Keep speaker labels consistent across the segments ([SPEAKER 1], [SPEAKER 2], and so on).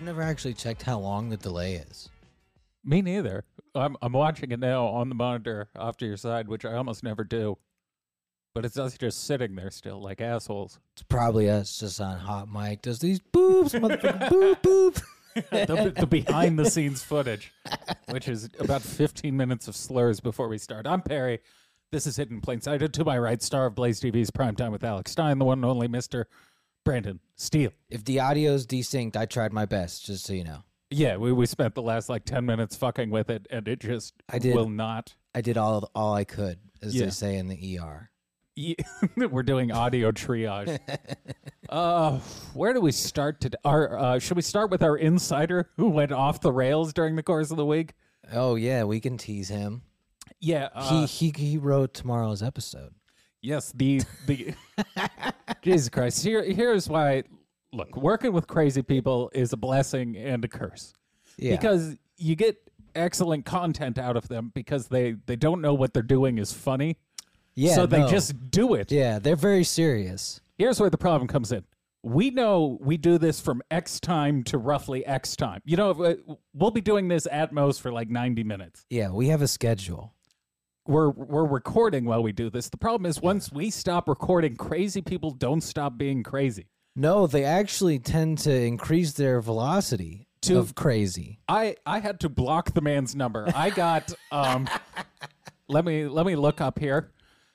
[SPEAKER 1] never actually checked how long the delay is.
[SPEAKER 2] Me neither. I'm I'm watching it now on the monitor off to your side, which I almost never do. But it's us just sitting there still like assholes.
[SPEAKER 1] It's probably us just on hot mic. Does these boobs, motherfucker, boop boop.
[SPEAKER 2] the, the behind the scenes footage, which is about 15 minutes of slurs before we start. I'm Perry. This is Hidden Plain Sight. And To my right, star of Blaze TV's Primetime with Alex Stein, the one and only Mr. Brandon Steele.
[SPEAKER 1] If the audio's desynced, I tried my best, just so you know.
[SPEAKER 2] Yeah, we, we spent the last like 10 minutes fucking with it, and it just
[SPEAKER 1] I did.
[SPEAKER 2] will not.
[SPEAKER 1] I did all all I could, as
[SPEAKER 2] Yeah.
[SPEAKER 1] they say in the ER.
[SPEAKER 2] Ye- We're doing audio triage. uh, where do we start today? Our, uh, should we start with our insider who went off the rails during the course of the week?
[SPEAKER 1] Oh yeah, we can tease him.
[SPEAKER 2] Yeah. Uh,
[SPEAKER 1] he he he wrote tomorrow's episode.
[SPEAKER 2] Yes, the the Jesus Christ. Here here's why look, working with crazy people is a blessing and a curse.
[SPEAKER 1] Yeah.
[SPEAKER 2] Because you get excellent content out of them because they they don't know what they're doing is funny.
[SPEAKER 1] yeah.
[SPEAKER 2] so they
[SPEAKER 1] no.
[SPEAKER 2] just do it.
[SPEAKER 1] Yeah, they're very serious.
[SPEAKER 2] Here's where the problem comes in. We know we do this from X time to roughly X time. You know, if, uh, we'll be doing this at most for like 90 minutes.
[SPEAKER 1] Yeah, we have a schedule.
[SPEAKER 2] we're we're recording while we do this. The problem is once we stop recording, crazy people don't stop being crazy.
[SPEAKER 1] No, they actually tend to increase their velocity
[SPEAKER 2] To-
[SPEAKER 1] of crazy.
[SPEAKER 2] I I had to block the man's number. I got um let me let me look up here.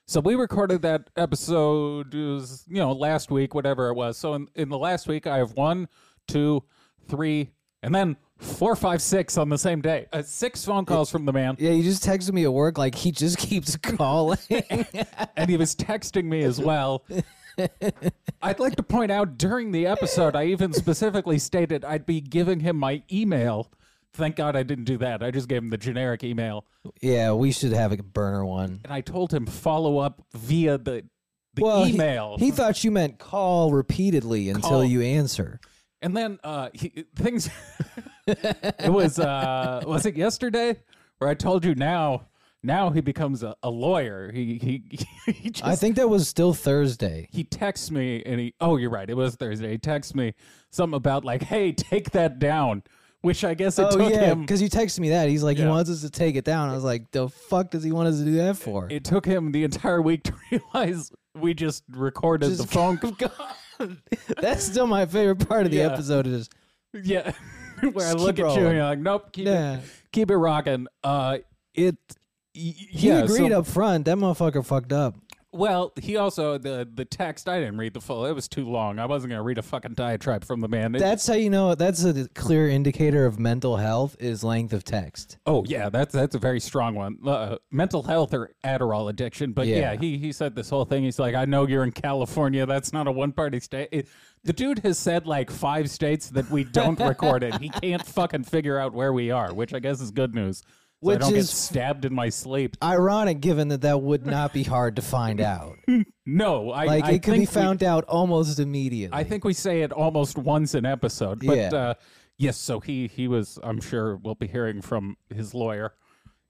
[SPEAKER 2] So we recorded that episode it was, you know last week whatever it was. So in in the last week I have one, two, three and then four, five, six on the same day. Uh, six phone calls from the man,
[SPEAKER 1] Yeah, you just texted me at work like he just keeps calling.
[SPEAKER 2] and he was texting me as well. I'd like to point out during the episode, I even specifically stated I'd be giving him my email. Thank God I didn't do that. I just gave him the generic email.
[SPEAKER 1] yeah, we should have a burner one.
[SPEAKER 2] and I told him follow up via the the
[SPEAKER 1] he-
[SPEAKER 2] email.
[SPEAKER 1] He, thought you meant call repeatedly
[SPEAKER 2] Call.
[SPEAKER 1] until you answer.
[SPEAKER 2] and then uh, he, things. it was uh, was it yesterday where I told you now. Now he becomes a, a lawyer. He he he just
[SPEAKER 1] I think that was still Thursday.
[SPEAKER 2] he texts me and he oh you're right it was Thursday. He texts me something about like hey take that down, which I guess it
[SPEAKER 1] Oh
[SPEAKER 2] took
[SPEAKER 1] yeah,
[SPEAKER 2] him
[SPEAKER 1] because you texted me that. He's like, he
[SPEAKER 2] Yeah.
[SPEAKER 1] wants us to take it down. I was like, the fuck does he want us to do that for?
[SPEAKER 2] it took him the entire week to realize we just recorded the
[SPEAKER 1] Just-
[SPEAKER 2] phone.
[SPEAKER 1] That's still my favorite part of the
[SPEAKER 2] Yeah.
[SPEAKER 1] episode. Is
[SPEAKER 2] yeah, where I
[SPEAKER 1] Just
[SPEAKER 2] look
[SPEAKER 1] keep
[SPEAKER 2] at you and
[SPEAKER 1] rolling.
[SPEAKER 2] you're like nope keep it
[SPEAKER 1] yeah,
[SPEAKER 2] keep it rocking. Uh, it. y-
[SPEAKER 1] he
[SPEAKER 2] Yeah,
[SPEAKER 1] agreed
[SPEAKER 2] so-
[SPEAKER 1] up front. That motherfucker fucked up.
[SPEAKER 2] well, he also the the text. I didn't read the full. It was too long. I wasn't gonna read a fucking diatribe from the man. It-
[SPEAKER 1] That's how you know. That's a clear indicator of mental health is length of text.
[SPEAKER 2] oh yeah, that's that's a very strong one. Uh, mental health or Adderall addiction. But yeah.
[SPEAKER 1] Yeah.
[SPEAKER 2] he he said this whole thing. He's like, I know you're in California. That's not a one party state. It- the dude has said like five states that we don't record in. He can't fucking figure out where we are, which I guess is good news. So I
[SPEAKER 1] Which
[SPEAKER 2] don't get
[SPEAKER 1] is-
[SPEAKER 2] stabbed in my sleep.
[SPEAKER 1] Ironic, given that that would not be hard to find out.
[SPEAKER 2] No, I
[SPEAKER 1] Like
[SPEAKER 2] I
[SPEAKER 1] it could be
[SPEAKER 2] think we-
[SPEAKER 1] found out almost immediately.
[SPEAKER 2] I think we say it almost once an episode, but
[SPEAKER 1] Yeah.
[SPEAKER 2] uh, yes. So he he was. I'm sure we'll be hearing from his lawyer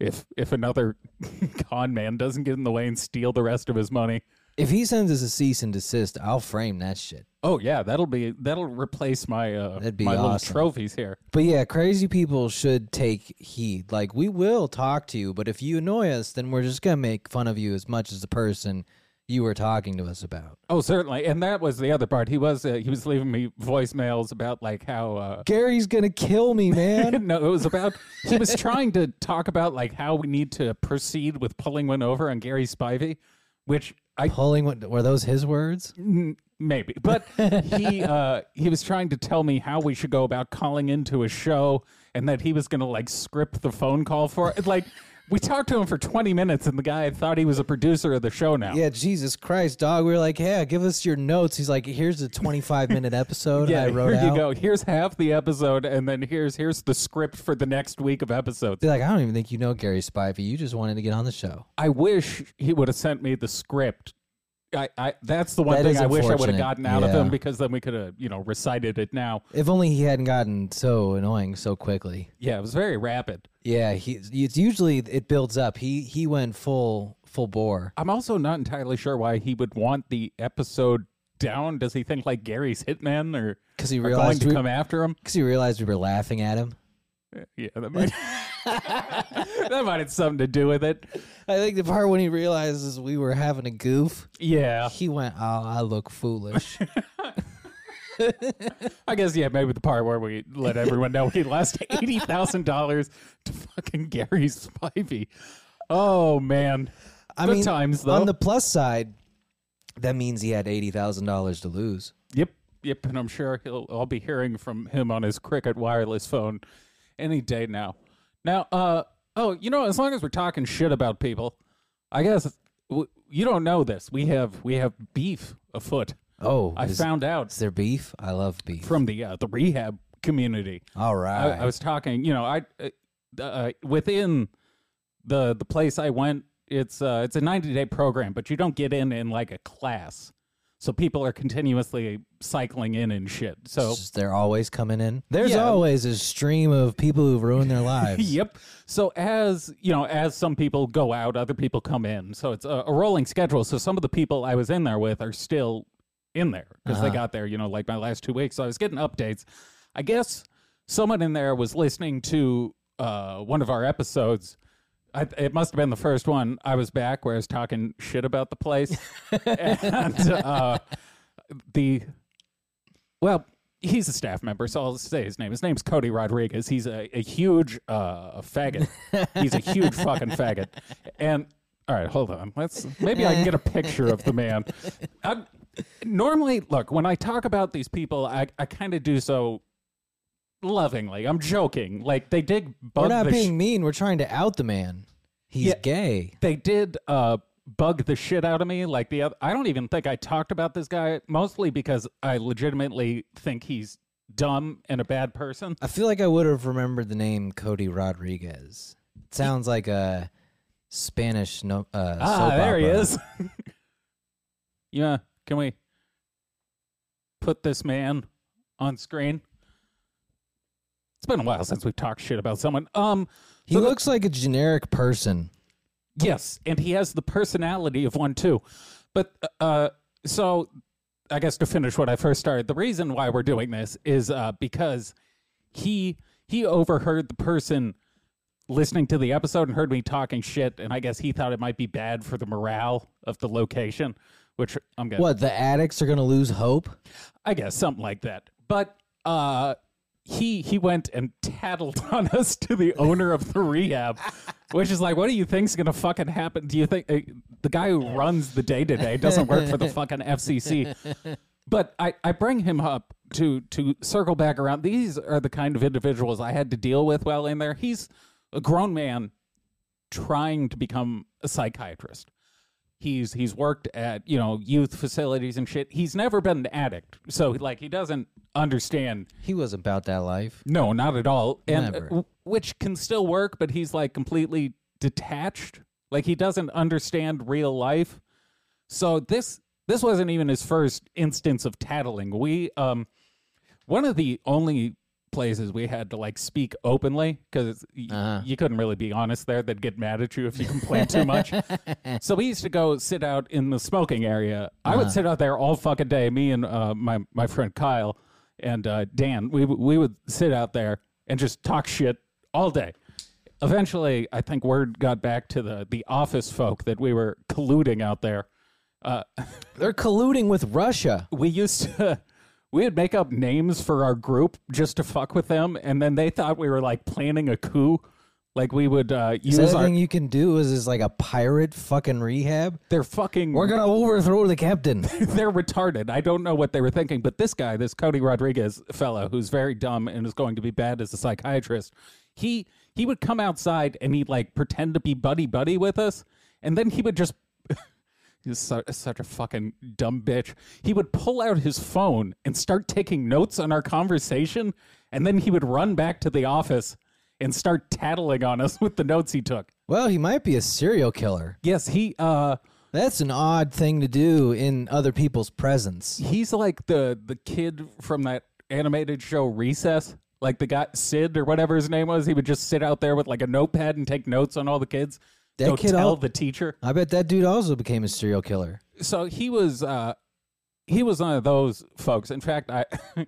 [SPEAKER 2] if if another con man doesn't get in the way and steal the rest of his money.
[SPEAKER 1] if he sends us a cease and desist, I'll frame that shit.
[SPEAKER 2] Oh yeah, that'll be that'll replace my uh,
[SPEAKER 1] That'd be
[SPEAKER 2] my little
[SPEAKER 1] awesome.
[SPEAKER 2] trophies here.
[SPEAKER 1] But yeah, crazy people should take heed. Like we will talk to you, but if you annoy us, then we're just gonna make fun of you as much as the person you were talking to us about.
[SPEAKER 2] Oh certainly, and that was the other part. He was uh, he was leaving me voicemails about like how. Uh,
[SPEAKER 1] Gary's gonna kill me, man.
[SPEAKER 2] no, it was about he was trying to talk about like how we need to proceed with pulling one over on Gary Spivey, which I
[SPEAKER 1] Pulling what were those his words?
[SPEAKER 2] N- maybe but he uh he was trying to tell me how we should go about calling into a show and that he was gonna like script the phone call for it like we talked to him for 20 minutes and the guy thought he was a producer of the show now
[SPEAKER 1] Yeah, Jesus Christ, dog. We were like, yeah, give us your notes. He's like, here's a 25 minute episode
[SPEAKER 2] Yeah,
[SPEAKER 1] I wrote
[SPEAKER 2] here
[SPEAKER 1] out.
[SPEAKER 2] you go here's half the episode and then here's here's the script for the next week of episodes
[SPEAKER 1] They're like, I don't even think you know Gary Spivey. You just wanted to get on the show.
[SPEAKER 2] i wish he would have sent me the script I, I that's the one
[SPEAKER 1] That
[SPEAKER 2] thing
[SPEAKER 1] is
[SPEAKER 2] I wish I would have
[SPEAKER 1] unfortunate.
[SPEAKER 2] gotten out of
[SPEAKER 1] Yeah.
[SPEAKER 2] him because then we could have you know recited it now.
[SPEAKER 1] If only he hadn't gotten so annoying so quickly.
[SPEAKER 2] Yeah, it was very rapid.
[SPEAKER 1] Yeah, he. It's usually it builds up. He he went full full bore.
[SPEAKER 2] I'm also not entirely sure why he would want the episode down? Does he think like Gary's hitmen or
[SPEAKER 1] because he
[SPEAKER 2] are going
[SPEAKER 1] realized
[SPEAKER 2] to
[SPEAKER 1] we,
[SPEAKER 2] come after him?
[SPEAKER 1] cause he realized we were laughing at him.
[SPEAKER 2] Yeah, that might that might have something to do with it.
[SPEAKER 1] I think the part when he realizes we were having a goof,
[SPEAKER 2] Yeah,
[SPEAKER 1] he went, "Oh, I look foolish."
[SPEAKER 2] I guess yeah, maybe the part where we let everyone know he lost eighty thousand dollars to fucking Gary Spivey. Oh man,
[SPEAKER 1] I
[SPEAKER 2] Good
[SPEAKER 1] mean,
[SPEAKER 2] times, though.
[SPEAKER 1] on the plus side, that means he had eighty thousand dollars to lose.
[SPEAKER 2] Yep, yep, and I'm sure he'll. I'll be hearing from him on his Cricket wireless phone any day now. Now, uh, oh, you know, as long as we're talking shit about people, I guess w- you don't know this. We have we have beef afoot.
[SPEAKER 1] Oh,
[SPEAKER 2] I
[SPEAKER 1] is,
[SPEAKER 2] found out
[SPEAKER 1] is there beef? I love beef.
[SPEAKER 2] from the uh, the rehab community.
[SPEAKER 1] All
[SPEAKER 2] I,
[SPEAKER 1] right.
[SPEAKER 2] I was talking, you know, I uh, uh, within the the place I went, it's uh, it's a ninety day program, but you don't get in in like a class, so people are continuously cycling in and shit. So
[SPEAKER 1] It's just they're always coming in. There's
[SPEAKER 2] Yeah.
[SPEAKER 1] always a stream of people who've ruined their lives.
[SPEAKER 2] yep. So as you know, as some people go out, other people come in. So it's a, a rolling schedule. So some of the people I was in there with are still in there because they got there, you know, like my last two weeks. So I was getting updates. I guess someone in there was listening to uh, one of our episodes. I, it must have been the first one I was back where I was talking shit about the place, and uh, the well, he's a staff member, so I'll say his name. His name's Cody Rodriguez. He's a, a huge uh, faggot. he's a huge fucking faggot. And all right, hold on. Let's maybe I can get a picture of the man. i normally, look when I talk about these people, I, I kind of do so lovingly. I'm joking. Like they did bug
[SPEAKER 1] We're not
[SPEAKER 2] the sh-
[SPEAKER 1] being mean. We're trying to out the man. He's
[SPEAKER 2] Yeah.
[SPEAKER 1] gay.
[SPEAKER 2] they did uh bug the shit out of me like the other i don't even think i talked about this guy mostly because i legitimately think he's dumb and a bad person
[SPEAKER 1] I feel like I would have remembered the name Cody Rodriguez. It sounds like a Spanish no, uh,
[SPEAKER 2] ah
[SPEAKER 1] soap
[SPEAKER 2] there he
[SPEAKER 1] opera.
[SPEAKER 2] is yeah can we put this man on screen it's been a while since we've talked shit about someone um
[SPEAKER 1] He
[SPEAKER 2] so the-
[SPEAKER 1] looks like a generic person.
[SPEAKER 2] Yes, and he has the personality of one too. But uh, so, I guess to finish what I first started, the reason why we're doing this is uh, because he he overheard the person listening to the episode and heard me talking shit, and I guess he thought it might be bad for the morale of the location, which I'm gonna
[SPEAKER 1] What the addicts are going to lose hope?
[SPEAKER 2] I guess something like that. But uh, he he went and tattled on us to the owner of the rehab, which is like, what do you think's gonna fucking happen? Do you think uh, the guy who runs the day to day doesn't work for the fucking FCC? But I, I bring him up to to circle back around. These are the kind of individuals I had to deal with while in there. He's a grown man trying to become a psychiatrist. He's he's worked at you know youth facilities and shit. He's never been an addict, so like he doesn't understand.
[SPEAKER 1] He was about that life.
[SPEAKER 2] No, not at all. And uh,
[SPEAKER 1] Never.
[SPEAKER 2] w- which can still work, but he's like completely detached. Like he doesn't understand real life. So this this wasn't even his first instance of tattling. We um one of the only places we had to like speak openly because
[SPEAKER 1] Uh-huh.
[SPEAKER 2] you couldn't really be honest there. They'd get mad at you if you complained too much. So we used to go sit out in the smoking area. I would sit out there all fucking day. Me and uh, my my friend Kyle and uh, Dan, we w- we would sit out there and just talk shit all day. Eventually, I think word got back to the the office folk that we were colluding out there.
[SPEAKER 1] They're colluding with Russia.
[SPEAKER 2] we used to we would make up names for our group just to fuck with them and then they thought we were like planning a coup like we would uh
[SPEAKER 1] Is that
[SPEAKER 2] use
[SPEAKER 1] a
[SPEAKER 2] our
[SPEAKER 1] thing you can do? Is is like a pirate fucking rehab?
[SPEAKER 2] they're fucking
[SPEAKER 1] We're gonna overthrow the captain.
[SPEAKER 2] they're retarded i don't know what they were thinking but this guy this cody rodriguez fellow who's very dumb and is going to be bad as a psychiatrist he he would come outside and he'd like pretend to be buddy buddy with us and then he would just He's su- such a fucking dumb bitch. He would pull out his phone and start taking notes on our conversation, and then he would run back to the office and start tattling on us with the notes he took.
[SPEAKER 1] well, he might be a serial killer.
[SPEAKER 2] Yes, he uh
[SPEAKER 1] That's an odd thing to do in other people's presence.
[SPEAKER 2] he's like the the kid from that animated show Recess. Like the guy Sid or whatever his name was, he would just sit out there with like a notepad and take notes on all the kids.
[SPEAKER 1] That
[SPEAKER 2] Go
[SPEAKER 1] kid
[SPEAKER 2] tell
[SPEAKER 1] al-
[SPEAKER 2] the teacher.
[SPEAKER 1] I bet that dude also became a serial killer.
[SPEAKER 2] so he was uh he was one of those folks. In fact, I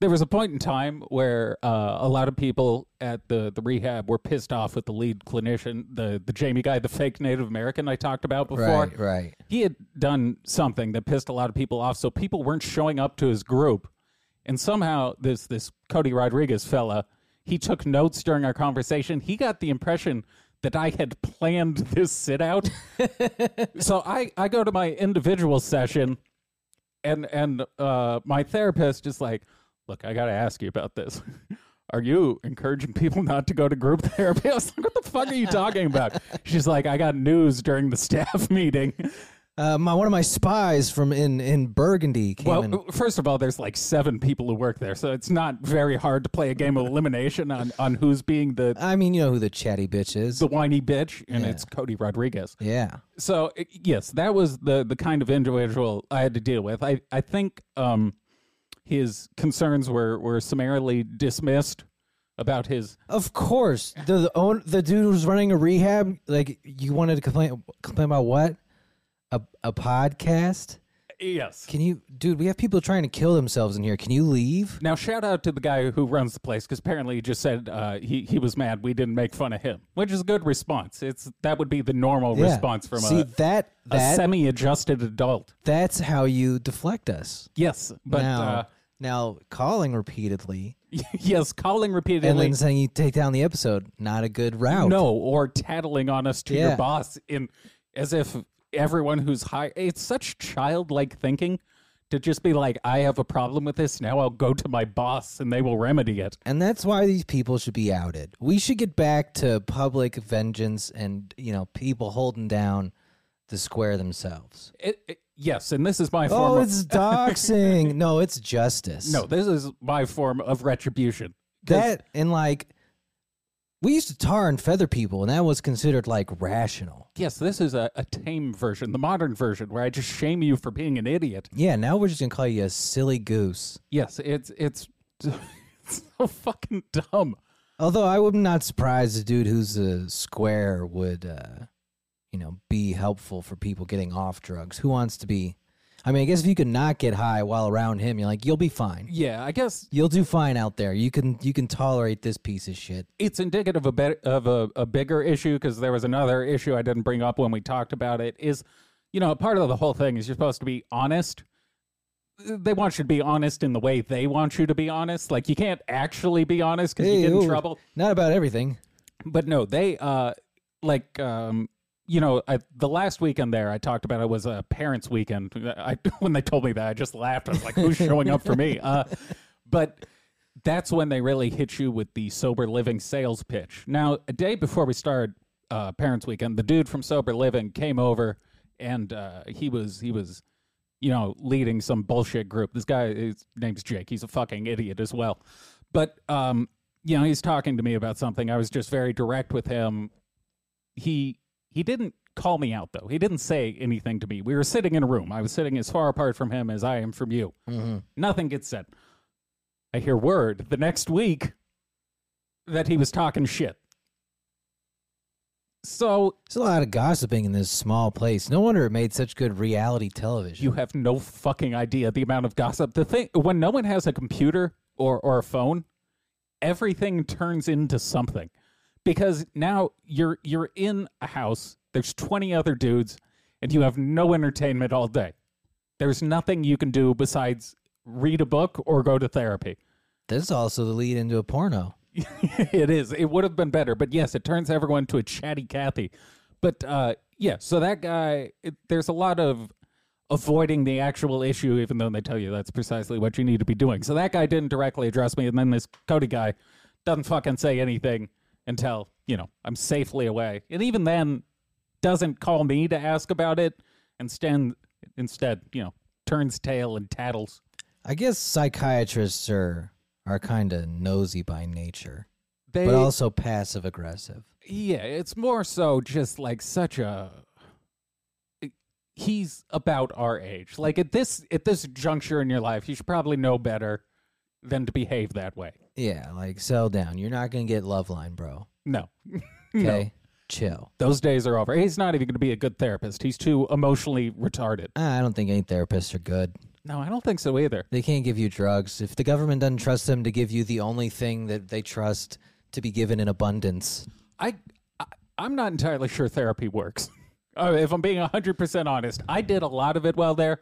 [SPEAKER 2] there was a point in time where uh, a lot of people at the, the rehab were pissed off with the lead clinician, the the Jamie guy, the fake Native American I talked about before.
[SPEAKER 1] Right, right.
[SPEAKER 2] He had done something that pissed a lot of people off, so people weren't showing up to his group. And somehow this this Cody Rodriguez fella, he took notes during our conversation. He got the impression that I had planned this sit out. so I, I go to my individual session and and uh, my therapist is like, look, I gotta ask you about this. Are you encouraging people not to go to group therapy? I was like, what the fuck are you talking about? She's like, I got news during the staff meeting.
[SPEAKER 1] Uh, my one of my spies from in in Burgundy came
[SPEAKER 2] Well,
[SPEAKER 1] in.
[SPEAKER 2] first of all, there's like seven people who work there, so it's not very hard to play a game of elimination on, on who's being the,
[SPEAKER 1] I mean, you know who the chatty bitch is.
[SPEAKER 2] the whiny bitch, and it's Cody Rodriguez.
[SPEAKER 1] yeah.
[SPEAKER 2] so i- yes, that was the the kind of individual I had to deal with. I I think um, his concerns were were summarily dismissed about his.
[SPEAKER 1] Of course, the the, own, the dude who's running a rehab. Like you wanted to complain complain about what? A a podcast?
[SPEAKER 2] Yes.
[SPEAKER 1] Can you, dude? We have people trying to kill themselves in here. Can you leave?
[SPEAKER 2] Now shout out to the guy who runs the place because apparently he just said uh, he he was mad we didn't make fun of him, which is a good response. It's that would be the normal
[SPEAKER 1] Yeah.
[SPEAKER 2] response from
[SPEAKER 1] see
[SPEAKER 2] a,
[SPEAKER 1] that
[SPEAKER 2] a
[SPEAKER 1] that
[SPEAKER 2] semi-adjusted adult.
[SPEAKER 1] that's how you deflect us.
[SPEAKER 2] Yes, but
[SPEAKER 1] now
[SPEAKER 2] uh,
[SPEAKER 1] now calling repeatedly
[SPEAKER 2] yes, calling
[SPEAKER 1] and
[SPEAKER 2] repeatedly.
[SPEAKER 1] then saying you take down the episode. Not a good route.
[SPEAKER 2] No, or tattling on us to
[SPEAKER 1] Yeah.
[SPEAKER 2] your boss in as if everyone who's high it's such childlike thinking to just be like, I have a problem with this, now I'll go to my boss and they will remedy it.
[SPEAKER 1] And that's why these people should be outed. We should get back to public vengeance and, you know, people holding down the square themselves.
[SPEAKER 2] It- it- yes, and this is my
[SPEAKER 1] Oh,
[SPEAKER 2] form
[SPEAKER 1] it's doxing. no, it's justice.
[SPEAKER 2] of, No, this is my form of retribution. 'Cause-
[SPEAKER 1] That and like we used to tar and feather people and that was considered like rational.
[SPEAKER 2] yes, this is a, a tame version, the modern version, where I just shame you for being an idiot.
[SPEAKER 1] Yeah, now we're just going to call you a silly goose.
[SPEAKER 2] Yes, it's it's it's so fucking dumb.
[SPEAKER 1] Although I would not surprised the dude who's a square would, uh, you know, be helpful for people getting off drugs. Who wants to be? I mean, I guess if you could not get high while around him, you're like, you'll be fine.
[SPEAKER 2] Yeah, I guess
[SPEAKER 1] You'll do fine out there. You can you can tolerate this piece of shit.
[SPEAKER 2] it's indicative of, bet of a, a bigger issue because there was another issue I didn't bring up when we talked about it. Is you know part of the whole thing is you're supposed to be honest. They want you to be honest in the way they want you to be honest. Like you can't actually be honest because you get in
[SPEAKER 1] ooh,
[SPEAKER 2] trouble.
[SPEAKER 1] Not about everything.
[SPEAKER 2] But no, they uh like um you know I, the last weekend there I talked about it was a parents weekend. I when they told me that I just laughed. I was like, who's showing up for me? Uh, but that's when they really hit you with the sober living sales pitch. Now, a day before we started uh, Parents Weekend, the dude from Sober Living came over, and uh, he was he was, you know, leading some bullshit group. This guy, his name's Jake. He's a fucking idiot as well, but um, you know, he's talking to me about something. I was just very direct with him. He he didn't call me out though. He didn't say anything to me. We were sitting in a room. I was sitting as far apart from him as I am from you.
[SPEAKER 1] Mm-hmm.
[SPEAKER 2] Nothing gets said. I hear word the next week that he was talking shit. So
[SPEAKER 1] There's a lot of gossiping in this small place. No wonder it made such good reality television.
[SPEAKER 2] you have no fucking idea the amount of gossip. The thing when no one has a computer or, or a phone, everything turns into something. Because now you're you're in a house, there's twenty other dudes, and you have no entertainment all day. There's nothing you can do besides read a book or go to therapy.
[SPEAKER 1] this is also the lead into a porno.
[SPEAKER 2] it is. It would have been better, but yes, it turns everyone to a chatty Cathy. But uh, yeah, so that guy, it, there's a lot of avoiding the actual issue, even though they tell you that's precisely what you need to be doing. So that guy didn't directly address me, and then this Cody guy doesn't fucking say anything until you know I'm safely away, and even then doesn't call me to ask about it. Instead, instead, you know, turns tail and tattles.
[SPEAKER 1] I guess psychiatrists are are kind of nosy by nature,
[SPEAKER 2] They
[SPEAKER 1] but also passive aggressive.
[SPEAKER 2] Yeah, it's more so just like such a eh, he's about our age. Like at this at this juncture in your life, you should probably know better than to behave that way.
[SPEAKER 1] Yeah, like settle down. You're not gonna get love line, bro.
[SPEAKER 2] No.
[SPEAKER 1] Okay,
[SPEAKER 2] No.
[SPEAKER 1] chill.
[SPEAKER 2] Those days are over. He's not even going to be a good therapist. He's too emotionally retarded.
[SPEAKER 1] Ah, I don't think any therapists are good.
[SPEAKER 2] No, I don't think so either.
[SPEAKER 1] They can't give you drugs. If the government doesn't trust them to give you the only thing that they trust to be given in abundance,
[SPEAKER 2] I, I I'm not entirely sure therapy works. Uh, if I'm being 100% honest, I did a lot of it while there.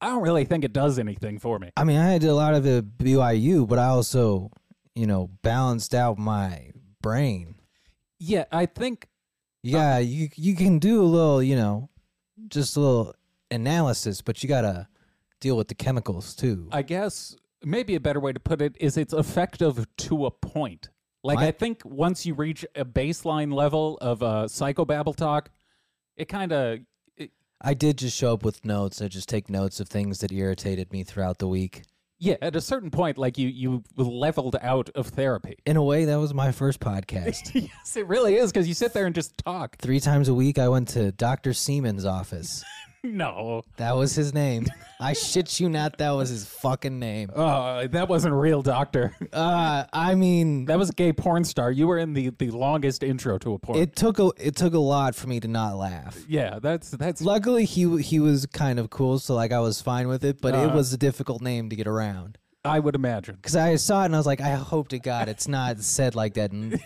[SPEAKER 2] I don't really think it does anything for me.
[SPEAKER 1] I mean, I did a lot of the BYU, but I also, you know, balanced out my brain.
[SPEAKER 2] Yeah, I think
[SPEAKER 1] Yeah, you you can do a little, you know, just a little analysis, but you gotta deal with the chemicals too.
[SPEAKER 2] I guess maybe a better way to put it is it's effective to a point. Like
[SPEAKER 1] What?
[SPEAKER 2] I think once you reach a baseline level of uh, psychobabble talk, it kind of
[SPEAKER 1] I did just show up with notes. I just take notes of things that irritated me throughout the week.
[SPEAKER 2] yeah. At a certain point, like you you leveled out of therapy.
[SPEAKER 1] In a way, that was my first podcast.
[SPEAKER 2] yes, it really is because you sit there and just talk.
[SPEAKER 1] Three times a week, I went to Dr. Seaman's office.
[SPEAKER 2] No,
[SPEAKER 1] That was his name. I shit you not, that was his fucking name.
[SPEAKER 2] uh, that wasn't a real doctor.
[SPEAKER 1] Uh, I mean,
[SPEAKER 2] that was a gay porn star. You were in the the longest intro to a porn.
[SPEAKER 1] it took a it took a lot for me to not laugh.
[SPEAKER 2] yeah, that's that's
[SPEAKER 1] Luckily, he he was kind of cool, so like I was fine with it. But it was a difficult name to get around
[SPEAKER 2] I would imagine.
[SPEAKER 1] because I saw it and I was like, I hope to God it's not said like that. And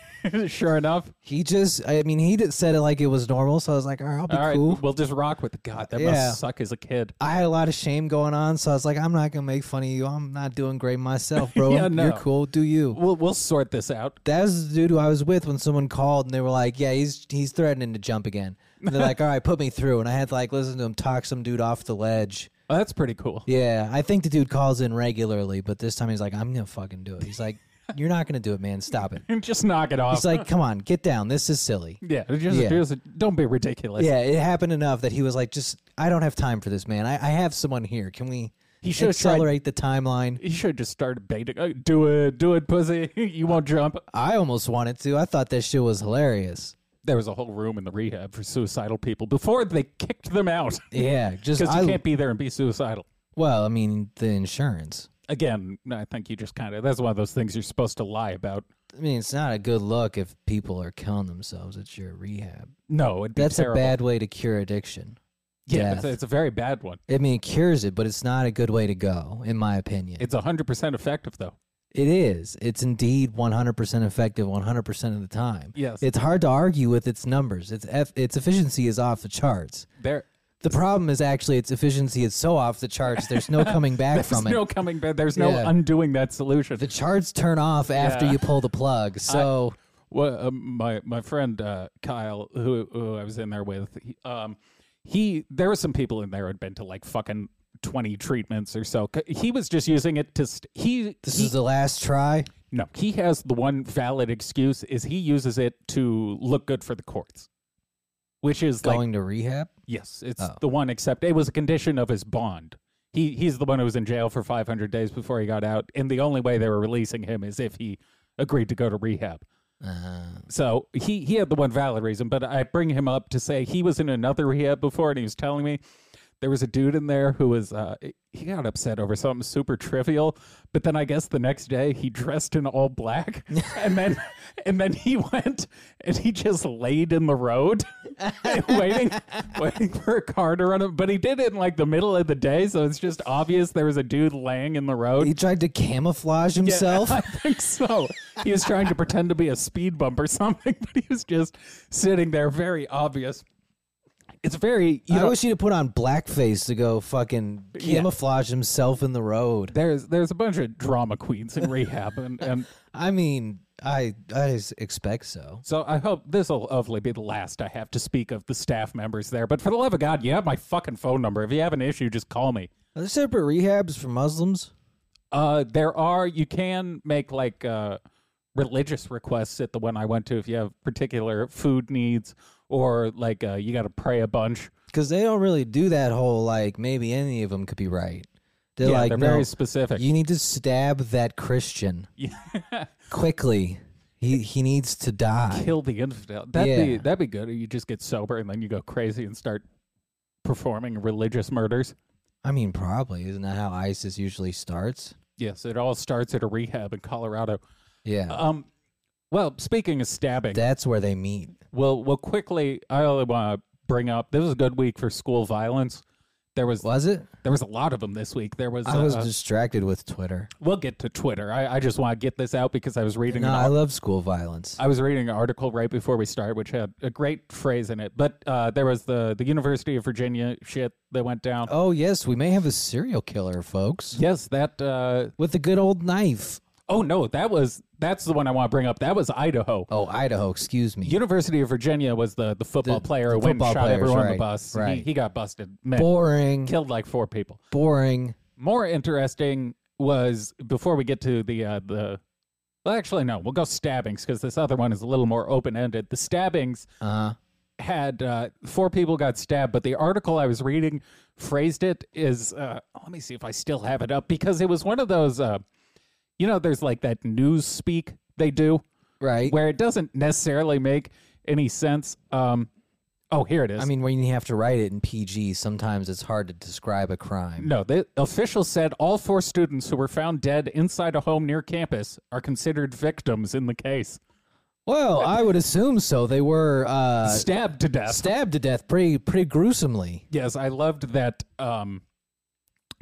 [SPEAKER 2] sure enough.
[SPEAKER 1] he just, I mean, he did, said it like it was normal, so I was like, all right, I'll be
[SPEAKER 2] All right,
[SPEAKER 1] cool.
[SPEAKER 2] we'll just rock with it. God. That
[SPEAKER 1] Yeah.
[SPEAKER 2] must suck as a kid.
[SPEAKER 1] I had a lot of shame going on, so I was like, I'm not gonna make fun of you. I'm not doing great myself, bro.
[SPEAKER 2] Yeah, no.
[SPEAKER 1] You're cool. Do you?
[SPEAKER 2] We'll we'll sort this out.
[SPEAKER 1] That was the dude who I was with when someone called and they were like, "Yeah, he's he's threatening to jump again." And they're like, "All right, put me through." And I had to like listen to him talk some dude off the ledge.
[SPEAKER 2] Oh, that's pretty cool.
[SPEAKER 1] Yeah, I think the dude calls in regularly, but this time he's like, "I'm gonna fucking do it." He's like, "You're not gonna do it, man. Stop it."
[SPEAKER 2] just knock it off.
[SPEAKER 1] He's like, "Come on, get down. This is silly."
[SPEAKER 2] yeah, just,
[SPEAKER 1] Yeah.
[SPEAKER 2] just- don't be ridiculous.
[SPEAKER 1] Yeah, it happened enough that he was like, "Just, I don't have time for this, man. I, I have someone here. Can we
[SPEAKER 2] He should have tried.
[SPEAKER 1] accelerate the timeline?"
[SPEAKER 2] He should have just started baiting. "Oh, Do it, do it, pussy. you won't jump.
[SPEAKER 1] I almost wanted to. I thought that shit was hilarious.
[SPEAKER 2] There was a whole room in the rehab for suicidal people before they kicked them out
[SPEAKER 1] Yeah, just
[SPEAKER 2] because you
[SPEAKER 1] I,
[SPEAKER 2] can't be there and be suicidal.
[SPEAKER 1] well, I mean, the insurance.
[SPEAKER 2] Again, I think you just kind of that's one of those things you're supposed to lie about.
[SPEAKER 1] I mean, it's not a good look if people are killing themselves at your rehab.
[SPEAKER 2] No, it'd be
[SPEAKER 1] That's
[SPEAKER 2] terrible.
[SPEAKER 1] a bad way to cure addiction.
[SPEAKER 2] yeah, it's
[SPEAKER 1] death.
[SPEAKER 2] a, it's a very bad one.
[SPEAKER 1] I mean, it cures it, but it's not a good way to go, in my opinion.
[SPEAKER 2] It's hundred percent effective though.
[SPEAKER 1] it is. It's indeed 100% effective 100% of the time.
[SPEAKER 2] Yes,
[SPEAKER 1] It's hard to argue with its numbers. Its eff- its efficiency is off the charts.
[SPEAKER 2] there.
[SPEAKER 1] The problem is actually its efficiency is so off the charts. There's no coming back
[SPEAKER 2] There's
[SPEAKER 1] from it.
[SPEAKER 2] no coming back. There's no
[SPEAKER 1] Yeah.
[SPEAKER 2] undoing that solution.
[SPEAKER 1] The charts turn off after
[SPEAKER 2] Yeah.
[SPEAKER 1] you pull the plug. So
[SPEAKER 2] Well, um, my my friend uh, Kyle, who, who I was in there with, he, um, he there were some people in there who had been to like fucking twenty treatments or so. C- He was just using it to st- he,
[SPEAKER 1] this
[SPEAKER 2] he-
[SPEAKER 1] is the last try.
[SPEAKER 2] no he has the one valid excuse is he uses it to look good for the courts, which is like
[SPEAKER 1] Going to rehab?
[SPEAKER 2] yes, it's
[SPEAKER 1] Oh.
[SPEAKER 2] the one except it was a condition of his bond. He he's the one who was in jail for five hundred days before he got out, and the only way they were releasing him is if he agreed to go to rehab. Uh-huh.
[SPEAKER 1] Uh,
[SPEAKER 2] So he he had the one valid reason, but I bring him up to say he was in another rehab before, and he was telling me there was a dude in there who was uh, he got upset over something super trivial, but then I guess the next day he dressed in all black, and then and then he went and he just laid in the road, waiting waiting for a car to run him. But he did it in like the middle of the day, so it's just obvious there was a dude laying in the road.
[SPEAKER 1] he tried to camouflage himself.
[SPEAKER 2] I think so. He was trying to pretend to be a speed bump or something, but he was just sitting there, very obvious. It's very you
[SPEAKER 1] I
[SPEAKER 2] know.
[SPEAKER 1] wish he'd have put on blackface to go fucking camouflage himself in the road.
[SPEAKER 2] there's there's a bunch of drama queens in rehab, and, and
[SPEAKER 1] I mean, I I just expect so.
[SPEAKER 2] so I hope this will hopefully be the last I have to speak of the staff members there. But for the love of God, you have my fucking phone number. If you have an issue, just call me.
[SPEAKER 1] Are there separate rehabs for Muslims?
[SPEAKER 2] Uh, there are you can make like uh, religious requests at the one I went to if you have particular food needs or like uh, you got to pray a bunch.
[SPEAKER 1] Because they don't really do that whole like maybe any of them could be right. They're
[SPEAKER 2] yeah,
[SPEAKER 1] like,
[SPEAKER 2] they're
[SPEAKER 1] no,
[SPEAKER 2] very specific.
[SPEAKER 1] you need to stab that Christian quickly. He he needs to die.
[SPEAKER 2] kill the infidel. That'd be
[SPEAKER 1] Yeah.
[SPEAKER 2] that'd be good. Or you just get sober and then you go crazy and start performing religious murders.
[SPEAKER 1] I mean, probably isn't that how ISIS usually starts?
[SPEAKER 2] Yes, it all starts at a rehab in Colorado.
[SPEAKER 1] Yeah,
[SPEAKER 2] Um, well, speaking of stabbing,
[SPEAKER 1] that's where they meet.
[SPEAKER 2] we'll we'll quickly. I only want to bring up. This was a good week for school violence There was
[SPEAKER 1] Was it?
[SPEAKER 2] there was a lot of them this week. There was,
[SPEAKER 1] I was
[SPEAKER 2] uh,
[SPEAKER 1] distracted with Twitter.
[SPEAKER 2] we'll get to Twitter. I, I just want to get this out because I was reading
[SPEAKER 1] No,
[SPEAKER 2] an
[SPEAKER 1] I love school violence.
[SPEAKER 2] I was reading an article right before we started, which had a great phrase in it. But uh, there was the the University of Virginia shit that went down.
[SPEAKER 1] Oh yes, we may have a serial killer, folks,
[SPEAKER 2] Yes, that. Uh,
[SPEAKER 1] with a good old knife.
[SPEAKER 2] oh no, that was that's the one I want to bring up. That was Idaho.
[SPEAKER 1] Oh, Idaho, excuse me.
[SPEAKER 2] University of Virginia was the the football player who went and
[SPEAKER 1] football
[SPEAKER 2] shot
[SPEAKER 1] players,
[SPEAKER 2] everyone on the
[SPEAKER 1] right,
[SPEAKER 2] bus. He,
[SPEAKER 1] right.
[SPEAKER 2] he got busted. Man,
[SPEAKER 1] boring,
[SPEAKER 2] killed like four people.
[SPEAKER 1] boring.
[SPEAKER 2] More interesting was before we get to the uh, the. Well, actually, no. We'll go stabbings because this other one is a little more open ended. The stabbings
[SPEAKER 1] Uh,
[SPEAKER 2] had uh, four people got stabbed, but the article I was reading phrased it is uh, let me see if I still have it up because it was one of those uh, you know there's like that news speak they do
[SPEAKER 1] right.
[SPEAKER 2] where it doesn't necessarily make any sense. Um, oh, here it is.
[SPEAKER 1] I mean, when you have to write it in PG, sometimes it's hard to describe a crime.
[SPEAKER 2] no, the officials said all four students who were found dead inside a home near campus are considered victims in the case,
[SPEAKER 1] Well, I would assume so. They were uh,
[SPEAKER 2] stabbed to death.
[SPEAKER 1] stabbed to death pretty pretty gruesomely.
[SPEAKER 2] Yes, I loved that um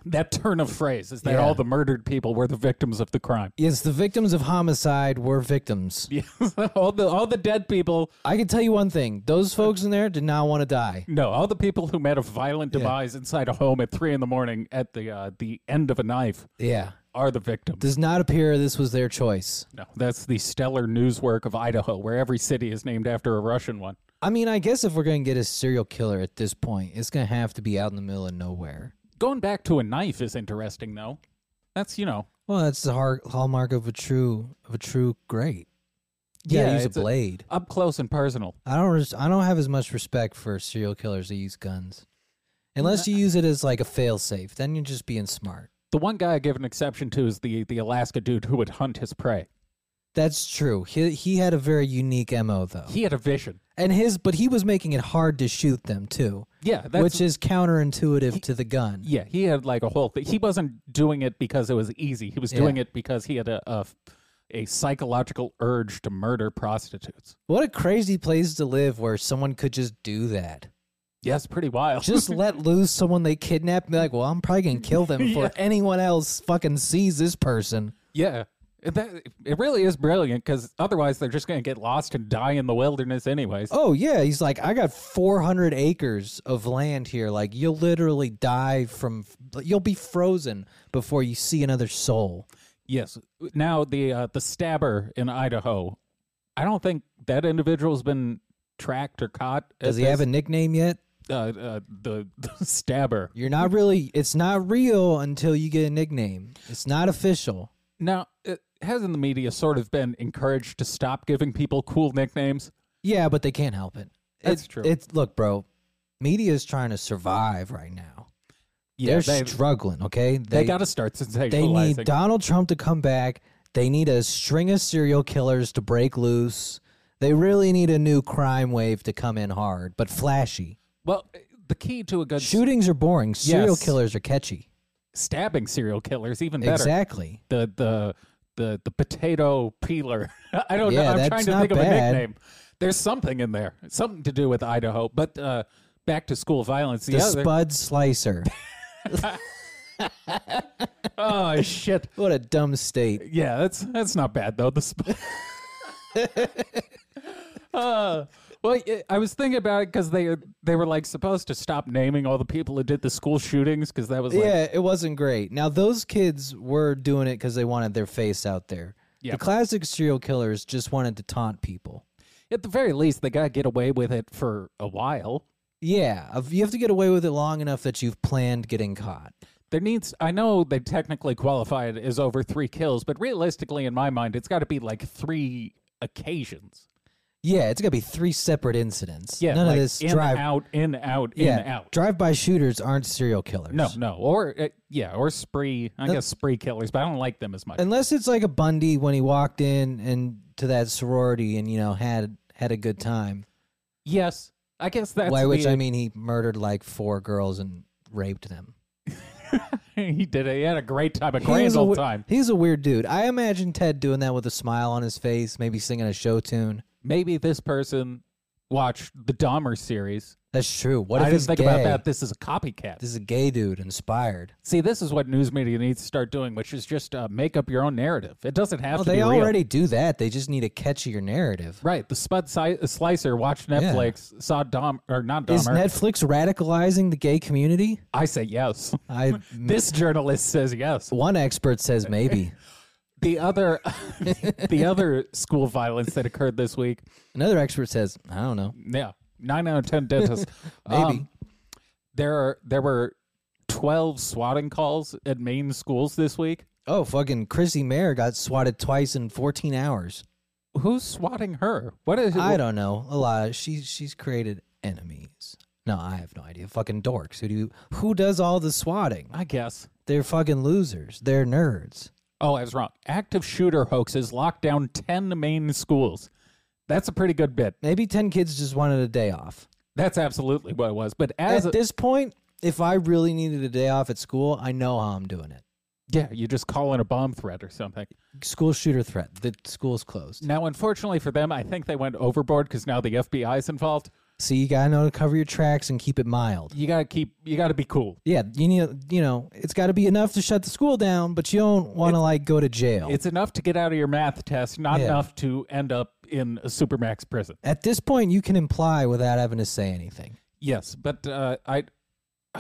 [SPEAKER 2] that turn of phrase is that
[SPEAKER 1] Yeah.
[SPEAKER 2] all the murdered people were the victims of the crime.
[SPEAKER 1] Yes, the victims of homicide were victims.
[SPEAKER 2] Yes, all the all the dead people.
[SPEAKER 1] I can tell you one thing: those folks in there did not want to die.
[SPEAKER 2] No, all the people who met a violent demise inside a home at three in the morning at the uh, the end of a knife
[SPEAKER 1] Yeah,
[SPEAKER 2] are the victims.
[SPEAKER 1] does not appear this was their choice.
[SPEAKER 2] No, that's the stellar news work of Idaho, where every city is named after a Russian one.
[SPEAKER 1] I mean, I guess if we're gonna get a serial killer at this point, it's gonna have to be out in the middle of nowhere.
[SPEAKER 2] Going back to a knife is interesting, though. That's you know,
[SPEAKER 1] Well, that's the har- hallmark of a true of a true great. Yeah, use a
[SPEAKER 2] it's a-
[SPEAKER 1] blade.
[SPEAKER 2] up close and personal.
[SPEAKER 1] I don't. Res- I don't have as much respect for serial killers that use guns, unless you use it as like a failsafe. Then you're just being smart.
[SPEAKER 2] The one guy I give an exception to is the the Alaska dude who would hunt his prey.
[SPEAKER 1] That's true. He he had a very unique mo though,
[SPEAKER 2] He had a vision.
[SPEAKER 1] and his but he was making it hard to shoot them too,
[SPEAKER 2] Yeah, that's
[SPEAKER 1] which is counterintuitive to the gun.
[SPEAKER 2] yeah. He had like a whole thing. He wasn't doing it because it was easy. He was doing it because he had a, a a psychological urge to murder prostitutes.
[SPEAKER 1] What a crazy place to live where someone could just do that.
[SPEAKER 2] Yes, pretty wild.
[SPEAKER 1] Just let loose someone they kidnapped and be like, well, I'm probably gonna kill them before
[SPEAKER 2] Yeah.
[SPEAKER 1] anyone else fucking sees this person.
[SPEAKER 2] yeah, It- that it really is brilliant because otherwise they're just gonna get lost and die in the wilderness anyways.
[SPEAKER 1] Oh yeah, he's like, I got 400 acres of land here. Like you'll literally die from, you'll be frozen before you see another soul.
[SPEAKER 2] Yes. Now the uh, the stabber in Idaho. I don't think that individual's been tracked or caught.
[SPEAKER 1] Does
[SPEAKER 2] at
[SPEAKER 1] he have a
[SPEAKER 2] this-
[SPEAKER 1] nickname yet?
[SPEAKER 2] uh, uh, the, the stabber?
[SPEAKER 1] You're not really. It's not real until you get a nickname. It's not official.
[SPEAKER 2] Now, it, hasn't the media sort of been encouraged to stop giving people cool nicknames?
[SPEAKER 1] Yeah, but they can't help it.
[SPEAKER 2] That's
[SPEAKER 1] It-
[SPEAKER 2] true.
[SPEAKER 1] It's look, bro. Media is trying to survive right now.
[SPEAKER 2] Yeah,
[SPEAKER 1] They're
[SPEAKER 2] they,
[SPEAKER 1] struggling. Okay,
[SPEAKER 2] they, got to start sensationalizing.
[SPEAKER 1] They need Donald Trump to come back. They need a string of serial killers to break loose. They really need a new crime wave to come in hard, but flashy.
[SPEAKER 2] well, the key to a good s-
[SPEAKER 1] Shootings are boring. Serial
[SPEAKER 2] Yes.
[SPEAKER 1] killers are catchy.
[SPEAKER 2] stabbing serial killer is even better.
[SPEAKER 1] Exactly.
[SPEAKER 2] The the the the potato peeler. I don't know.
[SPEAKER 1] Yeah,
[SPEAKER 2] I'm
[SPEAKER 1] that's
[SPEAKER 2] trying to
[SPEAKER 1] not
[SPEAKER 2] think of a
[SPEAKER 1] bad.
[SPEAKER 2] nickname. There's something in there, something to do with Idaho. But uh, back to school violence. The
[SPEAKER 1] The
[SPEAKER 2] other,
[SPEAKER 1] Spud Slicer.
[SPEAKER 2] oh shit.
[SPEAKER 1] What a dumb state.
[SPEAKER 2] Yeah, that's that's not bad though. The sp- uh, well, y- I was thinking about it because they they were like supposed to stop naming all the people who did the school shootings because that was like
[SPEAKER 1] Yeah, it wasn't great. Now those kids were doing it because they wanted their face out there.
[SPEAKER 2] Yeah.
[SPEAKER 1] The classic serial killers just wanted to taunt people.
[SPEAKER 2] at the very least they gotta get away with it for a while.
[SPEAKER 1] Yeah, if- you have to get away with it long enough that you've planned getting caught.
[SPEAKER 2] There needs I know they technically qualify it as over three kills, but realistically in my mind it's got to be like three occasions.
[SPEAKER 1] Yeah, it's gonna be three separate incidents.
[SPEAKER 2] Yeah,
[SPEAKER 1] none
[SPEAKER 2] like
[SPEAKER 1] of this
[SPEAKER 2] in
[SPEAKER 1] drive.
[SPEAKER 2] out in out
[SPEAKER 1] yeah,
[SPEAKER 2] in out.
[SPEAKER 1] drive-by shooters aren't serial killers.
[SPEAKER 2] No, no, or uh, yeah, or spree. I guess spree killers, but I don't like them as much.
[SPEAKER 1] unless it's like a Bundy when he walked in and to that sorority and you know had had a good time.
[SPEAKER 2] Yes, I guess that's
[SPEAKER 1] By which
[SPEAKER 2] the-
[SPEAKER 1] I mean he murdered like four girls and raped them.
[SPEAKER 2] he did it. He had a great time, a
[SPEAKER 1] He
[SPEAKER 2] grand
[SPEAKER 1] was a
[SPEAKER 2] old
[SPEAKER 1] we-
[SPEAKER 2] time.
[SPEAKER 1] He's a weird dude. I imagine Ted doing that with a smile on his face, maybe singing a show tune.
[SPEAKER 2] Maybe this person watched the Dahmer series
[SPEAKER 1] That's true. What if
[SPEAKER 2] I didn't
[SPEAKER 1] he's
[SPEAKER 2] think
[SPEAKER 1] gay?
[SPEAKER 2] about that. This is a copycat.
[SPEAKER 1] This is a gay dude inspired.
[SPEAKER 2] See, this is what news media needs to start doing, which is just uh, make up your own narrative. It doesn't have
[SPEAKER 1] Oh,
[SPEAKER 2] to be
[SPEAKER 1] they
[SPEAKER 2] real.
[SPEAKER 1] already do that. They just need a catchier narrative.
[SPEAKER 2] Right, the Spud si- uh, Slicer watched Netflix, saw Dom or not
[SPEAKER 1] Is
[SPEAKER 2] Dahmer.
[SPEAKER 1] Netflix radicalizing the gay community?
[SPEAKER 2] I say yes.
[SPEAKER 1] I
[SPEAKER 2] This journalist says yes.
[SPEAKER 1] one expert says maybe.
[SPEAKER 2] The other, the other school violence that occurred this week.
[SPEAKER 1] Another expert says I don't know. Um,
[SPEAKER 2] Yeah, nine out of ten dentists. Um,
[SPEAKER 1] Maybe.
[SPEAKER 2] there are there were twelve swatting calls at Maine schools this week.
[SPEAKER 1] Oh, fucking Chrissy Mayer got swatted twice in 14 hours.
[SPEAKER 2] Who's swatting her? What is?
[SPEAKER 1] I don't know. A lot. Of, she she's created enemies. No, I have no idea. Fucking dorks. Who do you, who does all the swatting?
[SPEAKER 2] I guess.
[SPEAKER 1] They're fucking losers. They're nerds.
[SPEAKER 2] Oh, I was wrong. Active shooter hoaxes locked down ten Maine schools. That's a pretty good bit.
[SPEAKER 1] Maybe 10 kids just wanted a day off.
[SPEAKER 2] That's absolutely what it was. But as
[SPEAKER 1] At
[SPEAKER 2] a,
[SPEAKER 1] this point, if I really needed a day off at school, I know how I'm doing it.
[SPEAKER 2] yeah, you just call in a bomb threat or something.
[SPEAKER 1] School shooter threat. The school's closed.
[SPEAKER 2] Now, unfortunately for them, I think they went overboard because now the FBI is involved.
[SPEAKER 1] So you gotta know to cover your tracks and keep it mild.
[SPEAKER 2] You gotta keep. You gotta be cool.
[SPEAKER 1] Yeah, you need you know it's got to be enough to shut the school down, but you don't want to like go to jail.
[SPEAKER 2] It's enough to get out of your math test, not
[SPEAKER 1] Yeah.
[SPEAKER 2] enough to end up in a supermax prison.
[SPEAKER 1] At this point, you can imply without having to say anything.
[SPEAKER 2] Yes, but uh, I.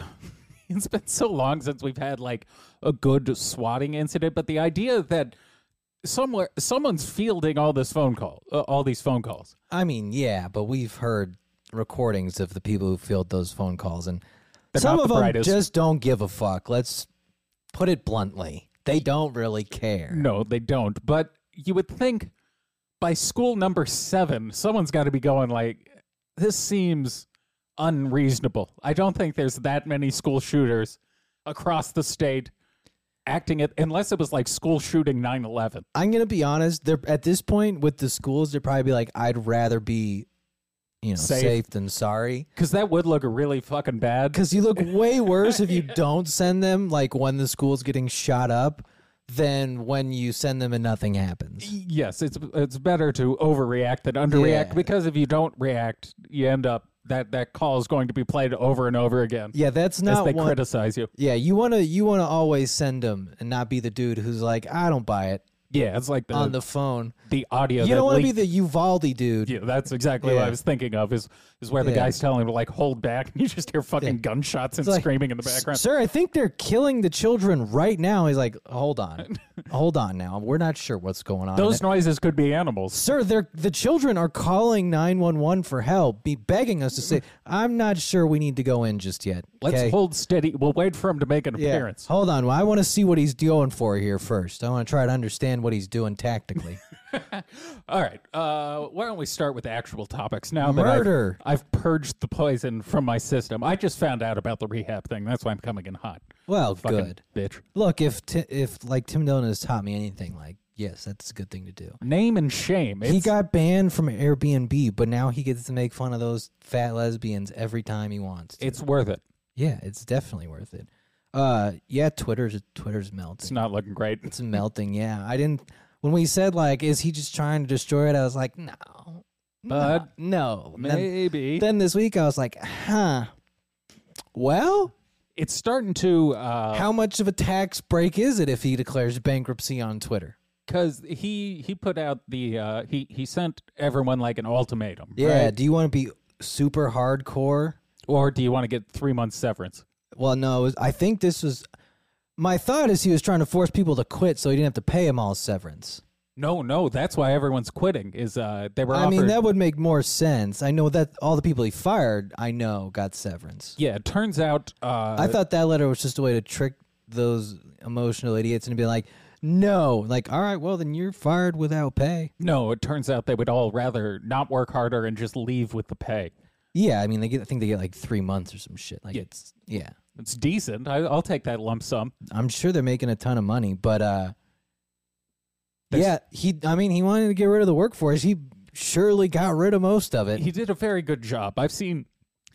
[SPEAKER 2] it's been so long since we've had like a good swatting incident, but the idea that somewhere someone's fielding all this phone call, uh, all these phone calls.
[SPEAKER 1] I mean, yeah, but we've heard recordings of the people who filled those phone calls, and
[SPEAKER 2] They're
[SPEAKER 1] some
[SPEAKER 2] not
[SPEAKER 1] of
[SPEAKER 2] the
[SPEAKER 1] them
[SPEAKER 2] brightest.
[SPEAKER 1] just don't give a fuck. Let's put it bluntly, they don't really care.
[SPEAKER 2] No, they don't. But you would think by school number seven, someone's got to be going like, this seems unreasonable. I don't think there's that many school shooters across the state acting it, unless it was like school shooting 9 11.
[SPEAKER 1] I'm gonna be honest. They're at this point with the schools, they're probably be like, I'd rather be, you know,
[SPEAKER 2] Safe.
[SPEAKER 1] safe than sorry.
[SPEAKER 2] Because that would look really fucking bad.
[SPEAKER 1] Because you look way worse if you don't send them, like when the school's getting shot up, than when you send them and nothing happens.
[SPEAKER 2] Yes, it's it's better to overreact than underreact
[SPEAKER 1] Yeah.
[SPEAKER 2] because if you don't react, you end up that that call is going to be played over and over again
[SPEAKER 1] Yeah, that's
[SPEAKER 2] as
[SPEAKER 1] not
[SPEAKER 2] they
[SPEAKER 1] one.
[SPEAKER 2] criticize you.
[SPEAKER 1] yeah, you wanna you wanna always send them and not be the dude who's like, I don't buy it
[SPEAKER 2] Yeah, it's like the
[SPEAKER 1] on
[SPEAKER 2] the,
[SPEAKER 1] the phone.
[SPEAKER 2] audio.
[SPEAKER 1] You
[SPEAKER 2] that
[SPEAKER 1] don't want to
[SPEAKER 2] leaked
[SPEAKER 1] be the Uvaldi dude.
[SPEAKER 2] Yeah, that's exactly what
[SPEAKER 1] Yeah.
[SPEAKER 2] I was thinking of. Is is where the
[SPEAKER 1] Yeah.
[SPEAKER 2] guy's telling him to like hold back, and you just hear fucking gunshots and
[SPEAKER 1] like,
[SPEAKER 2] screaming in the background.
[SPEAKER 1] Sir, I think they're killing the children right now. He's like, hold on, hold on. Now we're not sure what's going on.
[SPEAKER 2] Those noises could be animals.
[SPEAKER 1] Sir, they're, the children are calling 911 for help, be begging us to say, I'm not sure we need to go in just yet.
[SPEAKER 2] Let's
[SPEAKER 1] okay?
[SPEAKER 2] hold steady. We'll wait for him to make an
[SPEAKER 1] Yeah.
[SPEAKER 2] appearance.
[SPEAKER 1] Hold on. Well, I want to see what he's going for here first. I want to try to understand what he's doing tactically.
[SPEAKER 2] All right. Uh, why don't we start with the actual topics now? that I've-
[SPEAKER 1] Murder.
[SPEAKER 2] I've, purged the poison from my system. I just found out about the rehab thing. That's why I'm coming in hot.
[SPEAKER 1] Well,
[SPEAKER 2] Fucking
[SPEAKER 1] good.
[SPEAKER 2] bitch.
[SPEAKER 1] Look, if ti if like Tim Dillon has taught me anything, like yes, that's a good thing to do.
[SPEAKER 2] Name and shame.
[SPEAKER 1] He
[SPEAKER 2] It's-
[SPEAKER 1] got banned from Airbnb, but now he gets to make fun of those fat lesbians every time he wants.
[SPEAKER 2] it's worth it.
[SPEAKER 1] yeah, it's definitely worth it. Uh, yeah, Twitter's Twitter's melting.
[SPEAKER 2] It's not looking great.
[SPEAKER 1] It's melting. Yeah, I didn't. When we said like, is he just trying to destroy it? I was like, no,
[SPEAKER 2] Bud,
[SPEAKER 1] no. And Then,
[SPEAKER 2] Maybe.
[SPEAKER 1] then this week I was like, huh. Well,
[SPEAKER 2] it's starting to. Uh,
[SPEAKER 1] how much of a tax break is it if he declares bankruptcy on Twitter?
[SPEAKER 2] because he he put out the uh, he he sent everyone like an ultimatum.
[SPEAKER 1] Yeah.
[SPEAKER 2] right?
[SPEAKER 1] Do you want to be super hardcore?
[SPEAKER 2] Or do you want to get three months severance?
[SPEAKER 1] Well, no. It was, I think this was. My thought is he was trying to force people to quit so he didn't have to pay them all severance.
[SPEAKER 2] No, no, that's why everyone's quitting. Is uh they were
[SPEAKER 1] I
[SPEAKER 2] offered.
[SPEAKER 1] mean, that would make more sense. I know that all the people he fired, I know, got severance.
[SPEAKER 2] yeah, it turns out. Uh,
[SPEAKER 1] I thought that letter was just a way to trick those emotional idiots and be like, no, like, all right, well, then you're fired without pay.
[SPEAKER 2] no, it turns out they would all rather not work harder and just leave with the pay.
[SPEAKER 1] Yeah, I mean, they get, I think they get like three months or some shit. Like,
[SPEAKER 2] Yeah.
[SPEAKER 1] it's, yeah,
[SPEAKER 2] It's decent. I, I'll take that lump sum.
[SPEAKER 1] I'm sure they're making a ton of money, but, uh,
[SPEAKER 2] There's-
[SPEAKER 1] yeah, he, I mean, he wanted to get rid of the workforce. He surely got rid of most of it.
[SPEAKER 2] He did a very good job. I've seen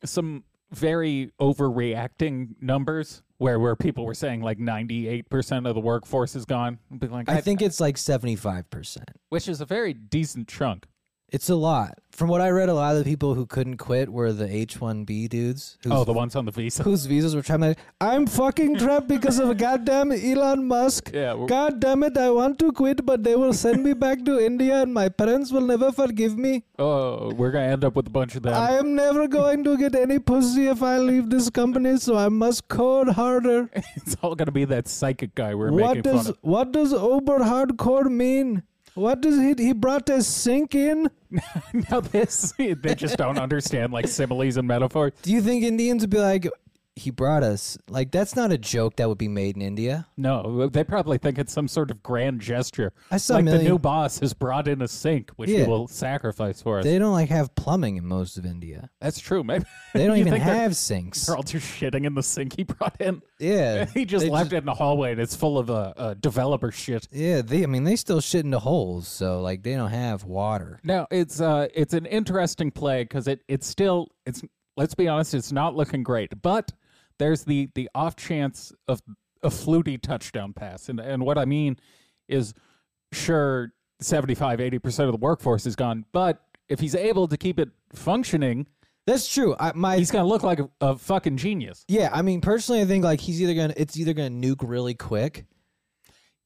[SPEAKER 2] some very overreacting numbers where where people were saying like ninety eight percent of the workforce is gone. I'd be like,
[SPEAKER 1] I think it's like 75%.
[SPEAKER 2] which is a very decent chunk.
[SPEAKER 1] It's a lot. From what I read, a lot of the people who couldn't quit were the H one B dudes. Who's,
[SPEAKER 2] Oh, the ones on the visa.
[SPEAKER 1] whose visas were trapped. Like, I'm fucking trapped because of a goddamn Elon Musk.
[SPEAKER 2] Yeah, we're-
[SPEAKER 1] God damn it, I want to quit, but they will send me back to India, and my parents will never forgive me.
[SPEAKER 2] Oh, we're gonna end up with a bunch of them.
[SPEAKER 1] I am never going to get any pussy if I leave this company, so I must code harder.
[SPEAKER 2] it's all gonna be that psychic guy we're
[SPEAKER 1] What
[SPEAKER 2] making fun
[SPEAKER 1] does
[SPEAKER 2] of.
[SPEAKER 1] what does uber hardcore mean? What does he he brought a sink in?
[SPEAKER 2] now this, they just don't understand like similes and metaphors.
[SPEAKER 1] Do you think Indians would be like he brought us? Like that's not a joke that would be made in India.
[SPEAKER 2] No, they probably think it's some sort of grand gesture.
[SPEAKER 1] I saw a
[SPEAKER 2] like the
[SPEAKER 1] million-
[SPEAKER 2] new boss has brought in a sink, which he
[SPEAKER 1] Yeah.
[SPEAKER 2] will sacrifice for us.
[SPEAKER 1] They don't like have plumbing in most of India.
[SPEAKER 2] That's true. Maybe
[SPEAKER 1] They don't
[SPEAKER 2] You
[SPEAKER 1] even
[SPEAKER 2] think they're-
[SPEAKER 1] have sinks.
[SPEAKER 2] They're all just shitting in the sink he brought in.
[SPEAKER 1] Yeah,
[SPEAKER 2] He just
[SPEAKER 1] they
[SPEAKER 2] left it in the hallway, and it's full of uh, uh, developer shit.
[SPEAKER 1] yeah, they. I mean, they still shit into holes, so like they don't have water.
[SPEAKER 2] Now it's uh, it's an interesting play because it it's still it's let's be honest, it's not looking great. But there's the the off chance of a fluty touchdown pass, and and what I mean is, sure, 75, 80 percent of the workforce is gone, but if he's able to keep it functioning,
[SPEAKER 1] That's true. I, my
[SPEAKER 2] he's gonna look like a, a fucking genius.
[SPEAKER 1] yeah. I mean, personally, I think like he's either gonna it's either gonna nuke really quick,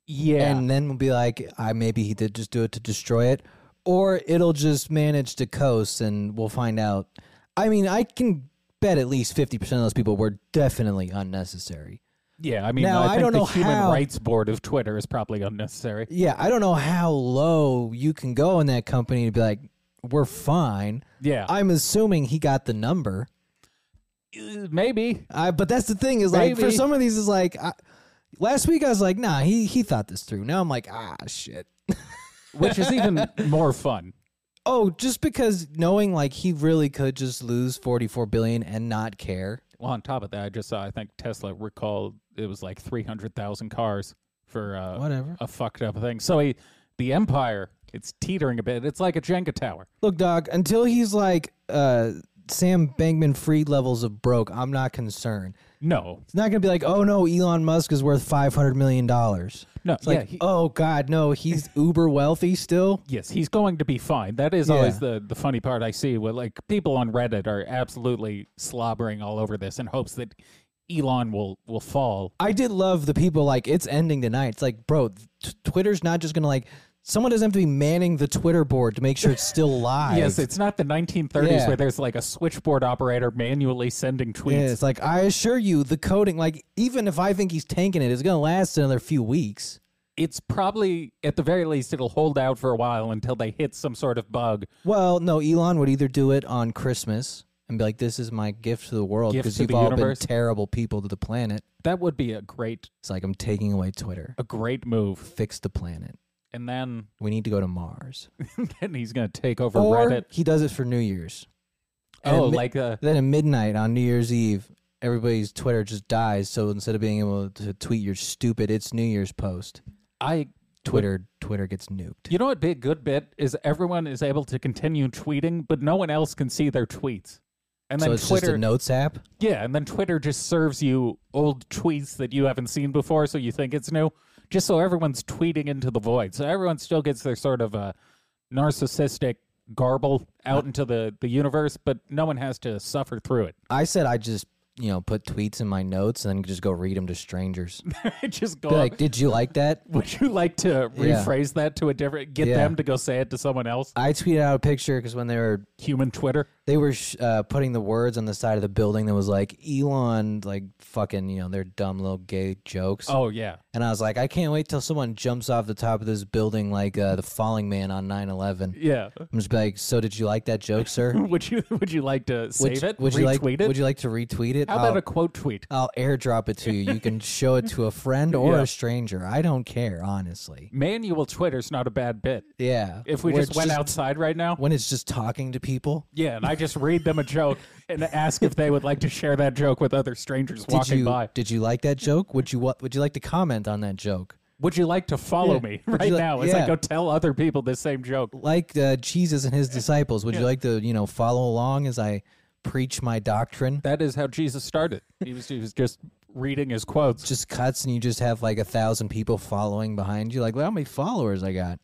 [SPEAKER 2] Yeah,
[SPEAKER 1] and then we'll be like, I maybe he did just do it to destroy it, or it'll just manage to coast, and we'll find out. I mean, I can bet at least fifty percent of those people were definitely unnecessary.
[SPEAKER 2] yeah. I mean,
[SPEAKER 1] Now,
[SPEAKER 2] I
[SPEAKER 1] I
[SPEAKER 2] think
[SPEAKER 1] don't
[SPEAKER 2] the
[SPEAKER 1] know
[SPEAKER 2] human
[SPEAKER 1] how-
[SPEAKER 2] rights board of Twitter is probably unnecessary.
[SPEAKER 1] Yeah, I don't know how low you can go in that company to be like, we're fine.
[SPEAKER 2] Yeah,
[SPEAKER 1] I'm assuming he got the number.
[SPEAKER 2] Uh, maybe.
[SPEAKER 1] I, but that's the thing is like for
[SPEAKER 2] Maybe.
[SPEAKER 1] some of these is like I, last week I was like nah he he thought this through now I'm like ah shit
[SPEAKER 2] which is even more fun.
[SPEAKER 1] oh just because knowing like he really could just lose 44 billion and not care
[SPEAKER 2] Well, on top of that, I just saw I think Tesla recalled it was like three hundred thousand cars for uh,
[SPEAKER 1] Whatever.
[SPEAKER 2] a fucked up thing. So he, the empire, it's teetering a bit. It's like a Jenga tower.
[SPEAKER 1] look dog until he's like uh Sam Bankman Freed levels of broke I'm not concerned
[SPEAKER 2] No,
[SPEAKER 1] it's not gonna be like oh no Elon Musk is worth 500 million dollars
[SPEAKER 2] no,
[SPEAKER 1] it's like
[SPEAKER 2] yeah, he-
[SPEAKER 1] oh god no he's uber wealthy still
[SPEAKER 2] yes, he's going to be fine. That is always
[SPEAKER 1] Yeah.
[SPEAKER 2] the the funny part I see. Where like people on Reddit are absolutely slobbering all over this in hopes that Elon will will fall
[SPEAKER 1] I did love the people like it's ending tonight. It's like, bro, t- Twitter's not just gonna like someone doesn't have to be manning the Twitter board to make sure it's still live.
[SPEAKER 2] Yes, it's not the 1930s
[SPEAKER 1] Yeah.
[SPEAKER 2] where there's like a switchboard operator manually sending
[SPEAKER 1] Yeah,
[SPEAKER 2] tweets.
[SPEAKER 1] it's like I assure you, the coding, like even if I think he's tanking it, it's gonna last another few weeks.
[SPEAKER 2] It's probably, at the very least, it'll hold out for a while until they hit some sort of bug.
[SPEAKER 1] Well, no, Elon would either do it on Christmas and be like, "This is my gift to the world
[SPEAKER 2] Gift
[SPEAKER 1] because
[SPEAKER 2] to
[SPEAKER 1] you've
[SPEAKER 2] the
[SPEAKER 1] all
[SPEAKER 2] universe."
[SPEAKER 1] been terrible people to the planet."
[SPEAKER 2] That would be a great,
[SPEAKER 1] It's like I'm taking away Twitter,
[SPEAKER 2] a great move.
[SPEAKER 1] fix the planet.
[SPEAKER 2] And then,
[SPEAKER 1] We need to go to Mars,
[SPEAKER 2] then he's going to take over
[SPEAKER 1] or
[SPEAKER 2] Reddit.
[SPEAKER 1] he does it for New Year's. And
[SPEAKER 2] Oh,
[SPEAKER 1] admit-
[SPEAKER 2] like uh,
[SPEAKER 1] Then at midnight on New Year's Eve, everybody's Twitter just dies. So instead of being able to tweet your stupid "It's New Year's" post,
[SPEAKER 2] I.
[SPEAKER 1] Twitter Twitter gets nuked.
[SPEAKER 2] You know what? Be a good bit is everyone is able to continue tweeting, but no one else can see their tweets. And
[SPEAKER 1] so
[SPEAKER 2] then
[SPEAKER 1] it's just
[SPEAKER 2] Twitter,
[SPEAKER 1] a notes app.
[SPEAKER 2] yeah, and then Twitter just serves you old tweets that you haven't seen before, so you think it's new, just so everyone's tweeting into the void. So everyone still gets their sort of uh, narcissistic garble out into the, the universe, but no one has to suffer through it.
[SPEAKER 1] I said I just you know put tweets in my notes and then just go read them to strangers.
[SPEAKER 2] just go,
[SPEAKER 1] Be like, did you like that?
[SPEAKER 2] would you like to
[SPEAKER 1] Yeah.
[SPEAKER 2] rephrase that to a different, get
[SPEAKER 1] Yeah.
[SPEAKER 2] them to go say it to someone else?
[SPEAKER 1] I tweeted out a picture because when they were
[SPEAKER 2] Human Twitter.
[SPEAKER 1] they were sh- uh, putting the words on the side of the building that was like Elon like fucking you know their dumb little gay jokes.
[SPEAKER 2] Oh, yeah.
[SPEAKER 1] And I was like, I can't wait till someone jumps off the top of this building like uh, the falling man on 9-11.
[SPEAKER 2] Yeah.
[SPEAKER 1] I'm just be like, so did you like that joke, sir?
[SPEAKER 2] Would you would you like to save
[SPEAKER 1] would,
[SPEAKER 2] it?
[SPEAKER 1] Would
[SPEAKER 2] retweet
[SPEAKER 1] you like?
[SPEAKER 2] it?
[SPEAKER 1] Would you oh. like to retweet it?
[SPEAKER 2] How
[SPEAKER 1] I'll,
[SPEAKER 2] about a quote tweet?
[SPEAKER 1] I'll airdrop it to you. You can show it to a friend or
[SPEAKER 2] Yeah.
[SPEAKER 1] a stranger. I don't care, honestly.
[SPEAKER 2] Manual Twitter's not a bad bit.
[SPEAKER 1] Yeah.
[SPEAKER 2] If we
[SPEAKER 1] Where
[SPEAKER 2] just
[SPEAKER 1] it's
[SPEAKER 2] went outside right now,
[SPEAKER 1] when it's just talking to people.
[SPEAKER 2] Yeah, and I just read them a joke and ask if they would like to share that joke with other strangers
[SPEAKER 1] Did
[SPEAKER 2] walking
[SPEAKER 1] you
[SPEAKER 2] by.
[SPEAKER 1] did you like that joke? Would you what? Would you like to comment on that joke?
[SPEAKER 2] Would you like to follow me
[SPEAKER 1] Would
[SPEAKER 2] right
[SPEAKER 1] you like-
[SPEAKER 2] now as I
[SPEAKER 1] yeah.
[SPEAKER 2] go tell other people this same joke?
[SPEAKER 1] Like uh, Jesus and his disciples. Would you like to you know follow along as I preach my doctrine?
[SPEAKER 2] That is how Jesus started. He was, he was just reading his quotes.
[SPEAKER 1] just cuts and you just have like a thousand people following behind you. Like, well, how many followers I got?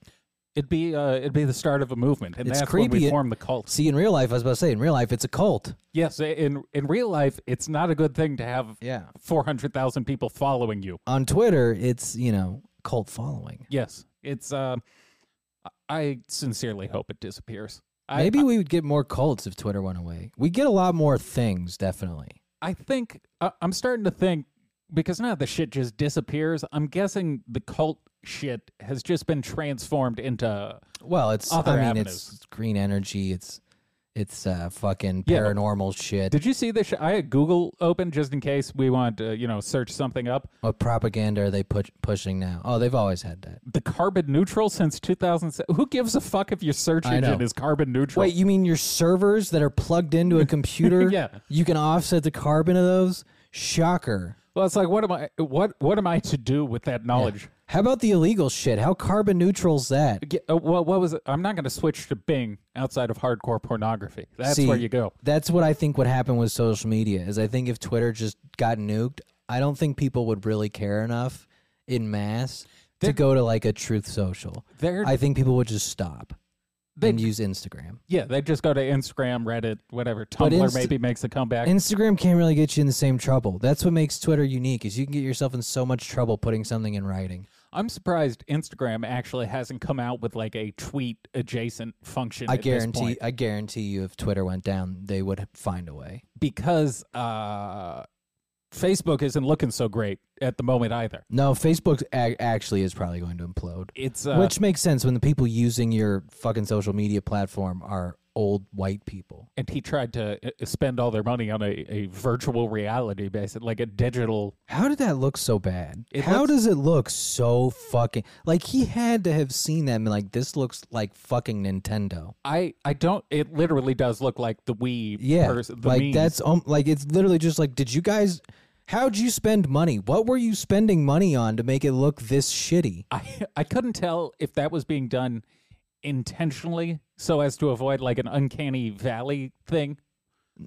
[SPEAKER 2] It'd be uh, it'd be the start of a movement, and
[SPEAKER 1] It's
[SPEAKER 2] that's when
[SPEAKER 1] creepy.
[SPEAKER 2] we form the cult.
[SPEAKER 1] See, in real life, I was about to say, in real life, it's a cult.
[SPEAKER 2] Yes, in in real life, it's not a good thing to have
[SPEAKER 1] Yeah.
[SPEAKER 2] four hundred thousand people following you.
[SPEAKER 1] On Twitter, it's you know cult following.
[SPEAKER 2] Yes, it's. Um, I sincerely hope it disappears. I-
[SPEAKER 1] Maybe we would get more cults if Twitter went away. We get a lot more things, definitely.
[SPEAKER 2] I think I I'm starting to think because now the shit just disappears. I'm guessing the cult shit has just been transformed into
[SPEAKER 1] Well, it's
[SPEAKER 2] Other
[SPEAKER 1] I mean,
[SPEAKER 2] avenues.
[SPEAKER 1] it's green energy. It's it's uh, fucking
[SPEAKER 2] Yeah, but-
[SPEAKER 1] paranormal shit.
[SPEAKER 2] Did you see this? sh- I had Google open just in case we want to, you know, search something up.
[SPEAKER 1] What propaganda are they push, pushing now? Oh, they've always had that.
[SPEAKER 2] The carbon neutral since 2007. Who gives a fuck if your search
[SPEAKER 1] I
[SPEAKER 2] engine
[SPEAKER 1] know.
[SPEAKER 2] is carbon neutral?
[SPEAKER 1] Wait, you mean your servers that are plugged into a computer?
[SPEAKER 2] Yeah.
[SPEAKER 1] You can offset the carbon of those? Shocker.
[SPEAKER 2] Well, it's like what am I? What what am I to do with that knowledge?
[SPEAKER 1] How about the illegal shit? How carbon neutral's that?
[SPEAKER 2] Ge- uh, what what was? It? I'm not going to switch to Bing outside of hardcore pornography. That's
[SPEAKER 1] See,
[SPEAKER 2] where you go.
[SPEAKER 1] That's what I think would happen with social media is I think if Twitter just got nuked, I don't think people would really care enough in mass to go to like a truth social.
[SPEAKER 2] They're-
[SPEAKER 1] I think people would just stop
[SPEAKER 2] They-
[SPEAKER 1] and use Instagram.
[SPEAKER 2] Yeah, they just go to Instagram, Reddit, whatever. Tumblr
[SPEAKER 1] inst-
[SPEAKER 2] maybe makes a comeback.
[SPEAKER 1] Instagram can't really get you in the same trouble. That's what makes Twitter unique is you can get yourself in so much trouble putting something in writing.
[SPEAKER 2] I'm surprised Instagram actually hasn't come out with like a tweet adjacent function.
[SPEAKER 1] I
[SPEAKER 2] at this point.
[SPEAKER 1] guarantee I guarantee you if Twitter went down, they would find a way.
[SPEAKER 2] because uh, Facebook isn't looking so great at the moment either.
[SPEAKER 1] No, Facebook a- actually is probably going to implode.
[SPEAKER 2] It's uh,
[SPEAKER 1] Which makes sense when the people using your fucking social media platform are old white people.
[SPEAKER 2] and he tried to uh, spend all their money on a, a virtual reality base, like a digital.
[SPEAKER 1] How did that look so bad?
[SPEAKER 2] It
[SPEAKER 1] How
[SPEAKER 2] looks-
[SPEAKER 1] does it look so fucking like he had to have seen that and been like this looks like fucking Nintendo.
[SPEAKER 2] I I don't. It literally does look like the Wii.
[SPEAKER 1] Yeah,
[SPEAKER 2] pers- the
[SPEAKER 1] like
[SPEAKER 2] memes.
[SPEAKER 1] that's um, like it's literally just like, did you guys? How'd you spend money? What were you spending money on to make it look this shitty?
[SPEAKER 2] I I couldn't tell if that was being done intentionally so as to avoid like an uncanny valley thing.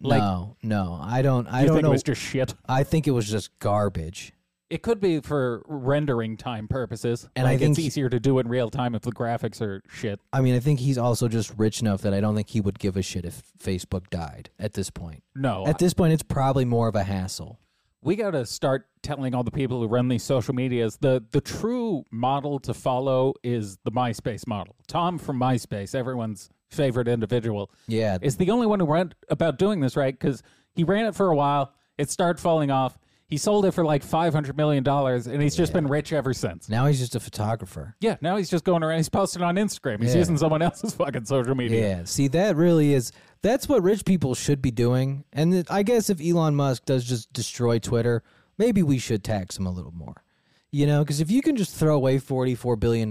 [SPEAKER 2] Like-
[SPEAKER 1] no, no, I don't. I
[SPEAKER 2] you
[SPEAKER 1] don't
[SPEAKER 2] think
[SPEAKER 1] know.
[SPEAKER 2] it was just shit?
[SPEAKER 1] I think it was just garbage.
[SPEAKER 2] It could be for rendering time purposes,
[SPEAKER 1] And I
[SPEAKER 2] like
[SPEAKER 1] think
[SPEAKER 2] it's
[SPEAKER 1] he-
[SPEAKER 2] easier to do in real time if the graphics are shit.
[SPEAKER 1] I mean, I think he's also just rich enough that I don't think he would give a shit if Facebook died at this point.
[SPEAKER 2] No,
[SPEAKER 1] At this point, it's probably more of a hassle.
[SPEAKER 2] we got to start telling all the people who run these social medias the the true model to follow is the MySpace model. Tom from MySpace, everyone's favorite individual,
[SPEAKER 1] Yeah,
[SPEAKER 2] is the only one who ran about doing this right because he ran it for a while. It started falling off. He sold it for like five hundred million dollars, and he's just been rich ever since.
[SPEAKER 1] now he's just a photographer.
[SPEAKER 2] Yeah, now he's just going around. He's posting on Instagram. He's
[SPEAKER 1] Yeah.
[SPEAKER 2] using someone else's fucking social media.
[SPEAKER 1] Yeah, see, that really is. That's what rich people should be doing. And it- I guess if Elon Musk does just destroy Twitter, maybe we should tax him a little more. You know, because if you can just throw away $44 billion,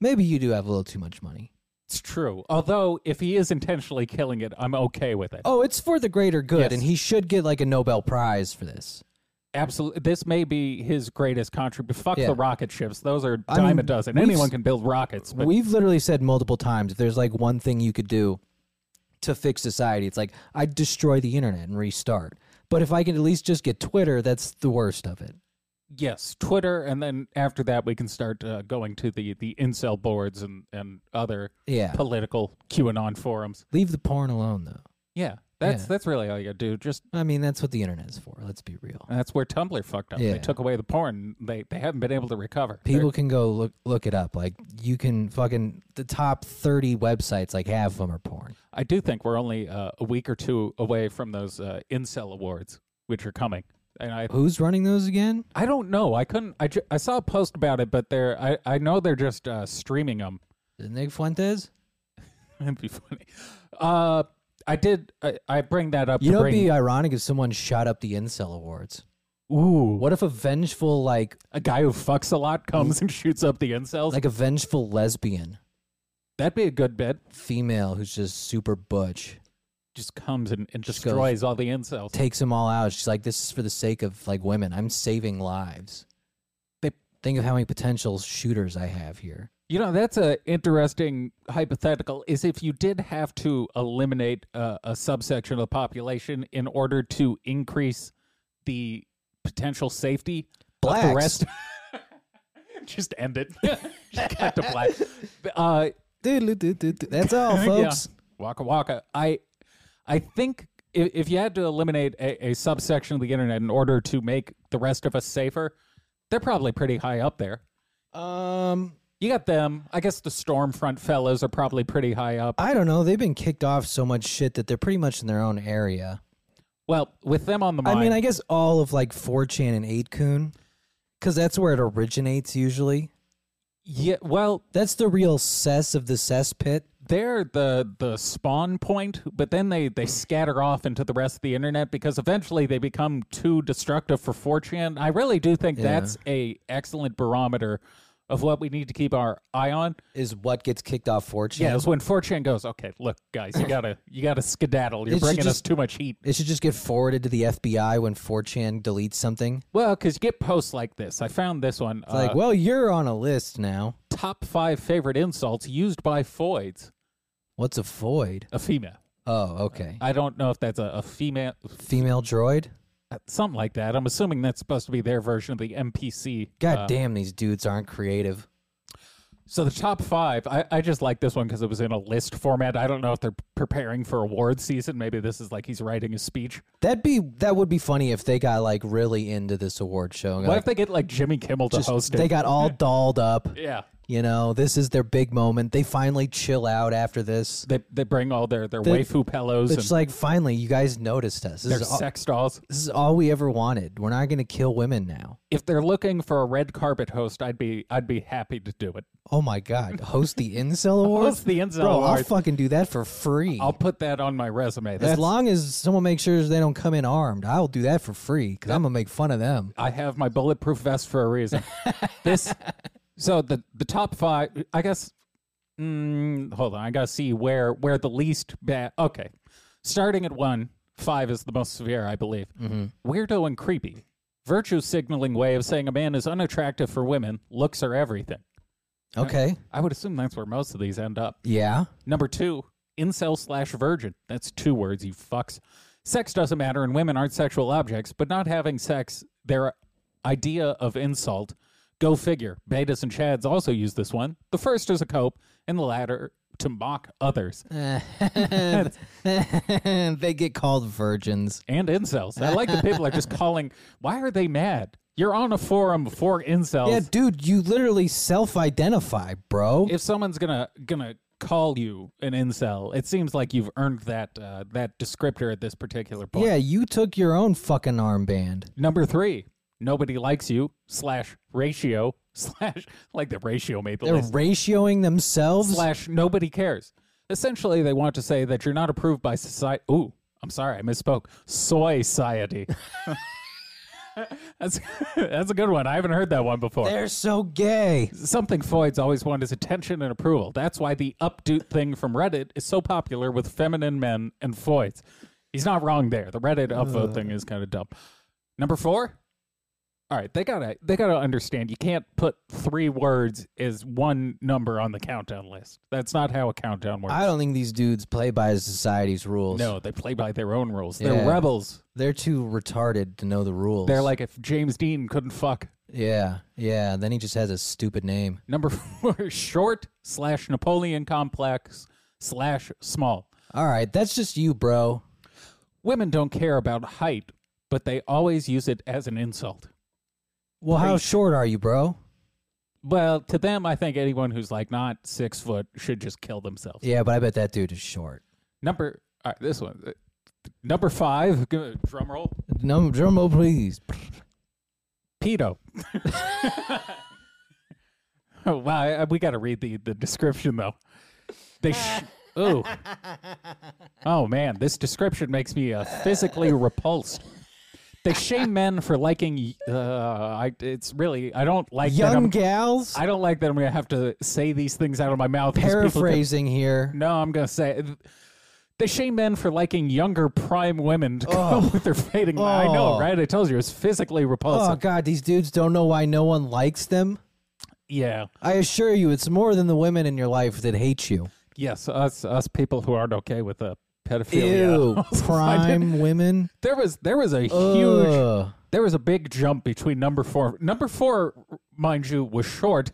[SPEAKER 1] maybe you do have a little too much money.
[SPEAKER 2] It's true. Although if he is intentionally killing it, I'm okay with it.
[SPEAKER 1] Oh, it's for the greater good,
[SPEAKER 2] Yes.
[SPEAKER 1] and he should get like a Nobel Prize for this.
[SPEAKER 2] Absolutely, this may be his greatest contribution. Fuck
[SPEAKER 1] Yeah.
[SPEAKER 2] the rocket ships; those are dime a
[SPEAKER 1] mean,
[SPEAKER 2] dozen.
[SPEAKER 1] we've
[SPEAKER 2] Anyone
[SPEAKER 1] s-
[SPEAKER 2] can build rockets, but
[SPEAKER 1] We've literally said multiple times if there's like one thing you could do to fix society, it's like I'd destroy the internet and restart. But if I can at least just get Twitter, that's the worst of it.
[SPEAKER 2] yes, Twitter, and then after that, we can start uh, going to the the incel boards and and other
[SPEAKER 1] Yeah.
[SPEAKER 2] political QAnon forums.
[SPEAKER 1] Leave the porn alone, though.
[SPEAKER 2] Yeah, that's
[SPEAKER 1] Yeah.
[SPEAKER 2] that's really all you gotta do. Just
[SPEAKER 1] I mean, that's what the internet is for. Let's be real.
[SPEAKER 2] that's where Tumblr fucked up. They
[SPEAKER 1] Yeah.
[SPEAKER 2] took away the porn. They they haven't been able to recover. They're-
[SPEAKER 1] People can go look look it up. Like you can fucking the top thirty websites. Like half of them are porn.
[SPEAKER 2] I do think we're only uh, a week or two away from those uh, incel awards, which are coming, and I
[SPEAKER 1] Who's running those again?
[SPEAKER 2] I don't know. I couldn't. I, ju- I saw a post about it, but they're. I, I know they're just uh, streaming them.
[SPEAKER 1] Nick Fuentes.
[SPEAKER 2] That'd be funny. Uh, I did. I, I bring that up.
[SPEAKER 1] You
[SPEAKER 2] to
[SPEAKER 1] know, it'd
[SPEAKER 2] bring,
[SPEAKER 1] be ironic if someone shot up the incel awards.
[SPEAKER 2] ooh,
[SPEAKER 1] What if a vengeful like
[SPEAKER 2] a guy who fucks a lot comes and shoots up the incels.
[SPEAKER 1] Mm. like a vengeful lesbian
[SPEAKER 2] That'd be a good bit.
[SPEAKER 1] female who's just super butch
[SPEAKER 2] Just comes and, and
[SPEAKER 1] goes-
[SPEAKER 2] destroys all the incels.
[SPEAKER 1] takes them all out? She's like, this is for the sake of like women. I'm saving lives.
[SPEAKER 2] They-
[SPEAKER 1] Think of how many potential shooters I have here.
[SPEAKER 2] You know, that's a interesting hypothetical. Is if you did have to eliminate uh, a subsection of the population in order to increase the potential safety of the
[SPEAKER 1] Blacks.
[SPEAKER 2] rest. Just end it. Just cut to black. Uh,
[SPEAKER 1] Doodle-doo-doo-doo. That's all, folks.
[SPEAKER 2] Yeah. Waka waka. I I think if, if you had to eliminate a, a subsection of the internet in order to make the rest of us safer, they're probably pretty high up there.
[SPEAKER 1] Um,
[SPEAKER 2] You got them. I guess the Stormfront fellas are probably pretty high up.
[SPEAKER 1] I don't know. They've been kicked off so much shit that they're pretty much in their own area.
[SPEAKER 2] Well, with them on the mind,
[SPEAKER 1] I mean, I guess all of like 4chan and 8kun, because that's where it originates usually.
[SPEAKER 2] yeah. Well,
[SPEAKER 1] That's the real cess of the cesspit.
[SPEAKER 2] they're the the spawn point, but then they they scatter off into the rest of the internet because eventually they become too destructive for 4chan. I really do think that's a excellent barometer of what we need to keep our eye on.
[SPEAKER 1] Is what gets kicked off 4chan.
[SPEAKER 2] Yeah, it's when 4chan goes, okay, look, guys, you gotta you gotta skedaddle. You're
[SPEAKER 1] It should
[SPEAKER 2] bringing us
[SPEAKER 1] just-
[SPEAKER 2] too much heat.
[SPEAKER 1] It should just get forwarded to the FBI when 4chan deletes something.
[SPEAKER 2] Well, because you get posts like this. I found this one.
[SPEAKER 1] It's like,
[SPEAKER 2] uh,
[SPEAKER 1] well, you're on a list now.
[SPEAKER 2] top five favorite insults used by foids.
[SPEAKER 1] What's a void?
[SPEAKER 2] A female.
[SPEAKER 1] Oh, okay.
[SPEAKER 2] I don't know if that's a, a female,
[SPEAKER 1] Female droid?
[SPEAKER 2] something like that. I'm assuming that's supposed to be their version of the MPC.
[SPEAKER 1] God
[SPEAKER 2] uh,
[SPEAKER 1] damn, these dudes aren't creative.
[SPEAKER 2] So the top five, I, I just like this one because it was in a list format. I don't know if they're preparing for award season. Maybe this is like he's writing a speech.
[SPEAKER 1] That'd be that would be funny if they got like really into this award show. and
[SPEAKER 2] What
[SPEAKER 1] like,
[SPEAKER 2] if they get like Jimmy Kimmel to
[SPEAKER 1] just-
[SPEAKER 2] host it?
[SPEAKER 1] they got all dolled up.
[SPEAKER 2] yeah.
[SPEAKER 1] You know, this is their big moment. They finally chill out after this.
[SPEAKER 2] They, they bring all their, their
[SPEAKER 1] They-
[SPEAKER 2] waifu pillows and
[SPEAKER 1] It's like finally, you guys noticed us. This
[SPEAKER 2] their
[SPEAKER 1] is, all,
[SPEAKER 2] sex dolls.
[SPEAKER 1] this is all we ever wanted. We're not going to kill women now.
[SPEAKER 2] If they're looking for a red carpet host, I'd be I'd be happy to do it.
[SPEAKER 1] Oh my god, host the incel awards.
[SPEAKER 2] Host the Incel
[SPEAKER 1] Bro, I'll
[SPEAKER 2] Awards.
[SPEAKER 1] fucking do that for free.
[SPEAKER 2] I'll put that on my resume.
[SPEAKER 1] as
[SPEAKER 2] That's,
[SPEAKER 1] long as someone makes sure they don't come in armed, I'll do that for free because I'm gonna make fun of them.
[SPEAKER 2] I have my bulletproof vest for a reason. this, so the the top five, I guess. Mm, hold on, I gotta see where where the least bad. Okay, starting at one, five is the most severe, I believe. Weirdo and creepy, virtue signaling way of saying a man is unattractive for women. Looks are everything.
[SPEAKER 1] Okay,
[SPEAKER 2] I would assume that's where most of these end up.
[SPEAKER 1] yeah,
[SPEAKER 2] Number two, incel slash virgin. That's two words, you fucks. Sex doesn't matter, and women aren't sexual objects, but not having sex, their idea of insult. Go figure. Betas and Chads also use this one. The first is a cope, and the latter to mock others
[SPEAKER 1] they get called virgins.
[SPEAKER 2] and incels. I like that people are just calling, why are they mad? You're on a forum for incels.
[SPEAKER 1] Yeah, dude, you literally self-identify, bro.
[SPEAKER 2] if someone's gonna gonna call you an incel, it seems like you've earned that uh, that descriptor at this particular point.
[SPEAKER 1] yeah, you took your own fucking armband.
[SPEAKER 2] Number three, nobody likes you slash ratio slash like the ratio made the
[SPEAKER 1] They're
[SPEAKER 2] list
[SPEAKER 1] ratioing themselves.
[SPEAKER 2] slash nobody cares. Essentially, they want to say that you're not approved by society. Ooh, I'm sorry, I misspoke. Soy society. that's that's a good one. I haven't heard that one before.
[SPEAKER 1] They're so gay.
[SPEAKER 2] Something Floyd's always wanted is attention and approval. That's why the updoot thing from Reddit is so popular with feminine men and Floyd's. He's not wrong there. The Reddit
[SPEAKER 1] Uh.
[SPEAKER 2] upvote thing is kind of dumb. Number four. All right, they gotta they gotta understand. You can't put three words as one number on the countdown list. That's not how a countdown works.
[SPEAKER 1] I don't think these dudes play by society's rules.
[SPEAKER 2] no, they play by their own rules. They're
[SPEAKER 1] Yeah.
[SPEAKER 2] rebels.
[SPEAKER 1] They're too retarded to know the rules.
[SPEAKER 2] They're like if James Dean couldn't fuck.
[SPEAKER 1] yeah, yeah. Then he just has a stupid name.
[SPEAKER 2] Number four, short slash Napoleon complex slash small.
[SPEAKER 1] All right, that's just you, bro.
[SPEAKER 2] Women don't care about height, but they always use it as an insult.
[SPEAKER 1] Well, how short are you, bro?
[SPEAKER 2] Well, to them, I think anyone who's like not six foot should just kill themselves.
[SPEAKER 1] Yeah, but I bet that dude is short.
[SPEAKER 2] Number, all right, this one, Uh, number five, g- drum roll,
[SPEAKER 1] No, drum roll, please.
[SPEAKER 2] pedo. oh, wow, I- we got to read the, the description though. They, sh- ooh, oh man, this description makes me uh, physically repulsed. They shame men for liking. Uh, I, it's really I don't like that I'm-
[SPEAKER 1] Young gals.
[SPEAKER 2] I don't like that I'm going to have to say these things out of my mouth. 'cause people think-
[SPEAKER 1] paraphrasing here.
[SPEAKER 2] no, I'm going to say it. They shame men for liking younger prime women to go with their fading. I know,
[SPEAKER 1] Oh.
[SPEAKER 2] right? I told you it's physically
[SPEAKER 1] Oh
[SPEAKER 2] repulsive.
[SPEAKER 1] God, these dudes don't know why no one likes them.
[SPEAKER 2] Yeah.
[SPEAKER 1] I assure you, it's more than the women in your life that hate you.
[SPEAKER 2] Yes, us us people who aren't okay with uh, pedophilia.
[SPEAKER 1] Ew,
[SPEAKER 2] Also, I did-
[SPEAKER 1] prime women.
[SPEAKER 2] There was there was a huge
[SPEAKER 1] Ugh.
[SPEAKER 2] there was a big jump between number four. Number four, mind you, was short.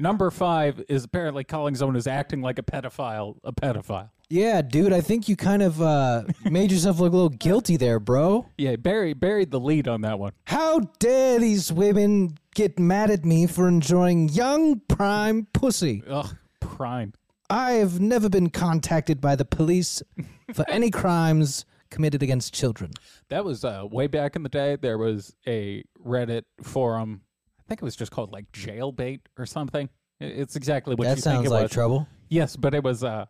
[SPEAKER 2] Number five is apparently calling someone who's acting like a pedophile a pedophile.
[SPEAKER 1] Yeah, dude, I think you kind of uh, made yourself look a little guilty there, bro.
[SPEAKER 2] Yeah, Barry buried the lead on that one.
[SPEAKER 1] How dare these women get mad at me for enjoying young prime pussy?
[SPEAKER 2] Ugh, prime.
[SPEAKER 1] I have never been contacted by the police for any crimes committed against children.
[SPEAKER 2] That was uh, way back in the day. There was a Reddit forum. I think it was just called like Jailbait or something. I- It's exactly what
[SPEAKER 1] that
[SPEAKER 2] you
[SPEAKER 1] sounds
[SPEAKER 2] think it
[SPEAKER 1] like
[SPEAKER 2] was.
[SPEAKER 1] trouble.
[SPEAKER 2] Yes, but it was uh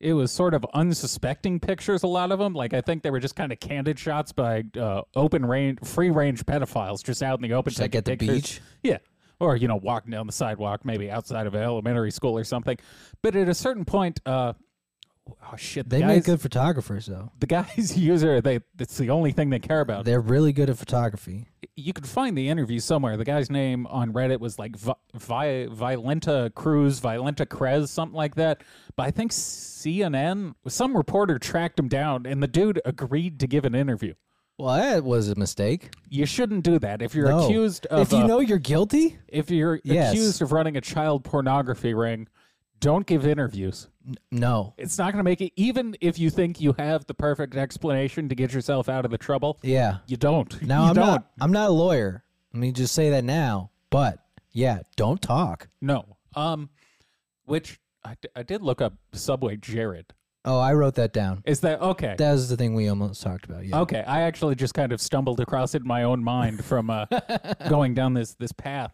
[SPEAKER 2] it was sort of unsuspecting pictures. A lot of them, like I think they were just kind of candid shots by uh, open range, free range pedophiles just out in the open,
[SPEAKER 1] like
[SPEAKER 2] taking
[SPEAKER 1] at the
[SPEAKER 2] pictures.
[SPEAKER 1] beach?
[SPEAKER 2] Yeah, or you know, walking down the sidewalk, maybe outside of an elementary school or something. But at a certain point, uh, oh shit, the
[SPEAKER 1] They
[SPEAKER 2] guys,
[SPEAKER 1] make good photographers, though.
[SPEAKER 2] the guys user they that's the only thing they care about.
[SPEAKER 1] They're really good at photography.
[SPEAKER 2] you could find the interview somewhere. The guy's name on Reddit was like Vi- Vi- Violenta Cruz, Violenta Crez, something like that. But I think CNN, some reporter tracked him down, and the dude agreed to give an interview.
[SPEAKER 1] Well, that was a mistake.
[SPEAKER 2] You shouldn't do that if you're
[SPEAKER 1] No.
[SPEAKER 2] accused of
[SPEAKER 1] if you
[SPEAKER 2] uh,
[SPEAKER 1] know you're guilty,
[SPEAKER 2] if you're
[SPEAKER 1] Yes.
[SPEAKER 2] accused of running a child pornography ring. Don't give interviews.
[SPEAKER 1] no.
[SPEAKER 2] It's not going to make it. Even if you think you have the perfect explanation to get yourself out of the trouble,
[SPEAKER 1] Yeah.
[SPEAKER 2] you don't.
[SPEAKER 1] Now
[SPEAKER 2] you
[SPEAKER 1] I'm
[SPEAKER 2] don't.
[SPEAKER 1] not. I'm not a lawyer. Let me just say that now. But yeah, don't talk.
[SPEAKER 2] No. Um, which I, d- I did look up Subway Jared.
[SPEAKER 1] Oh, I wrote that down.
[SPEAKER 2] Is that okay?
[SPEAKER 1] That was the thing we almost talked about. Yeah.
[SPEAKER 2] okay. I actually just kind of stumbled across it in my own mind from uh, going down this this path.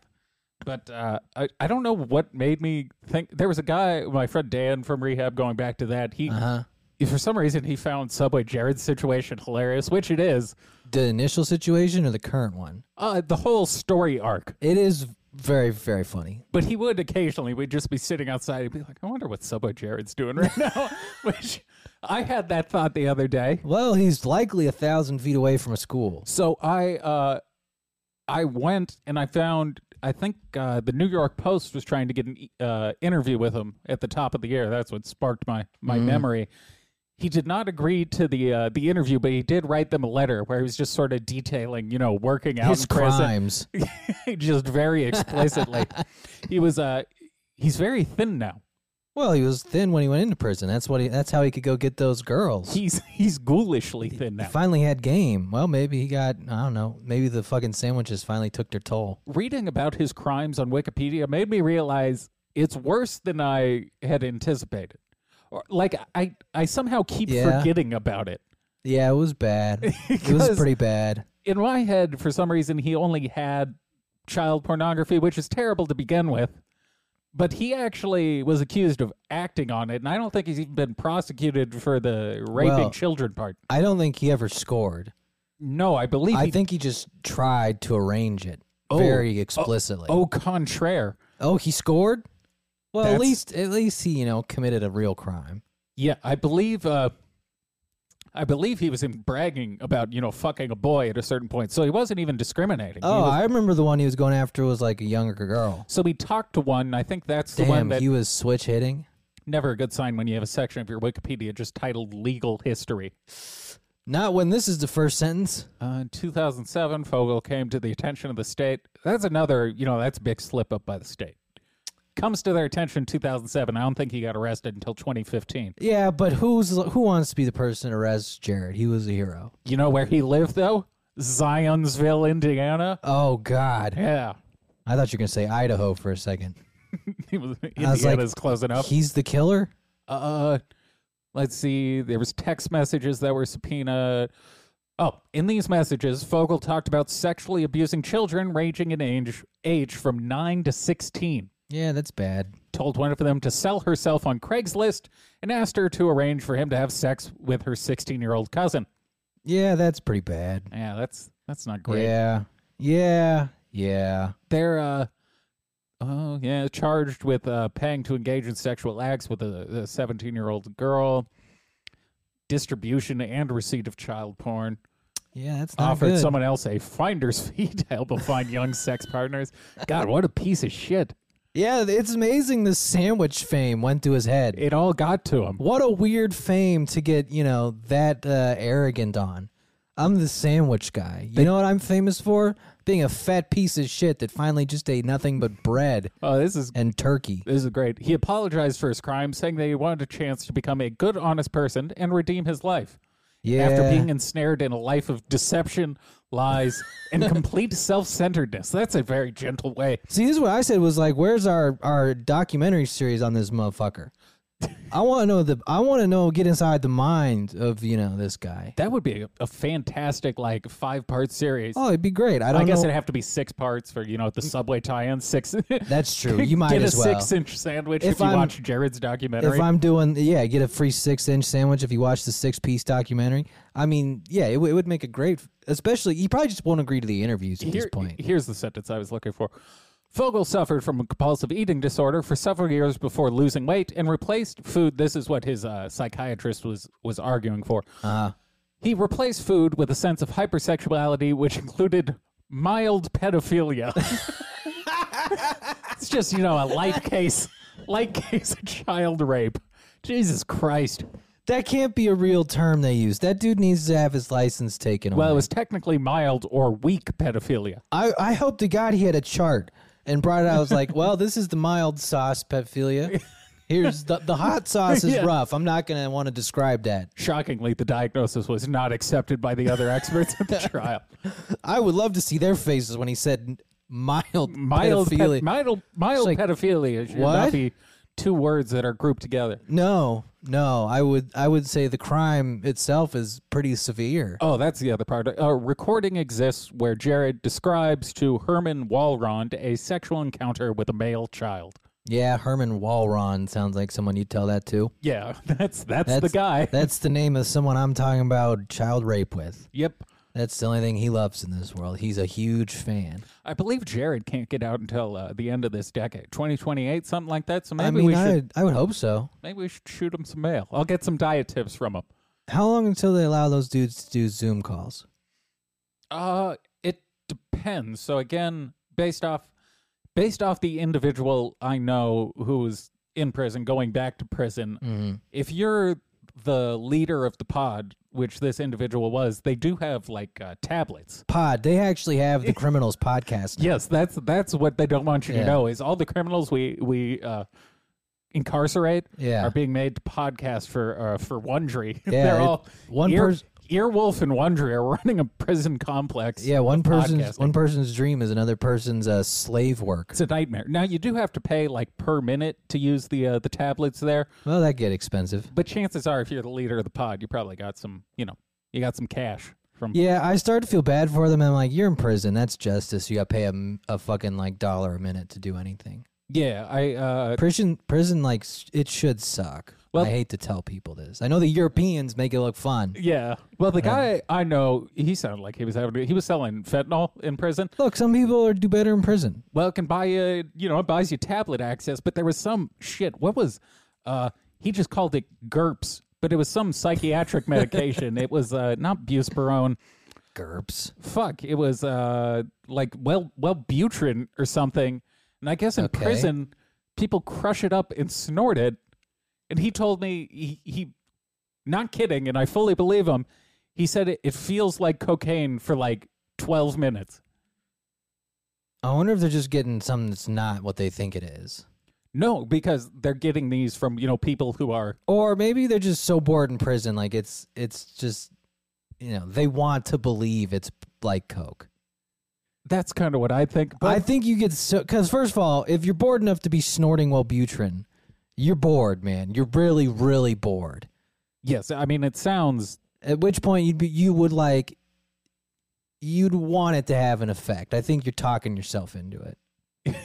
[SPEAKER 2] But uh, I, I don't know what made me think. There was a guy, my friend Dan from rehab, going back to that. He,
[SPEAKER 1] Uh-huh.
[SPEAKER 2] for some reason, he found Subway Jared's situation hilarious, which it is.
[SPEAKER 1] The initial situation or the current one?
[SPEAKER 2] Uh, the whole story arc.
[SPEAKER 1] It is very, very funny.
[SPEAKER 2] But he would occasionally, we'd just be sitting outside and be like, I wonder what Subway Jared's doing right now. Which I had that thought the other day.
[SPEAKER 1] Well, he's likely a thousand feet away from a school.
[SPEAKER 2] So I, uh, I went and I found, I think uh, the New York Post was trying to get an e- uh, interview with him at the top of the year. That's what sparked my, my memory. He did not agree to the uh, the interview, but he did write them a letter where he was just sort of detailing, you know, working out
[SPEAKER 1] His
[SPEAKER 2] in prison.
[SPEAKER 1] crimes.
[SPEAKER 2] just very explicitly. he was uh he's very thin now.
[SPEAKER 1] Well, he was thin when he went into prison. That's what. He, that's how he could go get those girls.
[SPEAKER 2] He's he's ghoulishly thin
[SPEAKER 1] He
[SPEAKER 2] now.
[SPEAKER 1] finally had game. Well, maybe he got. I don't know. Maybe the fucking sandwiches finally took their toll.
[SPEAKER 2] Reading about his crimes on Wikipedia made me realize it's worse than I had anticipated. Or like I I somehow keep
[SPEAKER 1] Yeah.
[SPEAKER 2] forgetting about it.
[SPEAKER 1] Yeah, it was bad. it was
[SPEAKER 2] Because-
[SPEAKER 1] pretty bad.
[SPEAKER 2] In my head for some reason he only had child pornography, which is terrible to begin with. But he actually was accused of acting on it, and I don't think he's even been prosecuted for the raping
[SPEAKER 1] Well-
[SPEAKER 2] children part.
[SPEAKER 1] I don't think he ever scored.
[SPEAKER 2] No, I believe
[SPEAKER 1] I
[SPEAKER 2] he
[SPEAKER 1] think he just tried to arrange it
[SPEAKER 2] Oh,
[SPEAKER 1] very explicitly. Oh,
[SPEAKER 2] Au contraire.
[SPEAKER 1] he scored. Well, at
[SPEAKER 2] That's-
[SPEAKER 1] least at least he you know committed a real crime.
[SPEAKER 2] Yeah, I believe uh I believe he was in bragging about, you know, fucking a boy at a certain point. So he wasn't even discriminating. He
[SPEAKER 1] Oh,
[SPEAKER 2] was-
[SPEAKER 1] I remember the one he was going after was like a younger girl.
[SPEAKER 2] so we talked to one, and I think that's the one
[SPEAKER 1] Damn,
[SPEAKER 2] that
[SPEAKER 1] he was switch hitting.
[SPEAKER 2] never a good sign when you have a section of your Wikipedia just titled legal history.
[SPEAKER 1] Not when this is the first sentence.
[SPEAKER 2] Uh, in 2007, Fogel came to the attention of the state. That's another, you know, that's a big slip up by the state. Comes to their attention in 2007. I don't think he got arrested until 2015.
[SPEAKER 1] Yeah, but who's who wants to be the person to arrest Jared? He was a hero.
[SPEAKER 2] You know where he lived though? Zionsville, Indiana.
[SPEAKER 1] Oh God,
[SPEAKER 2] Yeah.
[SPEAKER 1] I thought you were gonna say Idaho for a second.
[SPEAKER 2] He was
[SPEAKER 1] was like,
[SPEAKER 2] Indiana's close enough.
[SPEAKER 1] He's the killer.
[SPEAKER 2] Uh let's see. There was text messages that were subpoenaed. Oh, in these messages, Fogel talked about sexually abusing children ranging in age age from nine to sixteen.
[SPEAKER 1] Yeah, that's bad.
[SPEAKER 2] Told one of them to sell herself on Craigslist and asked her to arrange for him to have sex with her sixteen year old cousin.
[SPEAKER 1] Yeah, that's pretty bad.
[SPEAKER 2] Yeah, that's that's not great.
[SPEAKER 1] Yeah, yeah, yeah.
[SPEAKER 2] they're uh oh yeah charged with uh paying to engage in sexual acts with a 17 year old girl distribution and receipt of child porn
[SPEAKER 1] Yeah, that's not
[SPEAKER 2] offered
[SPEAKER 1] Oh, good.
[SPEAKER 2] someone else a finder's fee to help him find young sex partners god what a piece of shit
[SPEAKER 1] Yeah, it's amazing the sandwich fame went to his head.
[SPEAKER 2] it all got to him
[SPEAKER 1] What a weird fame to get, you know, that uh, arrogant on. I'm the sandwich guy. You know what I'm famous for? Being a fat piece of shit that finally just ate nothing but bread
[SPEAKER 2] Oh, this is
[SPEAKER 1] and turkey.
[SPEAKER 2] This is great. He apologized for his crime, saying that he wanted a chance to become a good, honest person and redeem his life.
[SPEAKER 1] Yeah.
[SPEAKER 2] After being ensnared in a life of deception, lies, and complete self centeredness. That's a very gentle way.
[SPEAKER 1] See, this is what I said was like, where's our our documentary series on this motherfucker? I want to know the. I want to know get inside the mind of you know this guy.
[SPEAKER 2] That would be a, a fantastic, like, five part series.
[SPEAKER 1] Oh, it'd be great. I don't
[SPEAKER 2] I guess
[SPEAKER 1] know.
[SPEAKER 2] it'd have to be six parts for, you know, the subway tie in. Six.
[SPEAKER 1] That's true. You might
[SPEAKER 2] Get
[SPEAKER 1] as
[SPEAKER 2] a
[SPEAKER 1] well.
[SPEAKER 2] six inch sandwich
[SPEAKER 1] If
[SPEAKER 2] if, you
[SPEAKER 1] I'm-
[SPEAKER 2] watch Jared's documentary.
[SPEAKER 1] if I'm doing, yeah, get a free six inch sandwich if you watch the six piece documentary. I mean, yeah, it, w- it would make a great, especially, he probably just won't agree to the interviews at this
[SPEAKER 2] Here-
[SPEAKER 1] point.
[SPEAKER 2] Here's the sentence I was looking for. Fogel suffered from a compulsive eating disorder for several years before losing weight and replaced food. This is what his uh, psychiatrist was was arguing for.
[SPEAKER 1] Uh,
[SPEAKER 2] He replaced food with a sense of hypersexuality, which included mild pedophilia. it's just you know a light case, light case of child rape. Jesus Christ.
[SPEAKER 1] that can't be a real term they use. That dude needs to have his license taken
[SPEAKER 2] Well, it
[SPEAKER 1] away.
[SPEAKER 2] was technically mild or weak pedophilia.
[SPEAKER 1] I, I hope to God he had a chart and brought it out. I was like, well, this is the mild sauce, Petphilia. Here's the, the hot sauce is
[SPEAKER 2] Yeah.
[SPEAKER 1] rough. I'm not going to want to describe that.
[SPEAKER 2] Shockingly, the diagnosis was not accepted by the other experts at the trial.
[SPEAKER 1] I would love to see their faces when he said mild,
[SPEAKER 2] mild ped-
[SPEAKER 1] pedophilia.
[SPEAKER 2] mild mild
[SPEAKER 1] It's like,
[SPEAKER 2] pedophilia should
[SPEAKER 1] what?
[SPEAKER 2] not be two words that are grouped together.
[SPEAKER 1] No, no. I would I would say the crime itself is pretty severe.
[SPEAKER 2] Oh, that's the other part. A recording exists where Jared describes to Herman Walrond a sexual encounter with a male child.
[SPEAKER 1] Yeah, Herman Walron sounds like someone you tell that to.
[SPEAKER 2] Yeah, that's that's, the guy.
[SPEAKER 1] That's the name of someone I'm talking about child rape with.
[SPEAKER 2] yep.
[SPEAKER 1] That's the only thing he loves in this world. He's a huge fan.
[SPEAKER 2] I believe Jared can't get out until uh, the end of this decade, 2028, something like that. So maybe
[SPEAKER 1] I mean,
[SPEAKER 2] we
[SPEAKER 1] I
[SPEAKER 2] should
[SPEAKER 1] I would hope so.
[SPEAKER 2] maybe we should shoot him some mail. I'll get some diet tips from him.
[SPEAKER 1] How long until they allow those dudes to do Zoom calls?
[SPEAKER 2] Uh, it depends. So again, based off based off the individual I know who's in prison, going back to prison,
[SPEAKER 1] Mhm.
[SPEAKER 2] if you're the leader of the pod, which this individual was, they do have like uh, tablets.
[SPEAKER 1] Pod. They actually have the criminals podcast. now.
[SPEAKER 2] Yes, that's that's what they don't want you
[SPEAKER 1] Yeah.
[SPEAKER 2] to know is all the criminals we we uh, incarcerate
[SPEAKER 1] Yeah.
[SPEAKER 2] are being made to podcast for uh, for Wondry.
[SPEAKER 1] Yeah,
[SPEAKER 2] They're
[SPEAKER 1] it-
[SPEAKER 2] all
[SPEAKER 1] one
[SPEAKER 2] ear,
[SPEAKER 1] pers-
[SPEAKER 2] Earwolf and Wondry are running a prison complex.
[SPEAKER 1] Yeah, one person's
[SPEAKER 2] podcasting.
[SPEAKER 1] one person's dream is another person's uh, slave work.
[SPEAKER 2] It's a nightmare. Now you do have to pay like per minute to use the uh, the tablets there,
[SPEAKER 1] Well, that get expensive.
[SPEAKER 2] but chances are, if you're the leader of the pod, you probably got some, you know, you got some cash from.
[SPEAKER 1] Yeah, I started to feel bad for them. I'm like, you're in prison. That's justice. You got to pay a, m- a fucking like dollar a minute to do anything.
[SPEAKER 2] Yeah, I uh,
[SPEAKER 1] Prison, prison, like s- it should suck.
[SPEAKER 2] Well-
[SPEAKER 1] I hate to tell people this. I know the Europeans make it look fun.
[SPEAKER 2] yeah. Well, the guy I know, he sounded like he was having he was selling fentanyl in prison.
[SPEAKER 1] Look, some people are, do better in prison.
[SPEAKER 2] Well, it can buy you, you know, it buys you tablet access, but there was some shit. What was? Uh, he just called it GURPS, but it was some psychiatric medication. It was uh, not buspirone.
[SPEAKER 1] Gerps.
[SPEAKER 2] fuck it was uh like well wellbutrin or something and i guess in
[SPEAKER 1] Okay.
[SPEAKER 2] prison people crush it up and snort it and he told me he, he not kidding and i fully believe him he said it, it feels like cocaine for like 12 minutes
[SPEAKER 1] I wonder if they're just getting something that's not what they think it is,
[SPEAKER 2] no because they're getting these from you know people who are
[SPEAKER 1] or maybe they're just so bored in prison. Like it's, it's just, you know, they want to believe it's like coke.
[SPEAKER 2] that's kind of what i think but
[SPEAKER 1] I think you get so because first of all, if you're bored enough to be snorting Wellbutrin, you're bored, man. You're really, really bored.
[SPEAKER 2] yes i mean it sounds
[SPEAKER 1] At which point you'd be you would like you'd want it to have an effect. I think you're talking yourself into it.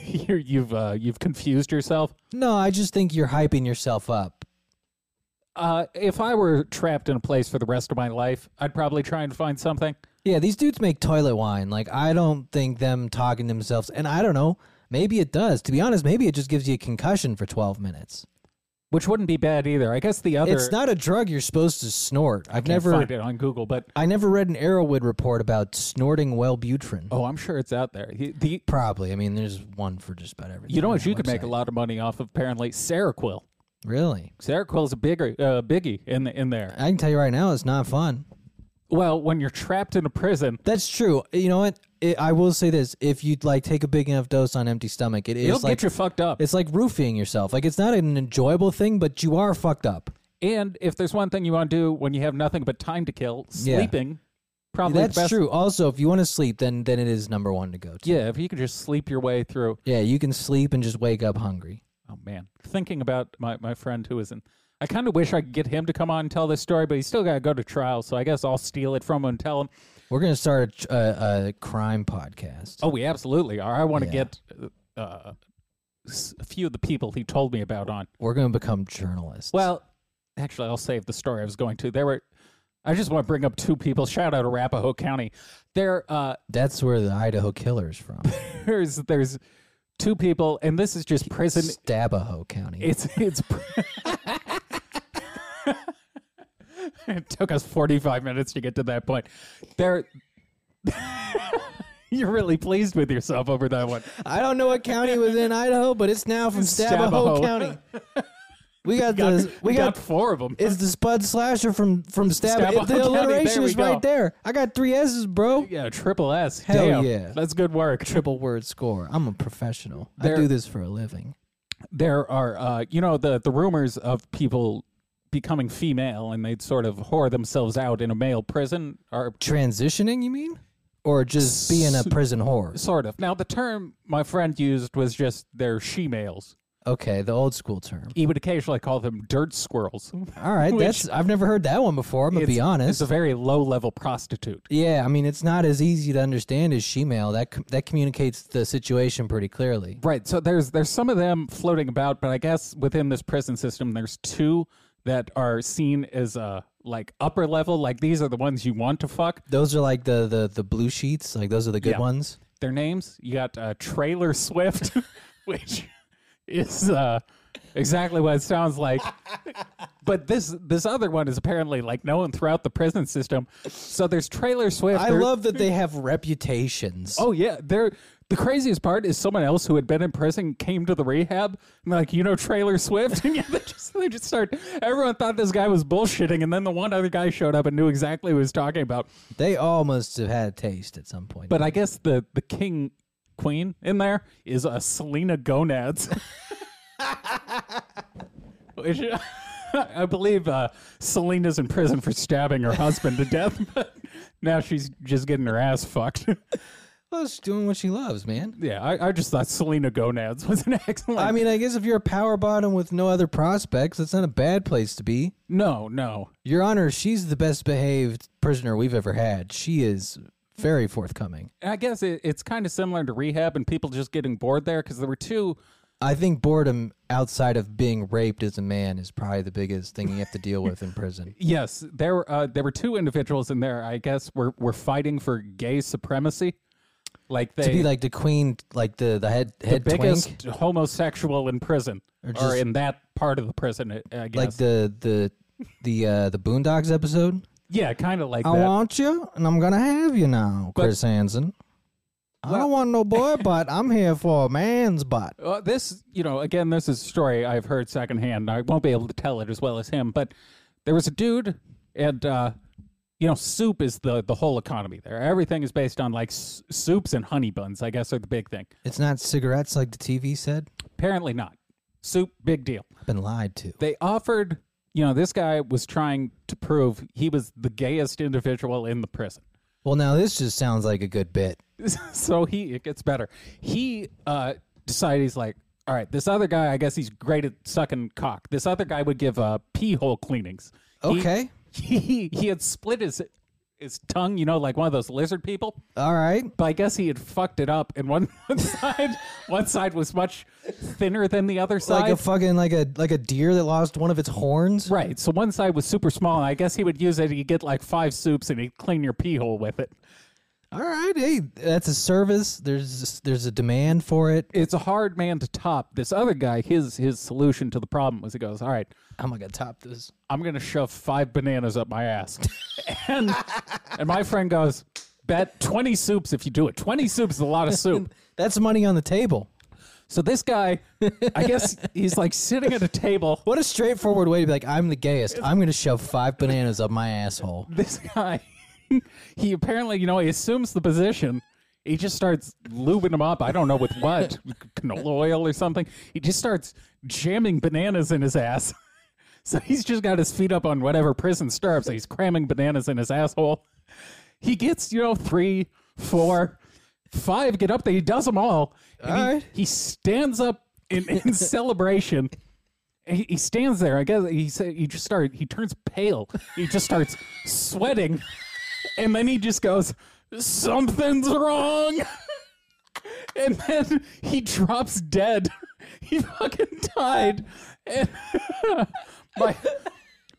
[SPEAKER 2] you're, you've uh, you've confused yourself
[SPEAKER 1] No, I just think you're hyping yourself up.
[SPEAKER 2] uh, if I were trapped in a place for the rest of my life, I'd probably try and find something.
[SPEAKER 1] Yeah, these dudes make toilet wine. Like I don't think them talking to themselves and I don't know, maybe it does. To be honest, maybe it just gives you a concussion for 12 minutes.
[SPEAKER 2] which wouldn't be bad either. I guess the other
[SPEAKER 1] It's not a drug you're supposed to snort. I've
[SPEAKER 2] can't
[SPEAKER 1] never
[SPEAKER 2] find it on Google, but
[SPEAKER 1] I never read an Arrowwood report about snorting Wellbutrin.
[SPEAKER 2] oh, I'm sure it's out there. The- the-
[SPEAKER 1] Probably. I mean, there's one for just about everything.
[SPEAKER 2] you know
[SPEAKER 1] on
[SPEAKER 2] what
[SPEAKER 1] that
[SPEAKER 2] you could make a
[SPEAKER 1] website.
[SPEAKER 2] lot of money off of apparently Seroquel.
[SPEAKER 1] Really?
[SPEAKER 2] Seroquel's a bigger uh, biggie in the, in there.
[SPEAKER 1] I can tell you right now, it's not fun.
[SPEAKER 2] Well, when you're trapped in a prison,
[SPEAKER 1] That's true. You know what? It, I will say this: if you like take a big enough dose on empty stomach, it
[SPEAKER 2] it'll
[SPEAKER 1] is like
[SPEAKER 2] get you fucked up.
[SPEAKER 1] it's like roofing yourself. Like it's not an enjoyable thing, but you are fucked up.
[SPEAKER 2] And if there's one thing you want to do when you have nothing but time to kill,
[SPEAKER 1] Yeah.
[SPEAKER 2] sleeping probably the
[SPEAKER 1] That's
[SPEAKER 2] best.
[SPEAKER 1] true. Also, if you want to sleep, then then it is number one to go to.
[SPEAKER 2] Yeah, if you could just sleep your way through.
[SPEAKER 1] Yeah, you can sleep and just wake up hungry.
[SPEAKER 2] Oh man, thinking about my my friend who is in. I kind of wish I could get him to come on and tell this story, but he's still got to go to trial. So I guess I'll steal it from him and tell him.
[SPEAKER 1] We're gonna start a, tr- a, a crime podcast.
[SPEAKER 2] Oh, we absolutely are. I want to
[SPEAKER 1] Yeah.
[SPEAKER 2] get uh, uh, s- a few of the people he told me about on.
[SPEAKER 1] We're gonna become journalists.
[SPEAKER 2] Well, actually, I'll save the story I was going to. There were. I just want to bring up two people. Shout out Arapahoe County. There, uh,
[SPEAKER 1] that's where the Idaho killer's from.
[SPEAKER 2] there's there's two people, and this is just prison
[SPEAKER 1] Stabaho County.
[SPEAKER 2] It's it's. it took us forty five minutes to get to that point. There, you're really pleased with yourself over that one.
[SPEAKER 1] I don't know what county was in Idaho, but it's now from Stabaho,
[SPEAKER 2] Stabaho.
[SPEAKER 1] County. We got,
[SPEAKER 2] Got-
[SPEAKER 1] the we got,
[SPEAKER 2] four of them.
[SPEAKER 1] it's the Spud Slasher from from Stabaho.
[SPEAKER 2] Stabaho
[SPEAKER 1] the
[SPEAKER 2] County,
[SPEAKER 1] alliteration
[SPEAKER 2] there we
[SPEAKER 1] is right
[SPEAKER 2] go.
[SPEAKER 1] there. I got three S's, bro.
[SPEAKER 2] yeah, triple S.
[SPEAKER 1] Hell
[SPEAKER 2] Damn,
[SPEAKER 1] yeah.
[SPEAKER 2] that's good work.
[SPEAKER 1] Triple word score. I'm a professional. I
[SPEAKER 2] There-
[SPEAKER 1] do this for a living.
[SPEAKER 2] There are, uh, you know, the the rumors of people becoming female and they'd sort of whore themselves out in a male prison are
[SPEAKER 1] Transitioning, you mean, or just being a prison whore?
[SPEAKER 2] sort of. Now the term my friend used was just they're she males.
[SPEAKER 1] Okay, the old school term.
[SPEAKER 2] He would occasionally call them dirt squirrels.
[SPEAKER 1] All right,
[SPEAKER 2] Which-
[SPEAKER 1] that's I've never heard that one before. I'm gonna Mm. be
[SPEAKER 2] It's
[SPEAKER 1] honest.
[SPEAKER 2] a very low level prostitute.
[SPEAKER 1] yeah, I mean it's not as easy to understand as shemale. That com- that communicates the situation pretty clearly.
[SPEAKER 2] Right. So there's there's some of them floating about, but I guess within this prison system there's two that are seen as uh like upper level, like these are the ones you want to fuck.
[SPEAKER 1] Those are like the the the blue sheets. Like those are the good
[SPEAKER 2] Yeah.
[SPEAKER 1] ones.
[SPEAKER 2] Their names, you got uh, Trailer Swift, which is uh exactly what it sounds like. But this this other one is apparently like known throughout the prison system. So there's Trailer Swift.
[SPEAKER 1] I
[SPEAKER 2] there-
[SPEAKER 1] love that they have reputations.
[SPEAKER 2] Oh yeah, they're the craziest part is someone else who had been in prison came to the rehab and they're like you know Trailer Swift and yeah they just they just start everyone thought this guy was bullshitting and then the one other guy showed up and knew exactly what he was talking about.
[SPEAKER 1] They all must have had a taste at some point.
[SPEAKER 2] But I guess the the king queen in there is a Selena Gonads, which I believe uh, Selena's in prison for stabbing her husband to death, but now she's just getting her ass fucked.
[SPEAKER 1] well, she's doing what she loves, man.
[SPEAKER 2] Yeah, I, I just thought Selena Gonads was an excellent.
[SPEAKER 1] I mean, I guess if you're a power bottom with no other prospects, that's not a bad place to be.
[SPEAKER 2] no, no.
[SPEAKER 1] Your Honor, she's the best behaved prisoner we've ever had. She is very forthcoming.
[SPEAKER 2] And I guess it, it's kind of similar to rehab and people just getting bored there because there were two.
[SPEAKER 1] I think boredom outside of being raped as a man is probably the biggest thing you have to deal with in prison.
[SPEAKER 2] Yes, there were uh, there were two individuals in there. I guess were were fighting for gay supremacy, like they
[SPEAKER 1] To be like the queen, like the the head head
[SPEAKER 2] biggest
[SPEAKER 1] twink,
[SPEAKER 2] homosexual in prison or,
[SPEAKER 1] just-
[SPEAKER 2] in that part of the prison. I- I guess.
[SPEAKER 1] like the the the uh, the Boondocks episode.
[SPEAKER 2] yeah, kind of like
[SPEAKER 1] I
[SPEAKER 2] that.
[SPEAKER 1] want you, and I'm gonna have you now, Chris Hansen. I don't want no boy butt. I'm here for a man's butt.
[SPEAKER 2] Uh, this, you know, again, this is a story I've heard secondhand. I won't be able to tell it as well as him, but there was a dude, and uh, you know, soup is the the whole economy there. Everything is based on like s- soups and honey buns. I guess are the big thing.
[SPEAKER 1] It's not cigarettes like the TV said.
[SPEAKER 2] Apparently not. Soup, big deal.
[SPEAKER 1] Been lied to.
[SPEAKER 2] They offered, you know, this guy was trying to prove he was the gayest individual in the prison.
[SPEAKER 1] Well, now this just sounds like a good bit.
[SPEAKER 2] so he it gets better. He uh decided he's like, all right, this other guy, I guess he's great at sucking cock. This other guy would give uh pee hole cleanings. He-
[SPEAKER 1] Okay.
[SPEAKER 2] He he, had split his his tongue, you know, like one of those lizard people.
[SPEAKER 1] All right.
[SPEAKER 2] But I guess he had fucked it up, and one one side one side was much thinner than the other side.
[SPEAKER 1] Like a fucking like a like a deer that lost one of its horns.
[SPEAKER 2] Right. So one side was super small, and I guess he would use it. He'd get like five soups, and he'd clean your pee hole with it.
[SPEAKER 1] All right. Hey, that's a service. There's there's a demand for it.
[SPEAKER 2] It's a hard man to top. This other guy, his his solution to the problem was he goes, "All right,
[SPEAKER 1] I'm gonna top this.
[SPEAKER 2] I'm gonna shove five bananas up my ass. and and my friend goes, bet twenty soups if you do it. Twenty soups is a lot of soup.
[SPEAKER 1] That's money on the table.
[SPEAKER 2] So this guy, I guess he's like sitting at a table.
[SPEAKER 1] What a straightforward way to be like, I'm the gayest. I'm gonna shove five bananas up my asshole.
[SPEAKER 2] This guy he apparently, you know, he assumes the position. He just starts lubing them up. I don't know with what, canola oil or something. He just starts jamming bananas in his ass. So he's just got his feet up on whatever prison stirrups. and He's cramming bananas in his asshole. He gets, you know, three, four, five get up there. He does them all. And he,
[SPEAKER 1] Alright.
[SPEAKER 2] he stands up in, in celebration. He, he stands there. I guess he said he just started. He turns pale. He just starts sweating, and then he just goes, "Something's wrong." and then he drops dead. He fucking died. And my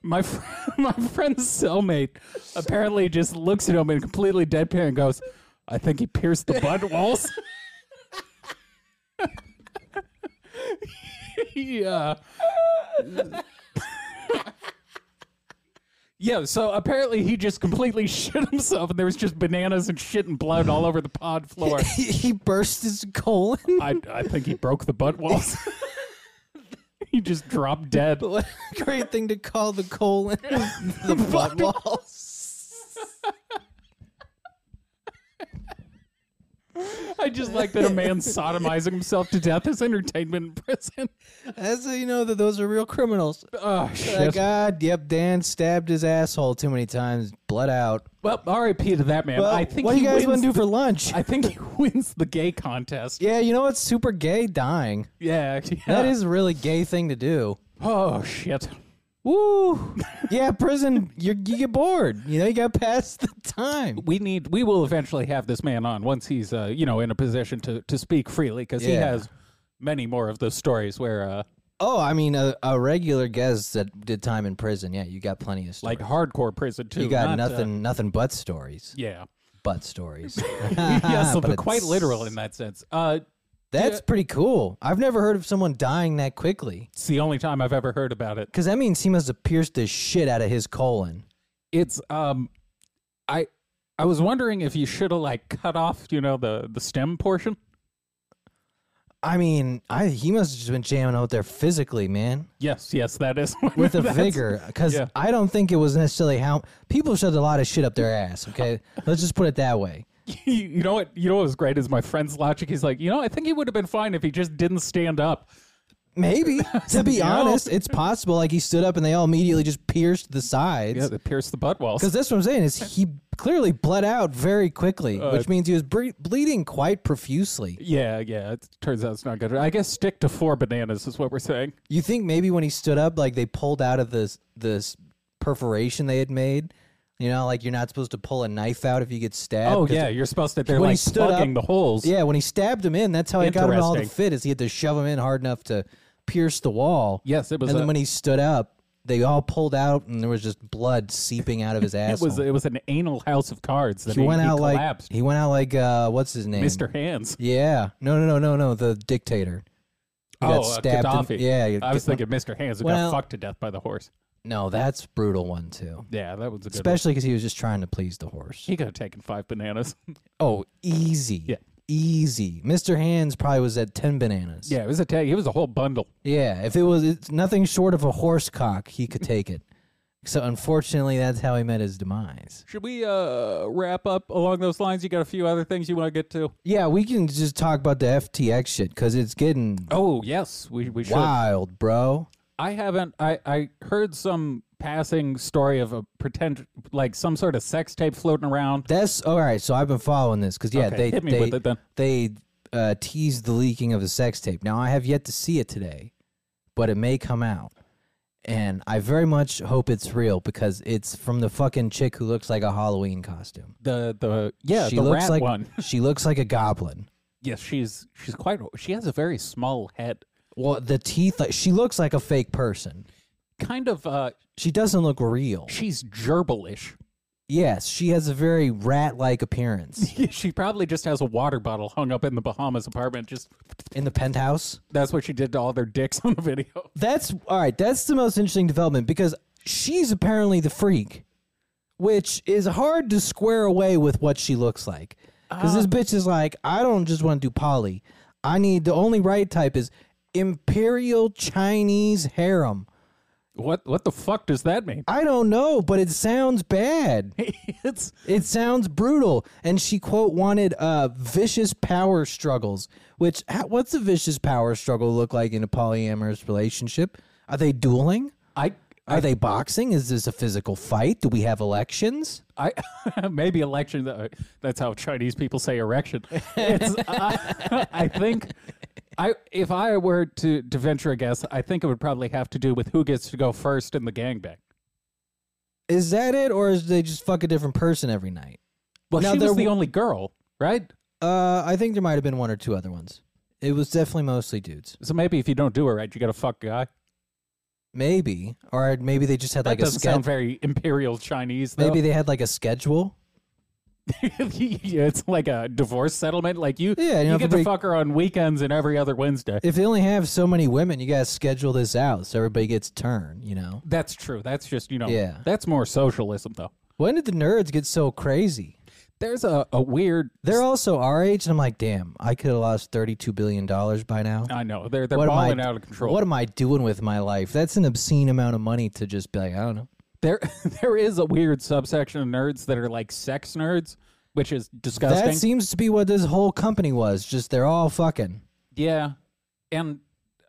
[SPEAKER 2] my fr- my friend's cellmate apparently just looks at him and completely deadpan and goes, "I think he pierced the butt walls." yeah. Yeah, so apparently he just completely shit himself, and there was just bananas and shit and blood all over the pod floor.
[SPEAKER 1] he, he burst his colon.
[SPEAKER 2] I, I think he broke the butt walls. he just dropped dead.
[SPEAKER 1] What a great thing to call the colon the butt walls.
[SPEAKER 2] I just like that a man sodomizing himself to death is entertainment in prison.
[SPEAKER 1] That's how you know that those are real criminals.
[SPEAKER 2] Oh,
[SPEAKER 1] Like,
[SPEAKER 2] shit.
[SPEAKER 1] God, yep, Dan stabbed his asshole too many times, blood out.
[SPEAKER 2] well, RIP to that man.
[SPEAKER 1] Well,
[SPEAKER 2] I think
[SPEAKER 1] what do
[SPEAKER 2] he
[SPEAKER 1] you guys
[SPEAKER 2] wins
[SPEAKER 1] want to do
[SPEAKER 2] the-
[SPEAKER 1] for lunch?
[SPEAKER 2] I think he wins the gay contest.
[SPEAKER 1] yeah, you know what's super gay? Dying.
[SPEAKER 2] Yeah.
[SPEAKER 1] That is a really gay thing to do.
[SPEAKER 2] Oh, shit.
[SPEAKER 1] Woo! Yeah, prison. You you get bored. You know, you got past the time.
[SPEAKER 2] We need. We will eventually have this man on once he's, uh, you know, in a position to to speak freely because he
[SPEAKER 1] Yeah.
[SPEAKER 2] has many more of those stories where, uh,
[SPEAKER 1] Oh, I mean, a, a regular guest that did time in prison. Yeah, you got plenty of stories.
[SPEAKER 2] like hardcore prison too.
[SPEAKER 1] you got
[SPEAKER 2] not, uh,
[SPEAKER 1] nothing, nothing but stories.
[SPEAKER 2] yeah.
[SPEAKER 1] But stories.
[SPEAKER 2] yeah, so
[SPEAKER 1] Ah, But
[SPEAKER 2] they're quite
[SPEAKER 1] it's-
[SPEAKER 2] literal in that sense. Uh,
[SPEAKER 1] That's pretty cool. I've never heard of someone dying that quickly.
[SPEAKER 2] it's the only time I've ever heard about it.
[SPEAKER 1] Because that means he must have pierced the shit out of his colon.
[SPEAKER 2] It's um, I I was wondering if you should have like cut off, you know, the the stem portion.
[SPEAKER 1] I mean, I he must have just been jamming out there physically, man,
[SPEAKER 2] Yes, yes, that is
[SPEAKER 1] with a
[SPEAKER 2] that's-
[SPEAKER 1] vigor. Because
[SPEAKER 2] yeah.
[SPEAKER 1] I don't think it was necessarily how people shoved a lot of shit up their ass. Okay, let's just put it that way.
[SPEAKER 2] You, you know what? You know what was great is my friend's logic. He's like, you know, I think he would have been fine if he just didn't stand up.
[SPEAKER 1] Maybe to be
[SPEAKER 2] You know?
[SPEAKER 1] honest, it's possible. Like he stood up and they all immediately just pierced the
[SPEAKER 2] Yeah,
[SPEAKER 1] sides.
[SPEAKER 2] they pierced the butt walls.
[SPEAKER 1] Because that's what I'm saying is he clearly bled out very quickly,
[SPEAKER 2] Uh,
[SPEAKER 1] which means he was bre- bleeding quite profusely.
[SPEAKER 2] Yeah, yeah. It turns out it's not good. I guess stick to four bananas is what we're saying.
[SPEAKER 1] You think maybe when he stood up, like they pulled out of this this perforation they had made. You know, like you're not supposed to pull a knife out if you get stabbed.
[SPEAKER 2] Oh
[SPEAKER 1] 'cause-
[SPEAKER 2] yeah, you're supposed to. They're
[SPEAKER 1] when he
[SPEAKER 2] like
[SPEAKER 1] stood up-
[SPEAKER 2] plugging the holes.
[SPEAKER 1] Yeah, when he stabbed him in, that's how he got him all to
[SPEAKER 2] Interesting.
[SPEAKER 1] fit. Is he had to shove him in hard enough to pierce the wall?
[SPEAKER 2] Yes, it was.
[SPEAKER 1] and
[SPEAKER 2] a-
[SPEAKER 1] then when he stood up, they all pulled out, and there was just blood seeping out of his
[SPEAKER 2] It
[SPEAKER 1] asshole.
[SPEAKER 2] was it was an anal house of cards that
[SPEAKER 1] he went out
[SPEAKER 2] collapsed.
[SPEAKER 1] like he went out like uh, what's his name?
[SPEAKER 2] Mr. Hands.
[SPEAKER 1] Yeah, no, no, no, no, no, the dictator. He got
[SPEAKER 2] oh, uh,
[SPEAKER 1] stabbed in-
[SPEAKER 2] Gaddafi.
[SPEAKER 1] yeah, he-
[SPEAKER 2] I was thinking Mr. Hands who
[SPEAKER 1] Well-
[SPEAKER 2] got fucked to death by the horse.
[SPEAKER 1] No, that's a brutal one too.
[SPEAKER 2] Yeah, that was a good one.
[SPEAKER 1] Especially because he was just trying to please the horse.
[SPEAKER 2] He could have taken five bananas.
[SPEAKER 1] Oh, easy.
[SPEAKER 2] Yeah.
[SPEAKER 1] Easy. Mr. Hands probably was at 10 bananas.
[SPEAKER 2] yeah, it was a tag. It was a whole bundle.
[SPEAKER 1] Yeah, if it was it's nothing short of a horse cock, he could take it. So unfortunately, that's how he met his demise.
[SPEAKER 2] Should we uh, wrap up along those lines? You got a few other things you want to get to?
[SPEAKER 1] Yeah, we can just talk about the FTX shit because it's getting
[SPEAKER 2] Oh yes, we we should.
[SPEAKER 1] wild, bro.
[SPEAKER 2] I haven't. I I heard some passing story of a pretend like some sort of sex tape floating around.
[SPEAKER 1] That's all right. So I've been following this because yeah,
[SPEAKER 2] Okay,
[SPEAKER 1] they
[SPEAKER 2] hit me
[SPEAKER 1] they
[SPEAKER 2] with it then.
[SPEAKER 1] they uh, teased the leaking of the sex tape. Now I have yet to see it today, but it may come out, and I very much hope it's real because it's from the fucking chick who looks like a Halloween costume.
[SPEAKER 2] The the yeah
[SPEAKER 1] she
[SPEAKER 2] the
[SPEAKER 1] looks
[SPEAKER 2] rat
[SPEAKER 1] like
[SPEAKER 2] one.
[SPEAKER 1] she looks like a goblin.
[SPEAKER 2] Yes, she's she's quite. She has a very small head.
[SPEAKER 1] Well, the teeth. Like, she looks like a fake person.
[SPEAKER 2] Kind of. uh
[SPEAKER 1] She doesn't look real.
[SPEAKER 2] She's gerbilish.
[SPEAKER 1] Yes, she has a very rat-like appearance
[SPEAKER 2] she probably just has a water bottle hung up in the Bahamas apartment. Just
[SPEAKER 1] in the penthouse.
[SPEAKER 2] that's what she did to all their dicks on the video.
[SPEAKER 1] That's all right. That's the most interesting development because she's apparently the freak, which is hard to square away with what she looks like. Because this bitch is like, I don't just want to do poly. I need the only right type is imperial Chinese harem.
[SPEAKER 2] What what the fuck does that mean?
[SPEAKER 1] I don't know, but it sounds bad.
[SPEAKER 2] it's
[SPEAKER 1] It sounds brutal. And she quote wanted uh vicious power struggles. Which ha- what's a vicious power struggle look like in a polyamorous relationship? Are they dueling?
[SPEAKER 2] I
[SPEAKER 1] Are they boxing? Is this a physical fight? Do we have elections?
[SPEAKER 2] I maybe election. tha- That's how Chinese people say erection. It's, I, I think I if I were to to venture a guess, I think it would probably have to do with who gets to go first in the gangbang.
[SPEAKER 1] Is that it, or is they just fuck a different person every night?
[SPEAKER 2] Well,
[SPEAKER 1] Now,
[SPEAKER 2] she
[SPEAKER 1] there
[SPEAKER 2] was the
[SPEAKER 1] w-
[SPEAKER 2] only girl, right?
[SPEAKER 1] Uh, I think there might have been one or two other ones. It was definitely mostly dudes.
[SPEAKER 2] So maybe if you don't do it right, you got to fuck guy.
[SPEAKER 1] Maybe, or maybe they just had
[SPEAKER 2] That
[SPEAKER 1] like a
[SPEAKER 2] doesn't sound
[SPEAKER 1] schedule.
[SPEAKER 2] very imperial Chinese. Though.
[SPEAKER 1] Maybe they had like a schedule.
[SPEAKER 2] yeah, it's like a divorce settlement. Like you,
[SPEAKER 1] Yeah, you know,
[SPEAKER 2] you,
[SPEAKER 1] if
[SPEAKER 2] get to
[SPEAKER 1] everybody-
[SPEAKER 2] fuck her on weekends and every other Wednesday.
[SPEAKER 1] If they only have so many women, you gotta schedule this out so everybody gets a turn. You know.
[SPEAKER 2] That's true. That's just you know.
[SPEAKER 1] Yeah.
[SPEAKER 2] That's more socialism though.
[SPEAKER 1] When did the nerds get so crazy?
[SPEAKER 2] There's a, a weird.
[SPEAKER 1] They're also our age, and I'm like, damn, I could have lost thirty-two billion dollars by now.
[SPEAKER 2] I know they're they're
[SPEAKER 1] What am I-
[SPEAKER 2] balling out of control.
[SPEAKER 1] What am I doing with my life? That's an obscene amount of money to just be like, I don't know.
[SPEAKER 2] there there is a weird subsection of nerds that are like sex nerds, which is disgusting.
[SPEAKER 1] That seems to be what this whole company was. Just they're all fucking
[SPEAKER 2] yeah, and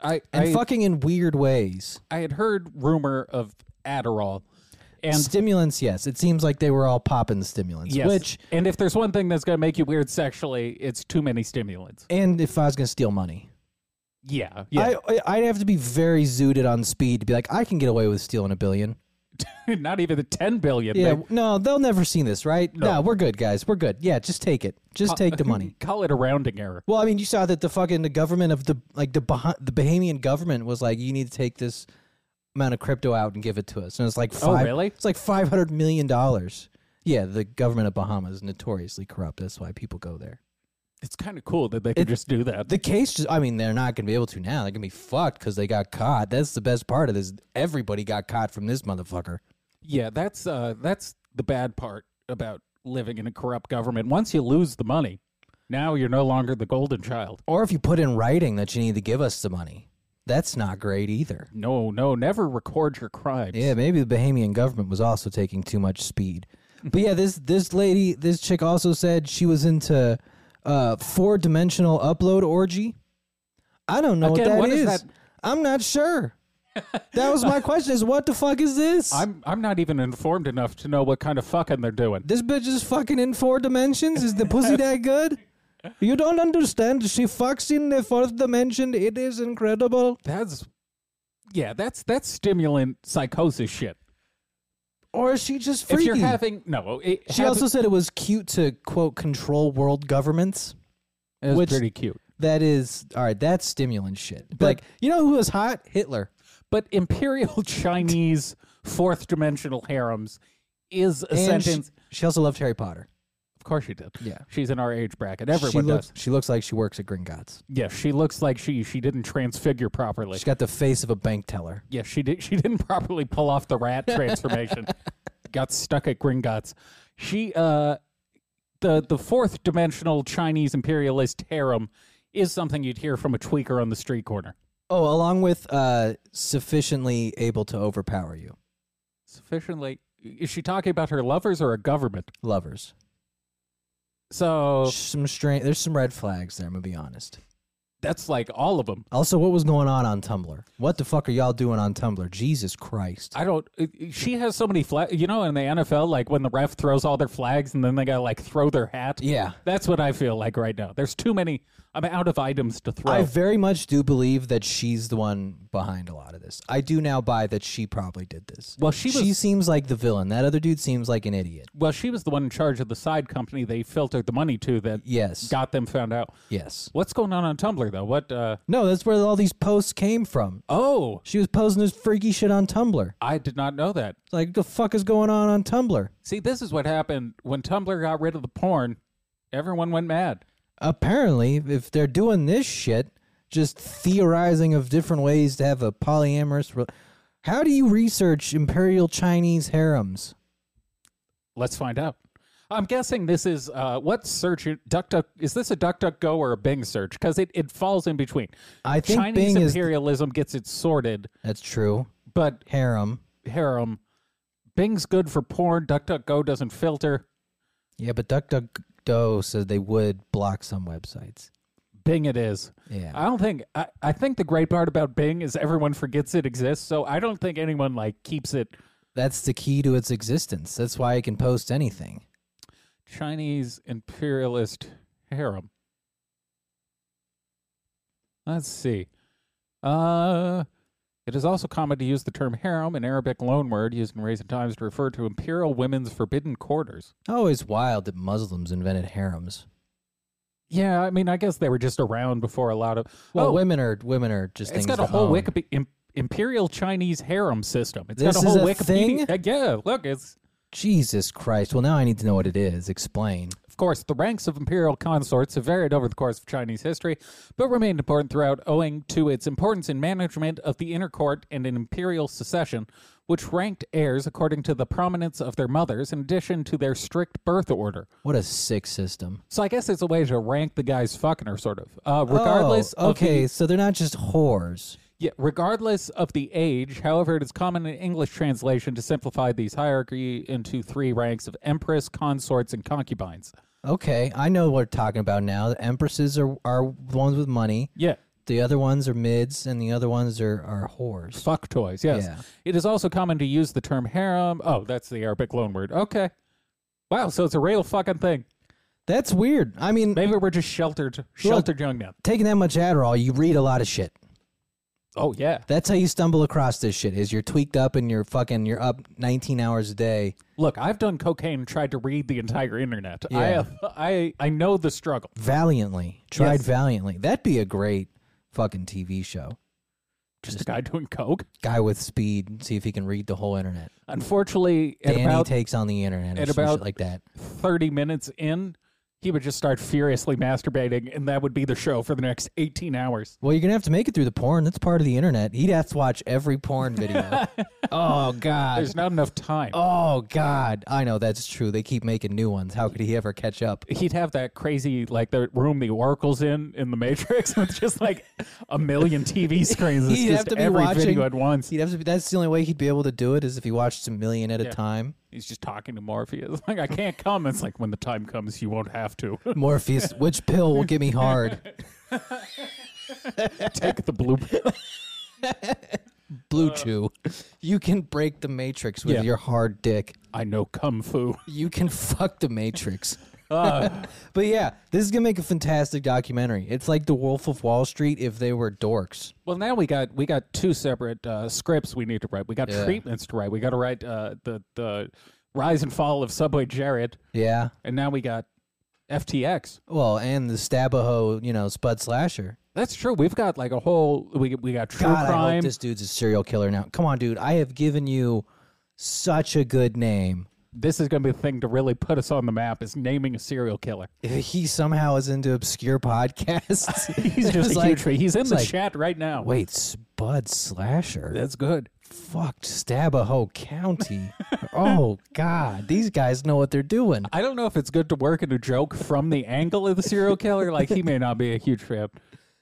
[SPEAKER 2] I
[SPEAKER 1] and
[SPEAKER 2] I,
[SPEAKER 1] fucking in weird ways.
[SPEAKER 2] I had heard rumor of Adderall, and
[SPEAKER 1] stimulants, yes. It seems like they were all popping stimulants.
[SPEAKER 2] yes,
[SPEAKER 1] Which
[SPEAKER 2] and if there's one thing that's gonna make you weird sexually, it's too many stimulants.
[SPEAKER 1] and if I was gonna steal money,
[SPEAKER 2] Yeah, yeah,
[SPEAKER 1] I I'd have to be very zooted on speed to be like, I can get away with stealing a billion.
[SPEAKER 2] not even the ten billion.
[SPEAKER 1] Yeah,
[SPEAKER 2] man.
[SPEAKER 1] no, they'll never see this, right? No. we're good, guys. We're good. Yeah, just take it. Just take the money.
[SPEAKER 2] Call it a rounding error.
[SPEAKER 1] Well, I mean, you saw that the fucking the government of the like the bah- the Bahamian government was like, you need to take this amount of crypto out and give it to us, and it's like five,
[SPEAKER 2] really?
[SPEAKER 1] It's like five hundred million dollars. Yeah, the government of Bahamas is notoriously corrupt. That's why people go there.
[SPEAKER 2] It's kind of cool that they could just do that.
[SPEAKER 1] The case just, I mean, they're not going to be able to now. They're going to be fucked because they got caught. That's the best part of this. Everybody got caught from this motherfucker.
[SPEAKER 2] Yeah, that's uh that's the bad part about living in a corrupt government. Once you lose the money, now you're no longer the golden child.
[SPEAKER 1] Or if you put in writing that you need to give us the money, that's not great either.
[SPEAKER 2] No, no, never record your crimes.
[SPEAKER 1] Yeah, maybe the Bahamian government was also taking too much speed. But yeah, this this lady, this chick also said she was into uh four dimensional upload orgy. I don't know
[SPEAKER 2] Again,
[SPEAKER 1] what
[SPEAKER 2] what
[SPEAKER 1] that
[SPEAKER 2] is
[SPEAKER 1] is.
[SPEAKER 2] that?
[SPEAKER 1] I'm not sure. that was my question is what the fuck is this?
[SPEAKER 2] I'm I'm not even informed enough to know what kind of fucking they're doing.
[SPEAKER 1] this bitch is fucking in four dimensions. Is the pussy that good? You don't understand. She fucks in the fourth dimension. It is incredible.
[SPEAKER 2] That's yeah, that's that's stimulant psychosis shit.
[SPEAKER 1] Or is she just freaky?
[SPEAKER 2] If you're having no, it,
[SPEAKER 1] she
[SPEAKER 2] have-
[SPEAKER 1] also said it was cute to quote control world governments.
[SPEAKER 2] it was
[SPEAKER 1] which-
[SPEAKER 2] pretty cute.
[SPEAKER 1] That is all right. That's stimulant shit. like you know who was hot? Hitler.
[SPEAKER 2] But imperial Chinese fourth dimensional harems is a
[SPEAKER 1] And she,
[SPEAKER 2] sentence.
[SPEAKER 1] she also loved Harry Potter.
[SPEAKER 2] of course she did.
[SPEAKER 1] Yeah.
[SPEAKER 2] she's in our age bracket.
[SPEAKER 1] she
[SPEAKER 2] Everyone does.
[SPEAKER 1] looks. She looks like she works at Gringotts.
[SPEAKER 2] Yeah, she looks like she she didn't transfigure properly.
[SPEAKER 1] She's got the face of a bank teller.
[SPEAKER 2] yeah, she did. She didn't properly pull off the rat transformation. Got stuck at Gringotts. She uh, the the fourth dimensional Chinese imperialist harem is something you'd hear from a tweaker on the street corner.
[SPEAKER 1] Oh, along with uh, sufficiently able to overpower you,
[SPEAKER 2] Sufficiently, is she talking about her lovers or a government?
[SPEAKER 1] lovers.
[SPEAKER 2] So
[SPEAKER 1] Some strange. There's some red flags there. I'm gonna be honest.
[SPEAKER 2] that's like all of them.
[SPEAKER 1] Also, what was going on on Tumblr? What the fuck are y'all doing on Tumblr? Jesus Christ!
[SPEAKER 2] I don't. it- it- She has so many flags. You know, in the NFL, like when the ref throws all their flags and then they gotta like throw their hat.
[SPEAKER 1] yeah,
[SPEAKER 2] That's what I feel like right now. There's too many. I'm out of items to throw.
[SPEAKER 1] I very much do believe that she's the one behind a lot of this. I do now buy that she probably did this.
[SPEAKER 2] well, she was.
[SPEAKER 1] she seems like the villain. That other dude seems like an idiot.
[SPEAKER 2] well, she was the one in charge of the side company they filtered the money to that
[SPEAKER 1] Yes.
[SPEAKER 2] got them found out.
[SPEAKER 1] Yes.
[SPEAKER 2] What's going on on Tumblr though? What? uh
[SPEAKER 1] No, that's where all these posts came from.
[SPEAKER 2] Oh,
[SPEAKER 1] She was posting this freaky shit on Tumblr.
[SPEAKER 2] I did not know that.
[SPEAKER 1] It's like, the fuck is going on on Tumblr?
[SPEAKER 2] See, this is what happened when Tumblr got rid of the porn. Everyone went mad.
[SPEAKER 1] Apparently, if they're doing this shit, just theorizing of different ways to have a polyamorous. Re- How do you research imperial Chinese harems?
[SPEAKER 2] Let's find out. I'm guessing this is uh, what search duck duck is this a duck duck go or a Bing search because it, it falls in between.
[SPEAKER 1] I think
[SPEAKER 2] Chinese
[SPEAKER 1] Bing is-
[SPEAKER 2] imperialism gets it sorted,
[SPEAKER 1] That's true.
[SPEAKER 2] But
[SPEAKER 1] harem.
[SPEAKER 2] harem, Bing's good for porn. DuckDuckGo doesn't filter.
[SPEAKER 1] Yeah, but DuckDuckGo said they would block some websites.
[SPEAKER 2] Bing it is.
[SPEAKER 1] Yeah.
[SPEAKER 2] I don't think I, I think the great part about Bing is everyone forgets it exists, so I don't think anyone like keeps it
[SPEAKER 1] That's the key to its existence. That's why I can post anything.
[SPEAKER 2] Chinese imperialist harem. Let's see. Uh, it is also common to use the term harem, an Arabic loanword used in recent times to refer to imperial women's forbidden quarters.
[SPEAKER 1] Oh, it's wild that Muslims invented harems.
[SPEAKER 2] Yeah, I mean, I guess they were just around before a lot of.
[SPEAKER 1] Well,
[SPEAKER 2] oh,
[SPEAKER 1] women are women are just things.
[SPEAKER 2] it's got a
[SPEAKER 1] to
[SPEAKER 2] whole
[SPEAKER 1] own.
[SPEAKER 2] Wikipedia im, imperial Chinese harem system. It's
[SPEAKER 1] This is
[SPEAKER 2] got a whole
[SPEAKER 1] a
[SPEAKER 2] Wikipedia.
[SPEAKER 1] thing?
[SPEAKER 2] Uh, Yeah, look, it's
[SPEAKER 1] Jesus Christ! Well, now I need to know what it is. Explain.
[SPEAKER 2] Of course, the ranks of imperial consorts have varied over the course of Chinese history, but remained important throughout owing to its importance in management of the inner court and in imperial succession, which ranked heirs according to the prominence of their mothers in addition to their strict birth order.
[SPEAKER 1] What a sick system.
[SPEAKER 2] So I guess it's a way to rank the guys fucking her, sort of. Uh, regardless
[SPEAKER 1] Oh,
[SPEAKER 2] of the
[SPEAKER 1] okay, so they're not just whores.
[SPEAKER 2] yeah, regardless of the age, however, it is common in English translation to simplify these hierarchy into three ranks of empress, consorts, and concubines.
[SPEAKER 1] Okay, I know what we're talking about now. The empresses are are the ones with money.
[SPEAKER 2] Yeah.
[SPEAKER 1] The other ones are mids, and the other ones are are whores.
[SPEAKER 2] Fuck toys, yes.
[SPEAKER 1] Yeah.
[SPEAKER 2] It is also common to use the term harem. Oh, that's the Arabic loan word. Okay. Wow, so it's a real fucking thing.
[SPEAKER 1] That's weird. I mean,
[SPEAKER 2] Maybe we're just sheltered sheltered young now.
[SPEAKER 1] taking that much Adderall, you read a lot of shit.
[SPEAKER 2] Oh yeah.
[SPEAKER 1] That's how you stumble across this shit. Is you're tweaked up and you're fucking you're up 19 hours a day.
[SPEAKER 2] Look, I've done cocaine and tried to read the entire internet. I
[SPEAKER 1] Yeah.
[SPEAKER 2] have, I I know the struggle.
[SPEAKER 1] valiantly tried
[SPEAKER 2] Yes.
[SPEAKER 1] valiantly that'd be a great fucking tv show
[SPEAKER 2] Just a guy doing coke.
[SPEAKER 1] guy with speed see if he can read the whole internet
[SPEAKER 2] Unfortunately, at
[SPEAKER 1] danny
[SPEAKER 2] about
[SPEAKER 1] takes on the internet or
[SPEAKER 2] at
[SPEAKER 1] some
[SPEAKER 2] about-
[SPEAKER 1] shit like that
[SPEAKER 2] 30 minutes in, he would just start furiously masturbating and that would be the show for the next 18 hours.
[SPEAKER 1] well you're gonna have to make it through the porn that's part of the internet he'd have to watch every porn video oh god
[SPEAKER 2] There's not enough time.
[SPEAKER 1] oh god i know that's true they keep making new ones how could he ever catch up
[SPEAKER 2] he'd have that crazy like the room the oracle's in in the matrix with just like a million tv screens it's
[SPEAKER 1] He'd
[SPEAKER 2] just
[SPEAKER 1] have to be
[SPEAKER 2] every
[SPEAKER 1] watching-
[SPEAKER 2] video at once
[SPEAKER 1] he'd have to be, that's the only way he'd be able to do it is if he watched a million at a
[SPEAKER 2] Yeah.
[SPEAKER 1] time
[SPEAKER 2] he's just talking to morpheus like i can't come it's like when the time comes you won't have to
[SPEAKER 1] morpheus which pill will get me hard
[SPEAKER 2] take the blue pill.
[SPEAKER 1] blue chew you can break the matrix with
[SPEAKER 2] Uh. Yeah.
[SPEAKER 1] your hard dick
[SPEAKER 2] i know kung fu
[SPEAKER 1] You can fuck the Matrix.
[SPEAKER 2] Uh,
[SPEAKER 1] But yeah, this is gonna make a fantastic documentary. It's like The Wolf of Wall Street if they were dorks.
[SPEAKER 2] well now we got we got two separate uh, scripts we need to write we got
[SPEAKER 1] Yeah.
[SPEAKER 2] treatments to write we got to write uh, the the rise and fall of subway jared
[SPEAKER 1] Yeah.
[SPEAKER 2] and now we got ftx
[SPEAKER 1] Well, and the Stabaho, you know, Spud Slasher.
[SPEAKER 2] that's true we've got like a whole we, we got true
[SPEAKER 1] God, I
[SPEAKER 2] crime
[SPEAKER 1] hope this dude's a serial killer now. Come on, dude. I have given you such a good name.
[SPEAKER 2] this is going to be the thing to really put us on the map is naming a serial killer.
[SPEAKER 1] If He somehow is into obscure podcasts.
[SPEAKER 2] He's just
[SPEAKER 1] It's
[SPEAKER 2] a
[SPEAKER 1] like,
[SPEAKER 2] huge huge. He's in
[SPEAKER 1] it's
[SPEAKER 2] the
[SPEAKER 1] like,
[SPEAKER 2] chat right now.
[SPEAKER 1] Wait, Spud Slasher?
[SPEAKER 2] that's good.
[SPEAKER 1] Fucked Stabaho County. oh God, these guys know what they're doing.
[SPEAKER 2] I don't know if it's good to work in a joke from the angle of the serial killer. Like he may not be a huge fan.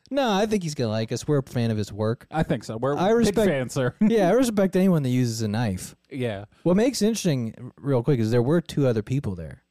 [SPEAKER 1] No, I think he's gonna like us. We're a fan of his work.
[SPEAKER 2] I think so. We're
[SPEAKER 1] I respect-
[SPEAKER 2] big fans, sir.
[SPEAKER 1] Yeah, I respect anyone that uses a knife.
[SPEAKER 2] yeah.
[SPEAKER 1] What makes it interesting, real quick, is there were two other people there.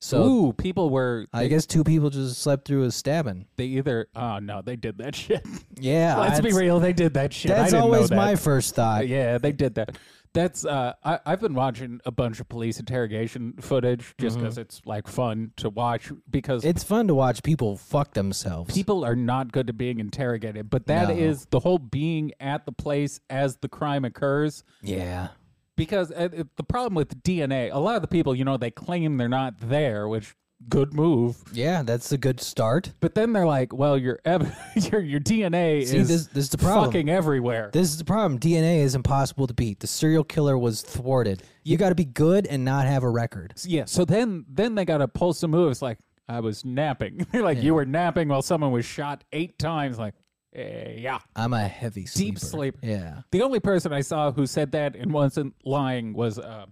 [SPEAKER 1] So
[SPEAKER 2] Ooh, people were.
[SPEAKER 1] I guess two people just slept through a stabbing.
[SPEAKER 2] They either. Oh no, they did that shit.
[SPEAKER 1] Yeah,
[SPEAKER 2] Let's be
[SPEAKER 1] that's-
[SPEAKER 2] real. They did that shit. I
[SPEAKER 1] That's
[SPEAKER 2] didn't know
[SPEAKER 1] always
[SPEAKER 2] that. Uh,
[SPEAKER 1] my first thought.
[SPEAKER 2] Yeah, they did that. That's uh, I, I've been watching a bunch of police interrogation footage just
[SPEAKER 1] Mm-hmm.
[SPEAKER 2] because it's like fun to watch. Because
[SPEAKER 1] It's fun to watch people fuck themselves.
[SPEAKER 2] people are not good at being interrogated but that
[SPEAKER 1] No.
[SPEAKER 2] is the whole being at the place as the crime occurs
[SPEAKER 1] yeah,
[SPEAKER 2] because uh, uh, the problem with dna a lot of the people you know they claim they're not there which good move
[SPEAKER 1] yeah, that's a good start.
[SPEAKER 2] but then they're like well your ev- your, your dna
[SPEAKER 1] See,
[SPEAKER 2] is
[SPEAKER 1] this- this is the problem.
[SPEAKER 2] fucking everywhere
[SPEAKER 1] This is the problem. DNA is impossible to beat. The serial killer was thwarted. You got to be good and not have a record.
[SPEAKER 2] yeah so then then they gotta pull some moves like i was napping they're like you were napping while someone was shot eight times like eh, yeah
[SPEAKER 1] I'm a heavy sleeper.
[SPEAKER 2] Deep sleeper.
[SPEAKER 1] Yeah.
[SPEAKER 2] The only person I saw who said that and wasn't lying was uh,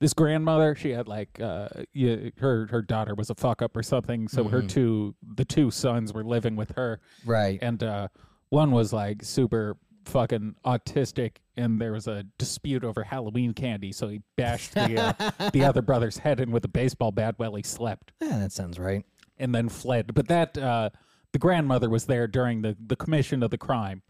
[SPEAKER 2] this grandmother. She had like uh, you, her her daughter was a fuck up or something, so her two the two sons were living with her,
[SPEAKER 1] Right.
[SPEAKER 2] and uh, one was like super fucking autistic, and there was a dispute over Halloween candy, so he bashed the uh, the other brother's head in with a baseball bat while he slept,
[SPEAKER 1] Yeah, that sounds right.
[SPEAKER 2] and then fled. But that uh, the grandmother was there during the the commission of the crime,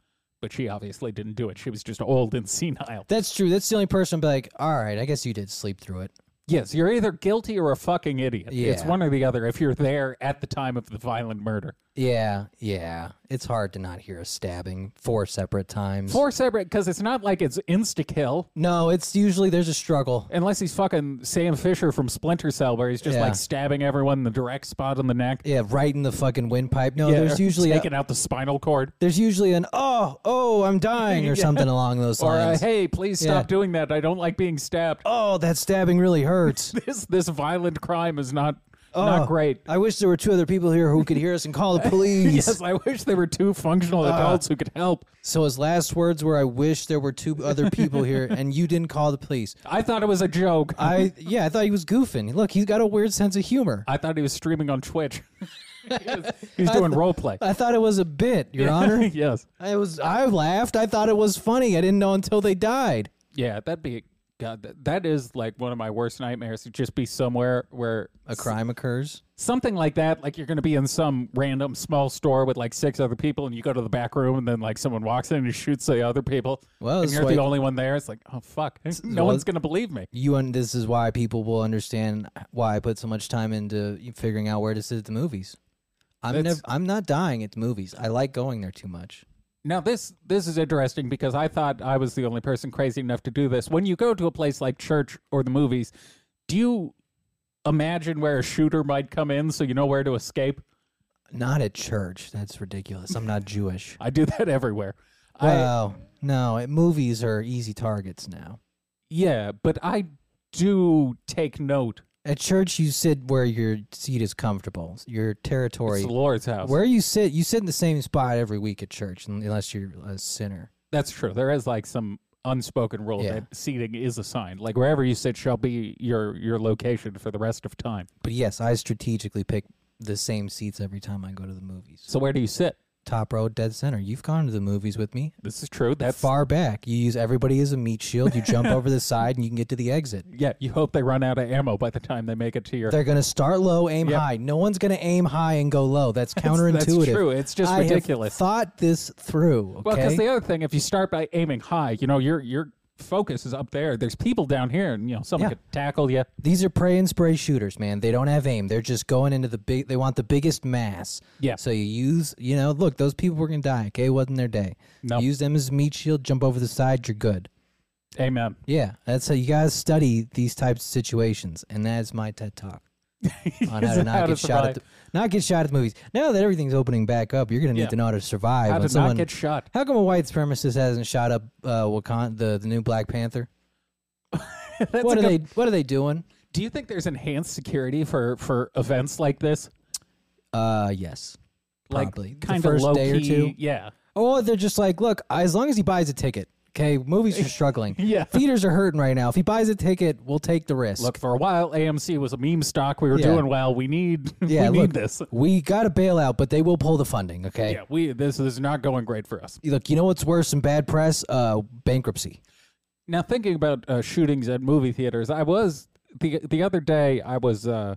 [SPEAKER 2] but she obviously didn't do it. She was just old and senile.
[SPEAKER 1] That's true. That's the only person I'd be like, all right, I guess you did sleep through it.
[SPEAKER 2] Yes, you're either guilty or a fucking idiot. It's
[SPEAKER 1] Yeah.
[SPEAKER 2] one or the other. If you're there at the time of the violent murder.
[SPEAKER 1] Yeah, yeah. It's hard to not hear a stabbing four separate times.
[SPEAKER 2] Four separate, because it's not like it's insta kill,
[SPEAKER 1] No, it's usually there's a struggle.
[SPEAKER 2] unless he's fucking Sam Fisher from Splinter Cell, where he's just
[SPEAKER 1] Yeah.
[SPEAKER 2] like stabbing everyone in the direct spot on the neck.
[SPEAKER 1] Yeah, right in the fucking windpipe. No,
[SPEAKER 2] Yeah,
[SPEAKER 1] there's
[SPEAKER 2] or
[SPEAKER 1] usually a,
[SPEAKER 2] taking out the spinal cord.
[SPEAKER 1] there's usually an oh oh I'm dying or something along those
[SPEAKER 2] Or uh,
[SPEAKER 1] lines.
[SPEAKER 2] hey, please stop
[SPEAKER 1] Yeah.
[SPEAKER 2] doing that. I don't like being stabbed.
[SPEAKER 1] oh, that stabbing really hurts.
[SPEAKER 2] This this violent crime is not
[SPEAKER 1] Oh.
[SPEAKER 2] not great.
[SPEAKER 1] I wish there were two other people here who could hear us and call the police.
[SPEAKER 2] Yes, I wish there were two functional
[SPEAKER 1] Uh,
[SPEAKER 2] adults who could help.
[SPEAKER 1] So his last words were, "I wish there were two other people here, and you didn't call the police."
[SPEAKER 2] I thought it was a joke.
[SPEAKER 1] I yeah, I thought he was goofing. Look, he's got a weird sense of humor.
[SPEAKER 2] I thought he was streaming on Twitch. he was, he was doing role play.
[SPEAKER 1] I uh, thought it was a bit, Your Honor.
[SPEAKER 2] yes.
[SPEAKER 1] I was I laughed. I thought it was funny. I didn't know until they died.
[SPEAKER 2] Yeah, that'd be God. That, that is like one of my worst nightmares. To just be somewhere where
[SPEAKER 1] A crime occurs.
[SPEAKER 2] something like that, like you're going to be in some random small store with like six other people, and you go to the back room, and then like someone walks in and shoots the other people.
[SPEAKER 1] Well,
[SPEAKER 2] and
[SPEAKER 1] it's
[SPEAKER 2] you're the
[SPEAKER 1] like-
[SPEAKER 2] only one there. It's like, oh fuck, no
[SPEAKER 1] well,
[SPEAKER 2] one's going to believe me.
[SPEAKER 1] You and this is why people will understand why I put so much time into figuring out where to sit at the movies. I'm
[SPEAKER 2] That's-
[SPEAKER 1] nev- I'm not dying at the movies. I like going there too much.
[SPEAKER 2] Now this this is interesting because I thought I was the only person crazy enough to do this. When you go to a place like church or the movies, do you imagine where a shooter might come in so you know where to escape?
[SPEAKER 1] Not at church. That's ridiculous. I'm not Jewish.
[SPEAKER 2] I do that everywhere. I
[SPEAKER 1] Wow. no, it, movies are easy targets now.
[SPEAKER 2] yeah, but I do take note.
[SPEAKER 1] At church, you sit where your seat is comfortable. Your
[SPEAKER 2] It's
[SPEAKER 1] territory.
[SPEAKER 2] the Lord's house.
[SPEAKER 1] Where you sit, you sit in the same spot every week at church, un- unless you're a sinner.
[SPEAKER 2] That's true. There is like some unspoken rule
[SPEAKER 1] Yeah.
[SPEAKER 2] that seating is assigned. Like wherever you sit shall be your your location for the rest of time.
[SPEAKER 1] But yes, I strategically pick the same seats every time I go to the movies.
[SPEAKER 2] So where do you sit?
[SPEAKER 1] Top row, dead center. You've gone to the movies with me.
[SPEAKER 2] This is true. That's
[SPEAKER 1] Far back, you use everybody as a meat shield. You jump over the side, and you can get to the exit.
[SPEAKER 2] yeah. You hope they run out of ammo by the time they make it to your
[SPEAKER 1] They're gonna start low, aim
[SPEAKER 2] Yep.
[SPEAKER 1] high. No one's gonna aim high and go low. That's counterintuitive.
[SPEAKER 2] That's true. It's just
[SPEAKER 1] I have
[SPEAKER 2] ridiculous.
[SPEAKER 1] thought this through. Okay?
[SPEAKER 2] Well, because the other thing, if you start by aiming high, you know your your focus is up there. There's people down here, and you know someone
[SPEAKER 1] Yeah.
[SPEAKER 2] could tackle you.
[SPEAKER 1] These are prey and spray shooters, man. They don't have aim. They're just going into the big. They want the biggest mass.
[SPEAKER 2] Yeah.
[SPEAKER 1] So you use, you know, look, those people were gonna die. Okay, wasn't their day.
[SPEAKER 2] No.
[SPEAKER 1] Use them as meat shield. Jump over the side. You're good.
[SPEAKER 2] Amen.
[SPEAKER 1] Yeah. That's how you gotta study these types of situations, and that's my TED talk on how to
[SPEAKER 2] How
[SPEAKER 1] not
[SPEAKER 2] to
[SPEAKER 1] get shot
[SPEAKER 2] survive.
[SPEAKER 1] at the, not get shot at the movies. Now that everything's opening back up, you're gonna need
[SPEAKER 2] Yeah.
[SPEAKER 1] to know how to survive.
[SPEAKER 2] How
[SPEAKER 1] when
[SPEAKER 2] to
[SPEAKER 1] someone-
[SPEAKER 2] not get shot?
[SPEAKER 1] how come a white supremacist hasn't shot up uh, Wakanda, the, the new Black Panther?
[SPEAKER 2] That's
[SPEAKER 1] what
[SPEAKER 2] a
[SPEAKER 1] are
[SPEAKER 2] good-
[SPEAKER 1] they? What are they doing?
[SPEAKER 2] Do you think there's enhanced security for for events like this?
[SPEAKER 1] Uh, yes, probably
[SPEAKER 2] Like
[SPEAKER 1] The
[SPEAKER 2] kind
[SPEAKER 1] first
[SPEAKER 2] of low
[SPEAKER 1] day or
[SPEAKER 2] key,
[SPEAKER 1] two.
[SPEAKER 2] Yeah.
[SPEAKER 1] Or they're just like, look, as long as he buys a ticket, okay. Movies are struggling.
[SPEAKER 2] Yeah.
[SPEAKER 1] theaters are hurting right now. If he buys a ticket, we'll take the risk.
[SPEAKER 2] Look, for a while, AMC was a meme stock. We were
[SPEAKER 1] Yeah.
[SPEAKER 2] doing well. We need
[SPEAKER 1] yeah,
[SPEAKER 2] we
[SPEAKER 1] look,
[SPEAKER 2] need this.
[SPEAKER 1] we got a bailout, but they will pull the funding. Okay.
[SPEAKER 2] Yeah, we this is not going great for us.
[SPEAKER 1] Look, you know what's worse than bad press? Uh, bankruptcy.
[SPEAKER 2] Now thinking about uh, shootings at movie theaters, I was the the other day I was uh,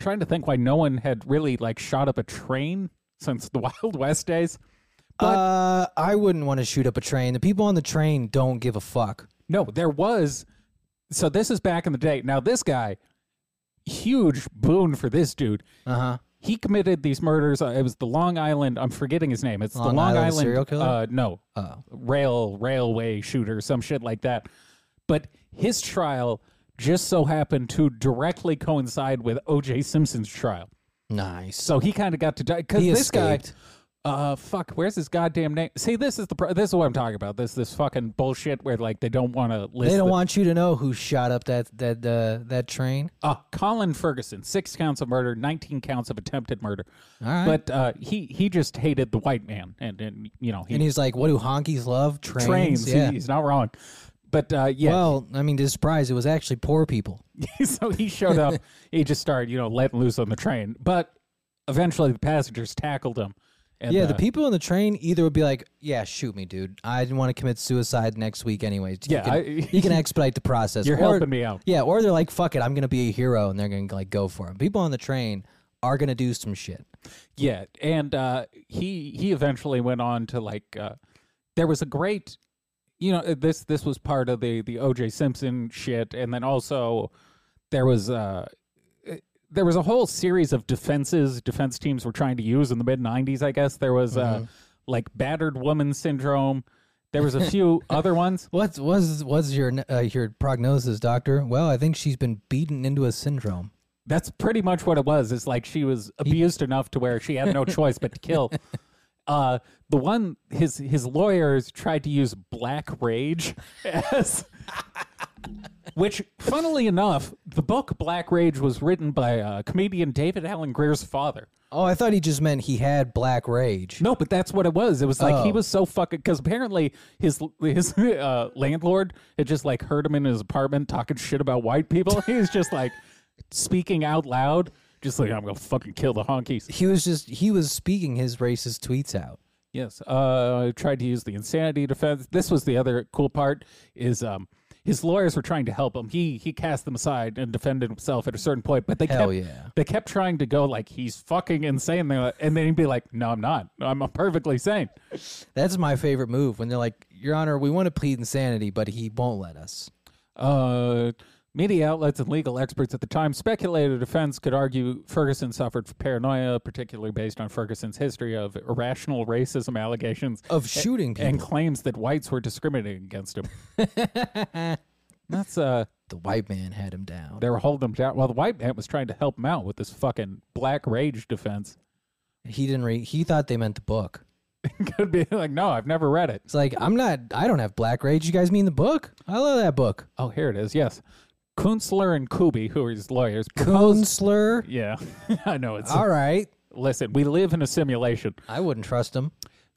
[SPEAKER 2] trying to think why no one had really like shot up a train since the Wild West days. But-
[SPEAKER 1] uh, I wouldn't want to shoot up a train. The people on the train don't give a fuck.
[SPEAKER 2] No, there was. So this is back in the day. Now this guy, huge boon for this dude.
[SPEAKER 1] Uh huh.
[SPEAKER 2] He committed these murders. Uh, it was the Long Island. I'm forgetting his name. It's the
[SPEAKER 1] Long
[SPEAKER 2] Long
[SPEAKER 1] Island
[SPEAKER 2] Island
[SPEAKER 1] serial killer?
[SPEAKER 2] Uh, no,
[SPEAKER 1] Oh.
[SPEAKER 2] rail railway shooter, some shit like that. But his trial just so happened to directly coincide with O.J. Simpson's trial,
[SPEAKER 1] Nice.
[SPEAKER 2] so he kind of got to die because
[SPEAKER 1] He
[SPEAKER 2] this guy.
[SPEAKER 1] escaped.
[SPEAKER 2] Uh, fuck. Where's his goddamn name? See, this is the pro- this is what I'm talking about. This this fucking bullshit where like they don't want to list.
[SPEAKER 1] They don't
[SPEAKER 2] the-
[SPEAKER 1] want you to know who shot up that that uh, that train.
[SPEAKER 2] Uh, Colin Ferguson, six counts of murder, 19 counts of attempted murder.
[SPEAKER 1] All right.
[SPEAKER 2] But uh, he, he just hated the white man. And, and you know, he
[SPEAKER 1] and he's like, "What do honkies love? Trains."
[SPEAKER 2] trains. He-
[SPEAKER 1] Yeah.
[SPEAKER 2] he's not wrong. But uh, yeah,
[SPEAKER 1] Well, I mean, to his surprise, it was actually poor people.
[SPEAKER 2] so he showed up. he just started, you know, letting loose on the train. But eventually the passengers tackled him. And uh,
[SPEAKER 1] yeah, the people in the train either would be like, "Yeah, shoot me, dude. I didn't want to commit suicide next week, anyways.
[SPEAKER 2] Yeah,
[SPEAKER 1] you can,
[SPEAKER 2] I-
[SPEAKER 1] you can expedite the process.
[SPEAKER 2] You're
[SPEAKER 1] Or-
[SPEAKER 2] helping me out.
[SPEAKER 1] Yeah, or they're like, "Fuck it, I'm gonna be a hero," and they're gonna like go for it. People on the train are gonna do some shit.
[SPEAKER 2] Yeah, and uh, he he eventually went on to like uh, there was a great, you know uh, this this was part of the the O.J. Simpson shit, and then also there was uh, it- there was a whole series of defenses defense teams were trying to use in the mid '90s. I guess there was uh, like battered woman syndrome. There was a few other ones.
[SPEAKER 1] What's was was your uh, your prognosis, doctor? Well, I think she's been beaten into a syndrome.
[SPEAKER 2] That's pretty much what it was. It's like she was abused enough to where she had no choice but to kill. Uh, the one his his lawyers tried to use black rage as which funnily enough the book black rage was written by uh, comedian david alan greer's father
[SPEAKER 1] Oh, I thought he just meant he had black rage.
[SPEAKER 2] no but that's what it was it was like he
[SPEAKER 1] Oh.
[SPEAKER 2] was so fucking because apparently his his uh, landlord had just like heard him in his apartment talking shit about white people he was just like speaking out loud just like i'm gonna fucking kill the honkies
[SPEAKER 1] He was just he was speaking his racist tweets out.
[SPEAKER 2] Yes. Uh, I tried to use the insanity defense. This was the other cool part is um, his lawyers were trying to help him. He he cast them aside and defended himself at a certain point, but they
[SPEAKER 1] Hell
[SPEAKER 2] kept
[SPEAKER 1] yeah.
[SPEAKER 2] they kept trying to go like he's fucking insane. They're like- And then he'd be like, "No, I'm not. I'm perfectly sane."
[SPEAKER 1] That's my favorite move when they're like, "Your Honor, we want to plead insanity, but he won't let us."
[SPEAKER 2] Uh, media outlets and legal experts at the time speculated a defense could argue Ferguson suffered from paranoia, particularly based on Ferguson's history of irrational racism allegations
[SPEAKER 1] Of shooting people,
[SPEAKER 2] and claims that whites were discriminating against him. That's uh
[SPEAKER 1] the white man had him down.
[SPEAKER 2] they were holding him down. Well, the white man was trying to help him out with this fucking black rage defense.
[SPEAKER 1] He didn't read. He thought they meant the book.
[SPEAKER 2] Could be like, no, I've never read it.
[SPEAKER 1] It's like I'm not. I don't have black rage. You guys mean the book? I love that book.
[SPEAKER 2] Oh, here it is. Yes, Kunstler and Kubi, who are his lawyers.
[SPEAKER 1] Cone slur.
[SPEAKER 2] Yeah, I know it's. uh,
[SPEAKER 1] All right.
[SPEAKER 2] Listen, we live in a simulation.
[SPEAKER 1] I wouldn't trust him.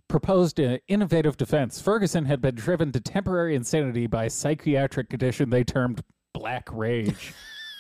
[SPEAKER 2] Proposed an innovative defense. Ferguson had been driven to temporary insanity by a psychiatric condition they termed black rage.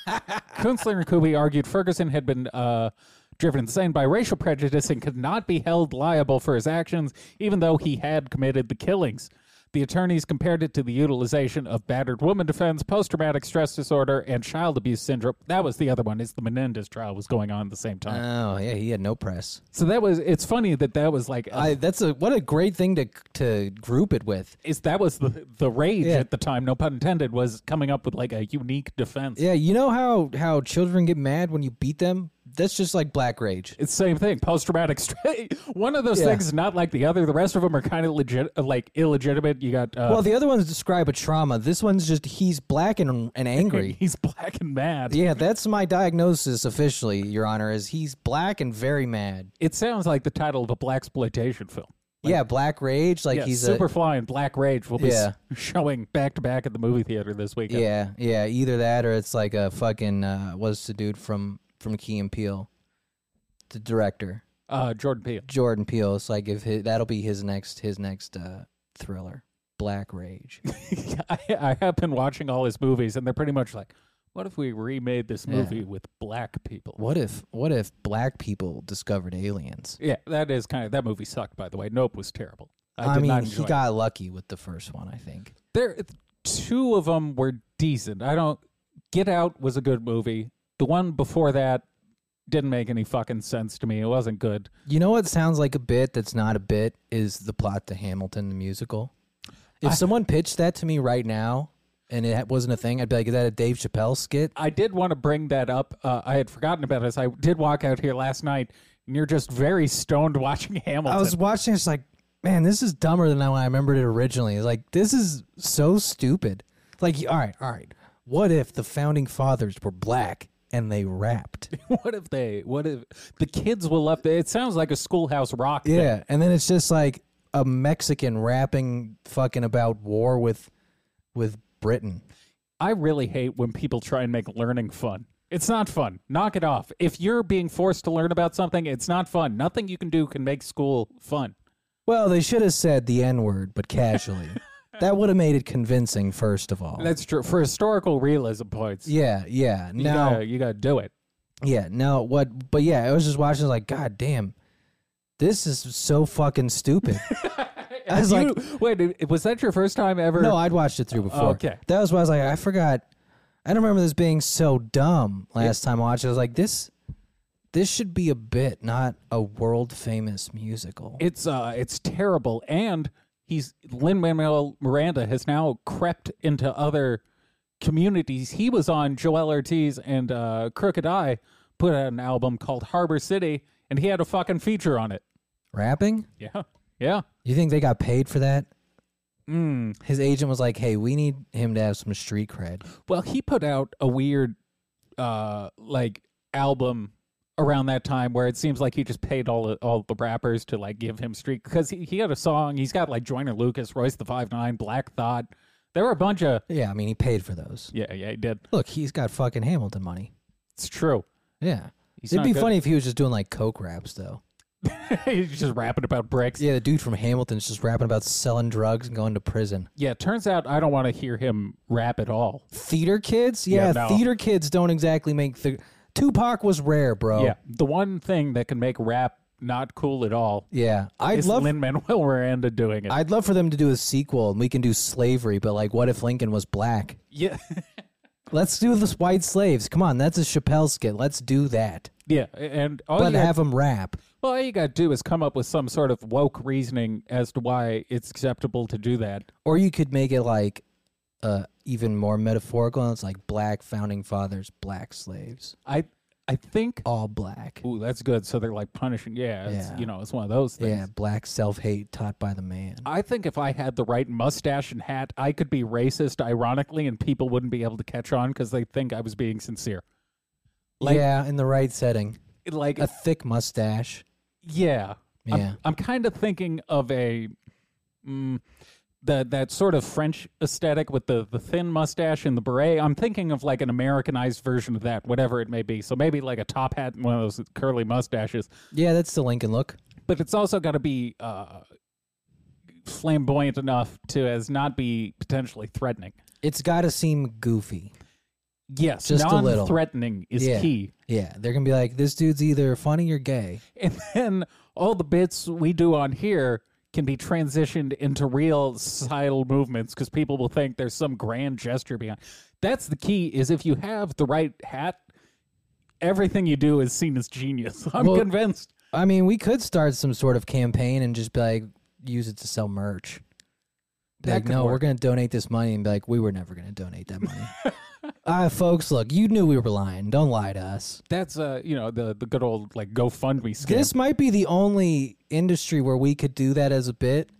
[SPEAKER 2] Kunstler and Kubi argued Ferguson had been uh, driven insane by racial prejudice and could not be held liable for his actions, even though he had committed the killings. The attorneys compared it to the utilization of battered woman defense, post traumatic stress disorder, and child abuse syndrome. That was the other one. Is the Menendez trial was going on at the same time.
[SPEAKER 1] Oh yeah, he had no press.
[SPEAKER 2] so that was. It's funny that that was like. a-
[SPEAKER 1] I. That's a what a great thing to to group it with.
[SPEAKER 2] is that was the the rage
[SPEAKER 1] Yeah.
[SPEAKER 2] at the time, no pun intended, was coming up with like a unique defense.
[SPEAKER 1] Yeah, you know how how children get mad when you beat them. That's just like black rage.
[SPEAKER 2] It's the same thing, post traumatic stress. One of those
[SPEAKER 1] Yeah.
[SPEAKER 2] things is not like the other. The rest of them are kind of legit, like illegitimate. You got uh,
[SPEAKER 1] Well, the other ones describe a trauma. This one's just he's black and, and angry.
[SPEAKER 2] he's black and mad.
[SPEAKER 1] yeah, that's my diagnosis officially, Your Honor. Is he's black and very mad.
[SPEAKER 2] It sounds like the title of a black exploitation film.
[SPEAKER 1] yeah, black rage. Like
[SPEAKER 2] Yeah,
[SPEAKER 1] he's a
[SPEAKER 2] Superfly and Black Rage will be s-
[SPEAKER 1] Yeah.
[SPEAKER 2] showing back to back at the movie theater this weekend.
[SPEAKER 1] Yeah, yeah. Either that, or it's like a fucking uh, what's the dude from from Key and Peele, the director
[SPEAKER 2] Uh, Jordan Peele.
[SPEAKER 1] Jordan Peele. It's like if hi that'll be his next his next uh, thriller, Black Rage.
[SPEAKER 2] I, I have been watching all his movies, and they're pretty much like, what if we remade this movie with black people?
[SPEAKER 1] what if what if black people discovered aliens?
[SPEAKER 2] Yeah, that is kind of that movie sucked. By the way, Nope was terrible. I,
[SPEAKER 1] I,
[SPEAKER 2] did
[SPEAKER 1] mean,
[SPEAKER 2] not enjoy.
[SPEAKER 1] he
[SPEAKER 2] it.
[SPEAKER 1] got lucky with the first one, I think.
[SPEAKER 2] there. Two of them were decent. I don't. Get Out was a good movie. The one before that didn't make any fucking sense to me. It wasn't good.
[SPEAKER 1] You know what sounds like a bit that's not a bit is the plot to Hamilton the musical. If someone pitched that to me right now and it wasn't a thing, I'd be like, "Is that a Dave Chappelle skit?"
[SPEAKER 2] I did want to bring that up. Uh, I had forgotten about this. I did walk out here last night, and you're just very stoned watching Hamilton.
[SPEAKER 1] I was watching. It's like, man, this is dumber than when I remembered it originally. It's like, this is so stupid. Like, all right, all right. What if the founding fathers were black and they rapped?
[SPEAKER 2] what if they? What if the kids will love? It sounds like a schoolhouse rock. thing.
[SPEAKER 1] Yeah, and then it's just like a Mexican rapping fucking about war with with Britain.
[SPEAKER 2] I really hate when people try and make learning fun. It's not fun. Knock it off. If you're being forced to learn about something, it's not fun. Nothing you can do can make school fun.
[SPEAKER 1] Well, they should have said the N word, but casually. that would have made it convincing, first of all.
[SPEAKER 2] That's true. For historical realism points, you,
[SPEAKER 1] yeah, yeah. Now,
[SPEAKER 2] gotta, you gotta do it.
[SPEAKER 1] Yeah, no, what, but yeah, I was just watching, like, God damn, this is so fucking stupid. I was like,
[SPEAKER 2] You- wait, was that your first time ever?
[SPEAKER 1] no, I'd watched it through before.
[SPEAKER 2] Okay.
[SPEAKER 1] That was why I was like, I forgot. I don't remember this being so dumb last time I watched it. I was like, this this should be a bit, not a world famous musical.
[SPEAKER 2] It's uh, it's terrible, and he's Lin Manuel Miranda has now crept into other communities. He was on Joel Ortiz and uh, Crooked Eye put out an album called Harbor City, and he had a fucking feature on it.
[SPEAKER 1] Rapping?
[SPEAKER 2] Yeah, yeah.
[SPEAKER 1] You think they got paid for that?
[SPEAKER 2] Mm.
[SPEAKER 1] His agent was like, hey, we need him to have some street cred.
[SPEAKER 2] Well, he put out a weird uh like album around that time where it seems like he just paid all all the rappers to like give him street because he, he had a song he's got like Joyner Lucas, Royce the Five Nine, Black Thought. There were a bunch of
[SPEAKER 1] Yeah, I mean, he paid for those.
[SPEAKER 2] yeah yeah he did.
[SPEAKER 1] Look, he's got fucking Hamilton money.
[SPEAKER 2] It's true.
[SPEAKER 1] Yeah.
[SPEAKER 2] He's
[SPEAKER 1] It'd
[SPEAKER 2] not
[SPEAKER 1] be
[SPEAKER 2] good.
[SPEAKER 1] funny if he was just doing like coke raps though.
[SPEAKER 2] he's just rapping about bricks. Yeah.
[SPEAKER 1] Yeah, the dude from Hamilton's just rapping about selling drugs and going to prison.
[SPEAKER 2] turns out I don't want to hear him rap at all.
[SPEAKER 1] Theater kids? Yeah,
[SPEAKER 2] Yeah, no.
[SPEAKER 1] theater kids don't exactly make the Tupac was rare, bro.
[SPEAKER 2] Yeah, the one thing that can make rap not cool at all
[SPEAKER 1] Yeah. I'd
[SPEAKER 2] is
[SPEAKER 1] love
[SPEAKER 2] Lin Manuel Miranda doing it.
[SPEAKER 1] I'd love for them to do a sequel and we can do slavery, but like what if Lincoln was black?
[SPEAKER 2] yeah.
[SPEAKER 1] Let's do this white slaves. Come on, that's a Chappelle skit. Let's do that.
[SPEAKER 2] Oh, yeah, and all
[SPEAKER 1] But
[SPEAKER 2] you had
[SPEAKER 1] have them rap.
[SPEAKER 2] Well, all you got to do is come up with some sort of woke reasoning as to why it's acceptable to do that.
[SPEAKER 1] Or you could make it like uh even more metaphorical and it's like black founding fathers, black slaves.
[SPEAKER 2] I I think.
[SPEAKER 1] All black.
[SPEAKER 2] Ooh, that's good. So they're like punishing. Yeah, it's,
[SPEAKER 1] Yeah.
[SPEAKER 2] you know, it's one of those things.
[SPEAKER 1] Yeah, black self hate taught by the man.
[SPEAKER 2] I think if I had the right mustache and hat, I could be racist, ironically, and people wouldn't be able to catch on because they think I was being sincere. Like-
[SPEAKER 1] yeah, in the right setting.
[SPEAKER 2] Like,
[SPEAKER 1] A thick mustache.
[SPEAKER 2] yeah, I'm-
[SPEAKER 1] Yeah.
[SPEAKER 2] I'm, kind of thinking of a mm, the that sort of French aesthetic with the the thin mustache and the beret. I'm thinking of like an Americanized version of that, whatever it may be. So maybe like a top hat and one of those curly mustaches.
[SPEAKER 1] Yeah, that's the Lincoln look.
[SPEAKER 2] But it's also got to be uh, flamboyant enough to as not be potentially threatening.
[SPEAKER 1] It's got to seem goofy.
[SPEAKER 2] Yes,
[SPEAKER 1] Just a little.
[SPEAKER 2] non-threatening is
[SPEAKER 1] Yeah.
[SPEAKER 2] key.
[SPEAKER 1] Yeah, they're going to be like, this dude's either funny or gay.
[SPEAKER 2] And then all the bits we do on here can be transitioned into real societal movements because people will think there's some grand gesture behind. That's the key is if you have the right hat, everything you do is seen as genius. I'm
[SPEAKER 1] Well-
[SPEAKER 2] convinced.
[SPEAKER 1] I mean, we could start some sort of campaign and just be like, use it to sell merch. Be
[SPEAKER 2] That
[SPEAKER 1] like,
[SPEAKER 2] could
[SPEAKER 1] no, we're
[SPEAKER 2] work.
[SPEAKER 1] going to donate this money and be like, we were never going to donate that money. Ah, folks, look, you knew we were lying. Don't lie to us.
[SPEAKER 2] That's uh, you know, the the good old like GoFundMe scam.
[SPEAKER 1] This might be the only industry where we could do that as a bit.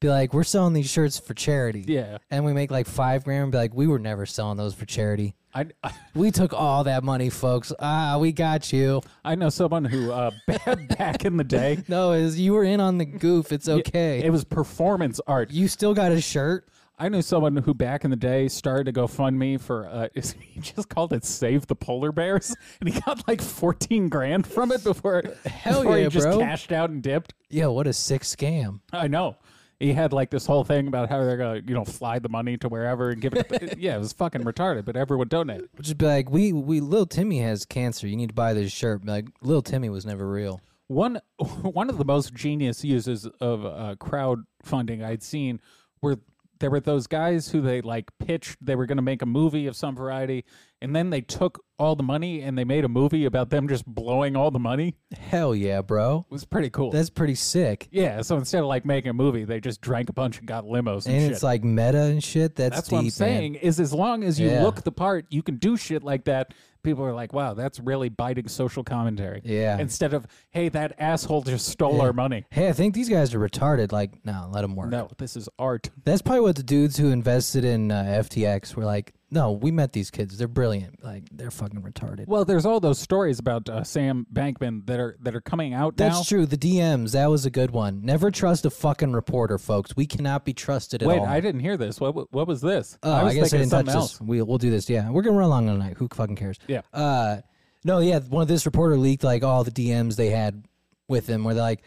[SPEAKER 1] Be like, we're selling these shirts for charity.
[SPEAKER 2] yeah.
[SPEAKER 1] And we make like five grand and be like, we were never selling those for charity.
[SPEAKER 2] I
[SPEAKER 1] We took all that money, folks. Ah, we got you.
[SPEAKER 2] I know someone who uh back in the day
[SPEAKER 1] No, is you were in on the goof. It's okay.
[SPEAKER 2] it was performance art.
[SPEAKER 1] you still got a shirt?
[SPEAKER 2] I knew someone who back in the day started a GoFundMe for uh, is- he just called it "Save the Polar Bears," and he got like fourteen grand from it before
[SPEAKER 1] Hell
[SPEAKER 2] before
[SPEAKER 1] yeah,
[SPEAKER 2] he just
[SPEAKER 1] bro.
[SPEAKER 2] cashed out and dipped.
[SPEAKER 1] Yo, what a sick scam.
[SPEAKER 2] I know he had like this whole thing about how they're gonna you know fly the money to wherever and give it. yeah, it was fucking retarded, but everyone donated.
[SPEAKER 1] Just be like, we we little Timmy has cancer. You need to buy this shirt. Be Like, little Timmy was never real.
[SPEAKER 2] One one of the most genius uses of uh, crowdfunding I'd seen were there were those guys who they like pitched they were going to make a movie of some variety, and then they took all the money and they made a movie about them just blowing all the money. It
[SPEAKER 1] Hell yeah, bro.
[SPEAKER 2] was pretty cool.
[SPEAKER 1] That's pretty sick.
[SPEAKER 2] yeah, so instead of like making a movie, they just drank a bunch and got limos and,
[SPEAKER 1] And
[SPEAKER 2] shit.
[SPEAKER 1] it's like meta and shit. That's,
[SPEAKER 2] that's
[SPEAKER 1] deep,
[SPEAKER 2] what I'm saying is as long as you
[SPEAKER 1] Yeah.
[SPEAKER 2] look the part, you can do shit like that. People are like, "Wow, that's really biting social commentary."
[SPEAKER 1] Yeah.
[SPEAKER 2] Instead of, "Hey, that asshole just stole our money."
[SPEAKER 1] Hey, I think these guys are retarded. Like, no, let them work.
[SPEAKER 2] No, this is art.
[SPEAKER 1] That's probably what the dudes who invested in uh, FTX were like. No, we met these kids. They're brilliant. Like, they're fucking retarded.
[SPEAKER 2] Well, there's all those stories about uh, Sam Bankman that are that are coming out
[SPEAKER 1] That's
[SPEAKER 2] now.
[SPEAKER 1] true. The DMs, that was a good one. Never trust a fucking reporter, folks. We cannot be trusted at
[SPEAKER 2] Wait,
[SPEAKER 1] all.
[SPEAKER 2] I didn't hear this. What wa- what was this?
[SPEAKER 1] Oh,
[SPEAKER 2] was
[SPEAKER 1] I guess I
[SPEAKER 2] thinking
[SPEAKER 1] didn't touch
[SPEAKER 2] something
[SPEAKER 1] this. We, we'll do this. Yeah, we're gonna run along tonight. Who fucking cares?
[SPEAKER 2] Yeah.
[SPEAKER 1] Uh, no, yeah. One of this reporter leaked like all the DMs they had with him, where they're like,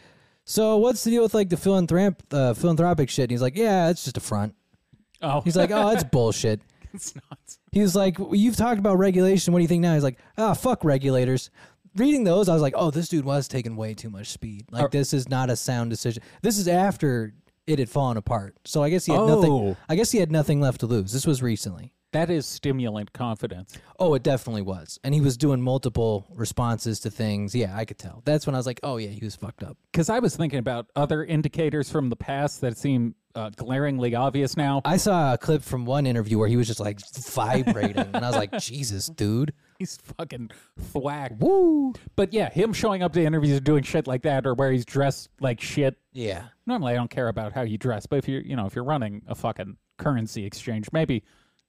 [SPEAKER 1] "So what's the deal with like the philanthrop- uh, philanthropic shit?" And he's like, "Yeah, it's just a front."
[SPEAKER 2] Oh,
[SPEAKER 1] He's like, "Oh, that's bullshit."
[SPEAKER 2] it's not.
[SPEAKER 1] He was like, well, "You've talked about regulation. What do you think now?" He's like, "Ah, fuck regulators." reading those, I was like, oh, this dude was taking way too much speed. Like,
[SPEAKER 2] Are-
[SPEAKER 1] this is not a sound decision. This is after it had fallen apart. So I guess he had nothing.
[SPEAKER 2] Oh.
[SPEAKER 1] I guess he had nothing left to lose. This was recently.
[SPEAKER 2] That is stimulant confidence.
[SPEAKER 1] Oh, it definitely was. And he was doing multiple responses to things. Yeah, I could tell. That's when I was like, oh, yeah, he was fucked up.
[SPEAKER 2] Because I was thinking about other indicators from the past that seem uh, glaringly obvious now.
[SPEAKER 1] I saw a clip from one interview where he was just like vibrating. and I was like, Jesus, dude.
[SPEAKER 2] He's fucking thwacked.
[SPEAKER 1] Woo.
[SPEAKER 2] But yeah, him showing up to interviews and doing shit like that, or where he's dressed like shit.
[SPEAKER 1] Yeah.
[SPEAKER 2] Normally, I don't care about how you dress, but if you're, you know, if you're running a fucking currency exchange, maybe,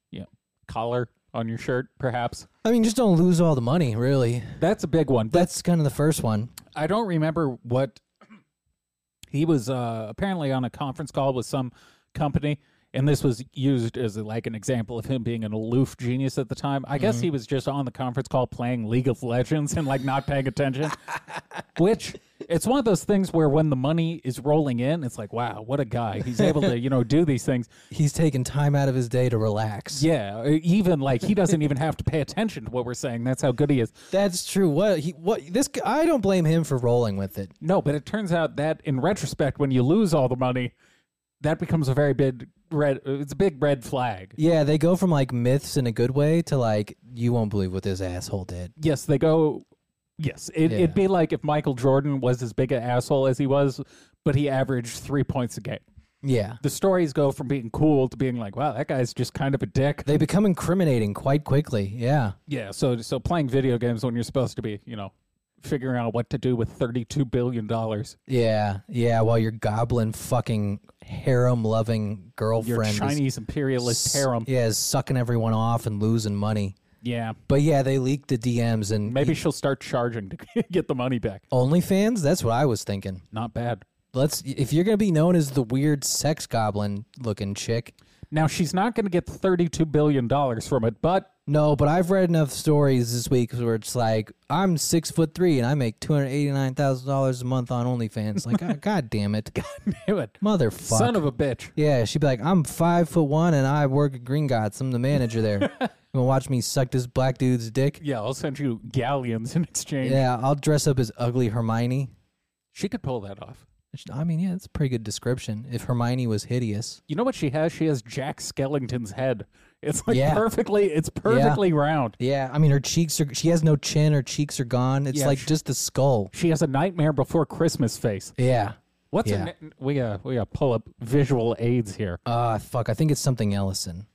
[SPEAKER 2] you know, collar on your shirt, perhaps.
[SPEAKER 1] I mean, just don't lose all the money, really.
[SPEAKER 2] That's a big one. But
[SPEAKER 1] That's kind of the first one.
[SPEAKER 2] I don't remember what he was uh, apparently on a conference call with some company, and this was used as like an example of him being an aloof genius at the time. I guess he was just on the conference call playing League of Legends and like not paying attention. Which it's one of those things where when the money is rolling in, it's like, wow, what a guy! He's able to you know do these things.
[SPEAKER 1] He's taking time out of his day to relax.
[SPEAKER 2] Yeah, e, even like he doesn't even have to pay attention to what we're saying. That's how good he is.
[SPEAKER 1] That's true. What he what this g- I don't blame him for rolling with it.
[SPEAKER 2] No, but it turns out that in retrospect, when you lose all the money, that becomes a very big red. It's a big red flag.
[SPEAKER 1] Yeah, they go from like myths in a good way to like you won't believe what this asshole did.
[SPEAKER 2] Yes, they go. Yes, it,
[SPEAKER 1] Yeah.
[SPEAKER 2] it'd be like if Michael Jordan was as big an asshole as he was, but he averaged three points a game.
[SPEAKER 1] Yeah.
[SPEAKER 2] The stories go from being cool to being like, "Wow, that guy's just kind of a dick."
[SPEAKER 1] They become incriminating quite quickly. Yeah.
[SPEAKER 2] yeah. So, so playing video games when you're supposed to be, you know, figuring out what to do with thirty-two billion dollars,
[SPEAKER 1] Yeah. Yeah, while your goblin fucking harem loving
[SPEAKER 2] your
[SPEAKER 1] girlfriend is-
[SPEAKER 2] Chinese imperialist harem.
[SPEAKER 1] Yeah, is sucking everyone off and losing money.
[SPEAKER 2] Yeah,
[SPEAKER 1] But yeah, they leaked the DMs and
[SPEAKER 2] maybe she'll start charging to get the money back.
[SPEAKER 1] OnlyFans? That's what I was thinking.
[SPEAKER 2] Not bad.
[SPEAKER 1] Let's if you're gonna be known as the weird sex goblin looking chick.
[SPEAKER 2] Now she's not going to get thirty-two billion dollars from it, but
[SPEAKER 1] No, but I've read enough stories this week where it's like I'm six foot three and I make two hundred eighty nine thousand dollars a month on OnlyFans. Like, God, God damn it,
[SPEAKER 2] damn it,
[SPEAKER 1] motherfucker!
[SPEAKER 2] son of a bitch.
[SPEAKER 1] yeah, she'd be like, I'm five foot one and I work at Green Gots. I'm the manager there. you wanna watch me suck this black dude's dick?
[SPEAKER 2] Yeah, I'll send you galleons in exchange.
[SPEAKER 1] Yeah, I'll dress up as ugly Hermione.
[SPEAKER 2] She could pull that off.
[SPEAKER 1] Which, I mean, yeah, that's a pretty good description. If Hermione was hideous,
[SPEAKER 2] You know what she has? She has Jack Skellington's head. It's like
[SPEAKER 1] Yeah.
[SPEAKER 2] perfectly. It's perfectly round.
[SPEAKER 1] yeah, I mean, her cheeks are. She has no chin. Her cheeks are gone. It's
[SPEAKER 2] Yeah,
[SPEAKER 1] like
[SPEAKER 2] she-
[SPEAKER 1] just the skull.
[SPEAKER 2] She has a Nightmare Before Christmas face.
[SPEAKER 1] Yeah.
[SPEAKER 2] What's
[SPEAKER 1] Yeah.
[SPEAKER 2] her na- we uh we uh pull up visual aids here.
[SPEAKER 1] Ah, fuck. I think it's something Ellison.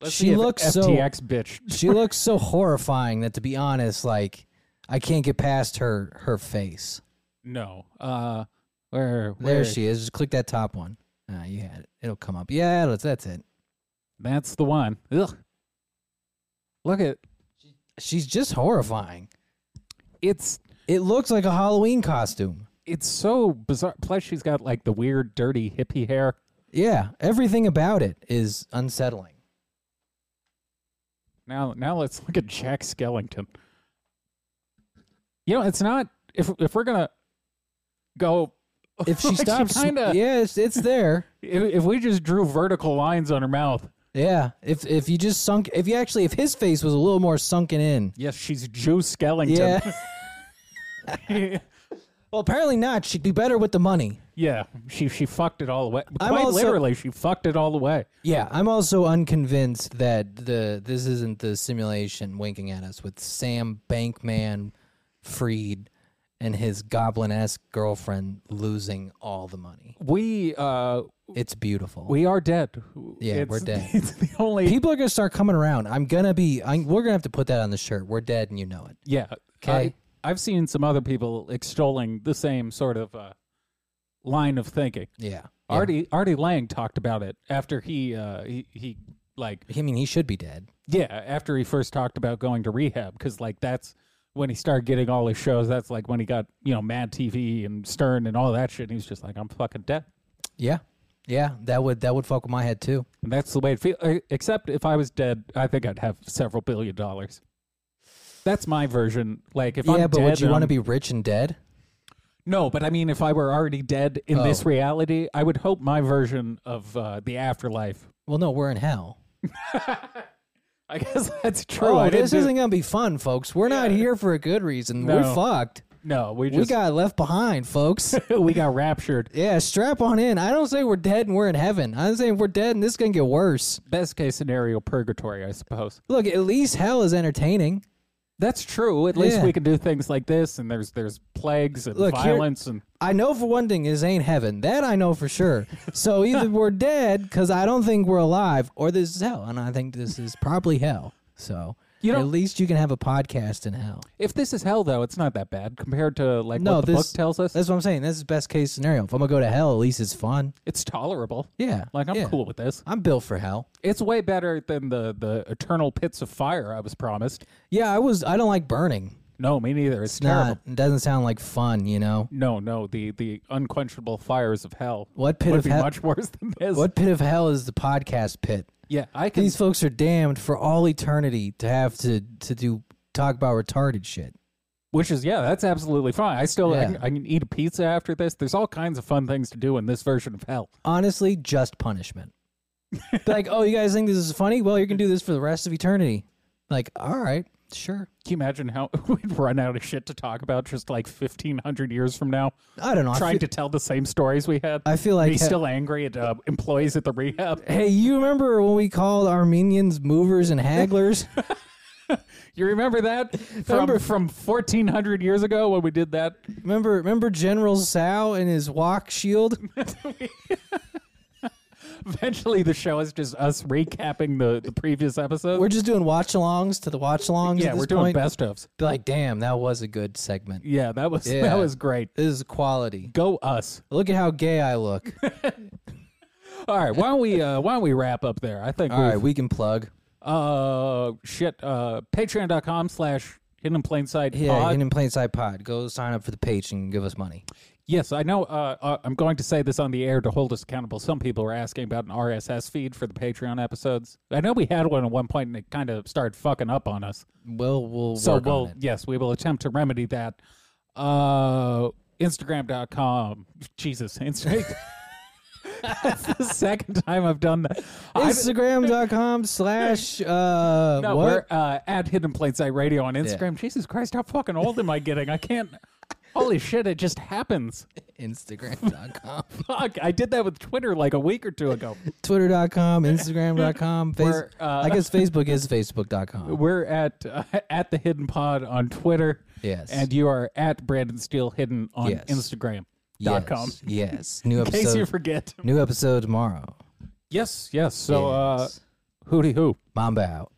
[SPEAKER 2] Let's
[SPEAKER 1] She
[SPEAKER 2] see if
[SPEAKER 1] looks so-
[SPEAKER 2] FTX bitch.
[SPEAKER 1] she looks so horrifying that to be honest like i can't get past her her face
[SPEAKER 2] No. Uh, where where
[SPEAKER 1] there she is just click that top one ah you had it it'll come up yeah that's, that's it
[SPEAKER 2] That's the one. Ugh. Look at
[SPEAKER 1] she's just horrifying
[SPEAKER 2] it's
[SPEAKER 1] it looks like a halloween costume
[SPEAKER 2] it's so bizarre. Plus, she's got like the weird, dirty hippie hair.
[SPEAKER 1] yeah everything about it is unsettling
[SPEAKER 2] Now, now let's look at Jack Skellington. You know, it's not if if we're gonna go.
[SPEAKER 1] if she
[SPEAKER 2] like
[SPEAKER 1] stops
[SPEAKER 2] kinda,
[SPEAKER 1] yeah it's, it's there
[SPEAKER 2] if, if we just drew vertical lines on her mouth,
[SPEAKER 1] yeah if if you just sunk if you actually if his face was a little more sunken in
[SPEAKER 2] yes, she's Joe
[SPEAKER 1] yeah
[SPEAKER 2] Skellington. Yeah,
[SPEAKER 1] well apparently not she'd be better with the money
[SPEAKER 2] she she fucked it all away.
[SPEAKER 1] I'm
[SPEAKER 2] Quite
[SPEAKER 1] also-
[SPEAKER 2] literally, she fucked it all away.
[SPEAKER 1] Yeah, I'm also unconvinced that the this isn't the simulation winking at us with Sam Bankman Freed and his goblin esque girlfriend losing all the money.
[SPEAKER 2] We uh
[SPEAKER 1] It's beautiful.
[SPEAKER 2] we are dead.
[SPEAKER 1] Yeah, we're
[SPEAKER 2] It's-
[SPEAKER 1] dead.
[SPEAKER 2] It's the only
[SPEAKER 1] People are gonna start coming around. I'm gonna be. I'm, we're gonna have to put that on the shirt. We're dead, and you know it.
[SPEAKER 2] Yeah.
[SPEAKER 1] 'Kay.
[SPEAKER 2] I, I've seen some other people extolling the same sort of uh, line of thinking.
[SPEAKER 1] Yeah.
[SPEAKER 2] Artie Artie Lang talked about it after he uh, he, he like
[SPEAKER 1] I mean, he should be dead.
[SPEAKER 2] yeah after he first talked about going to rehab because like that's when he started getting all his shows. That's like when he got you know Mad TV and Stern and all that shit. And he was just like I'm fucking dead.
[SPEAKER 1] Yeah. Yeah. That would that would fuck with my head too.
[SPEAKER 2] And that's the way it feels. Except if I was dead, I think I'd have several billion dollars. That's my version. Like if I'm
[SPEAKER 1] yeah, but
[SPEAKER 2] dead
[SPEAKER 1] would you
[SPEAKER 2] and
[SPEAKER 1] want to be
[SPEAKER 2] I'm-
[SPEAKER 1] rich and dead?
[SPEAKER 2] No, but I mean, if I were already dead in this
[SPEAKER 1] Oh.
[SPEAKER 2] reality, I would hope my version of uh, the afterlife.
[SPEAKER 1] Well, no, we're in hell.
[SPEAKER 2] I guess that's true.
[SPEAKER 1] Oh,
[SPEAKER 2] I didn't
[SPEAKER 1] this
[SPEAKER 2] do-
[SPEAKER 1] isn't gonna be fun, folks. We're not here for a good reason. We're
[SPEAKER 2] No.
[SPEAKER 1] fucked.
[SPEAKER 2] No, we just
[SPEAKER 1] we got left behind, folks.
[SPEAKER 2] we got raptured.
[SPEAKER 1] yeah, strap on in. I don't say we're dead and we're in heaven. I'm saying we're dead and this is gonna get worse.
[SPEAKER 2] Best case scenario, purgatory, I suppose.
[SPEAKER 1] Look, at least hell is entertaining.
[SPEAKER 2] That's true. At least
[SPEAKER 1] Yeah.
[SPEAKER 2] we can do things like this, and there's there's plagues and
[SPEAKER 1] Look, here-
[SPEAKER 2] violence and
[SPEAKER 1] I know for one thing, this ain't heaven. That I know for sure. So either we're dead because I don't think we're alive, or this is hell, and I think this is probably hell. So
[SPEAKER 2] You
[SPEAKER 1] at
[SPEAKER 2] don't-
[SPEAKER 1] least you can have a podcast in hell.
[SPEAKER 2] If this is hell, though, it's not that bad compared to like
[SPEAKER 1] No,
[SPEAKER 2] what the
[SPEAKER 1] this-
[SPEAKER 2] book tells us.
[SPEAKER 1] That's what I'm saying. This is best case scenario. If I'm gonna go to hell, at least it's fun.
[SPEAKER 2] It's tolerable.
[SPEAKER 1] Yeah,
[SPEAKER 2] Like I'm
[SPEAKER 1] yeah.
[SPEAKER 2] cool with this.
[SPEAKER 1] I'm built for hell.
[SPEAKER 2] It's way better than the the eternal pits of fire I was promised.
[SPEAKER 1] Yeah, I was. I don't like burning.
[SPEAKER 2] No, me neither. It's,
[SPEAKER 1] It's
[SPEAKER 2] terrible.
[SPEAKER 1] not. It doesn't sound like fun. You know
[SPEAKER 2] No, no, the the unquenchable fires of hell.
[SPEAKER 1] What pit
[SPEAKER 2] would
[SPEAKER 1] of
[SPEAKER 2] be
[SPEAKER 1] hell-
[SPEAKER 2] much worse than this?
[SPEAKER 1] what pit of hell is the podcast pit?
[SPEAKER 2] Yeah, I can.
[SPEAKER 1] These folks are damned for all eternity to have to to do talk about retarded shit.
[SPEAKER 2] Which is yeah, that's absolutely fine. I still I,
[SPEAKER 1] Yeah.
[SPEAKER 2] can, I can eat a pizza after this. There's all kinds of fun things to do in this version of hell.
[SPEAKER 1] honestly just punishment. Be like, oh, you guys think this is funny? Well, you're gonna do this for the rest of eternity. Like, all right, sure.
[SPEAKER 2] Can you imagine how we'd run out of shit to talk about just like 1500 years from now?
[SPEAKER 1] I don't know. I
[SPEAKER 2] trying
[SPEAKER 1] feel,
[SPEAKER 2] to tell the same stories we had.
[SPEAKER 1] I feel like
[SPEAKER 2] He's still angry at uh, employees at the rehab.
[SPEAKER 1] Hey, you remember when we called Armenians movers and hagglers?
[SPEAKER 2] You remember that from
[SPEAKER 1] Remember-
[SPEAKER 2] from 1400 years ago when we did that?
[SPEAKER 1] remember, remember General Sao and his walk shield?
[SPEAKER 2] Eventually, the show is just us recapping the the previous episode.
[SPEAKER 1] We're just doing watch alongs to the watch alongs.
[SPEAKER 2] yeah,
[SPEAKER 1] at this
[SPEAKER 2] we're doing
[SPEAKER 1] point.
[SPEAKER 2] best ofs.
[SPEAKER 1] Be like, damn, that was a good segment.
[SPEAKER 2] Yeah, that was
[SPEAKER 1] Yeah.
[SPEAKER 2] that was great.
[SPEAKER 1] This is quality.
[SPEAKER 2] Go us.
[SPEAKER 1] Look at how gay I look.
[SPEAKER 2] All right, why don't we uh, why don't we wrap up there? I think
[SPEAKER 1] All
[SPEAKER 2] we
[SPEAKER 1] right, we can plug.
[SPEAKER 2] uh shit uh patreon.com slash hidden in plain sight
[SPEAKER 1] Yeah,
[SPEAKER 2] pod.
[SPEAKER 1] Hidden in plain sight pod. Go sign up for the page and give us money.
[SPEAKER 2] Yes, I know. Uh, uh, I'm going to say this on the air to hold us accountable. Some people were asking about an RSS feed for the Patreon episodes. I know we had one at one point, and it kind of started fucking up on us.
[SPEAKER 1] We'll we'll
[SPEAKER 2] So,
[SPEAKER 1] work on
[SPEAKER 2] we'll
[SPEAKER 1] it.
[SPEAKER 2] yes, we will attempt to remedy that. Uh, Instagram.com. Jesus, Instagram. That's the second time I've done that. I-
[SPEAKER 1] Instagram.com slash uh what?
[SPEAKER 2] no, we're uh, at Hidden Plain Sight Radio on Instagram. Jesus Christ, how fucking old am I getting? I can't. Holy shit, it just happens.
[SPEAKER 1] Instagram.com.
[SPEAKER 2] Fuck, I did that with Twitter like a week or two ago.
[SPEAKER 1] Twitter.com, Instagram.com, face-
[SPEAKER 2] We're, uh,
[SPEAKER 1] I guess Facebook is Facebook.com.
[SPEAKER 2] We're at uh, at the Hidden Pod on Twitter.
[SPEAKER 1] Yes.
[SPEAKER 2] and you are at Brandon Steele Hidden on
[SPEAKER 1] Yes.
[SPEAKER 2] Instagram.
[SPEAKER 1] yes,
[SPEAKER 2] Dot com.
[SPEAKER 1] Yes. New
[SPEAKER 2] In case you
[SPEAKER 1] episode
[SPEAKER 2] forget.
[SPEAKER 1] new episode tomorrow.
[SPEAKER 2] Yes, yes. So,
[SPEAKER 1] Yes.
[SPEAKER 2] uh, hooty hoo.
[SPEAKER 1] Mamba out.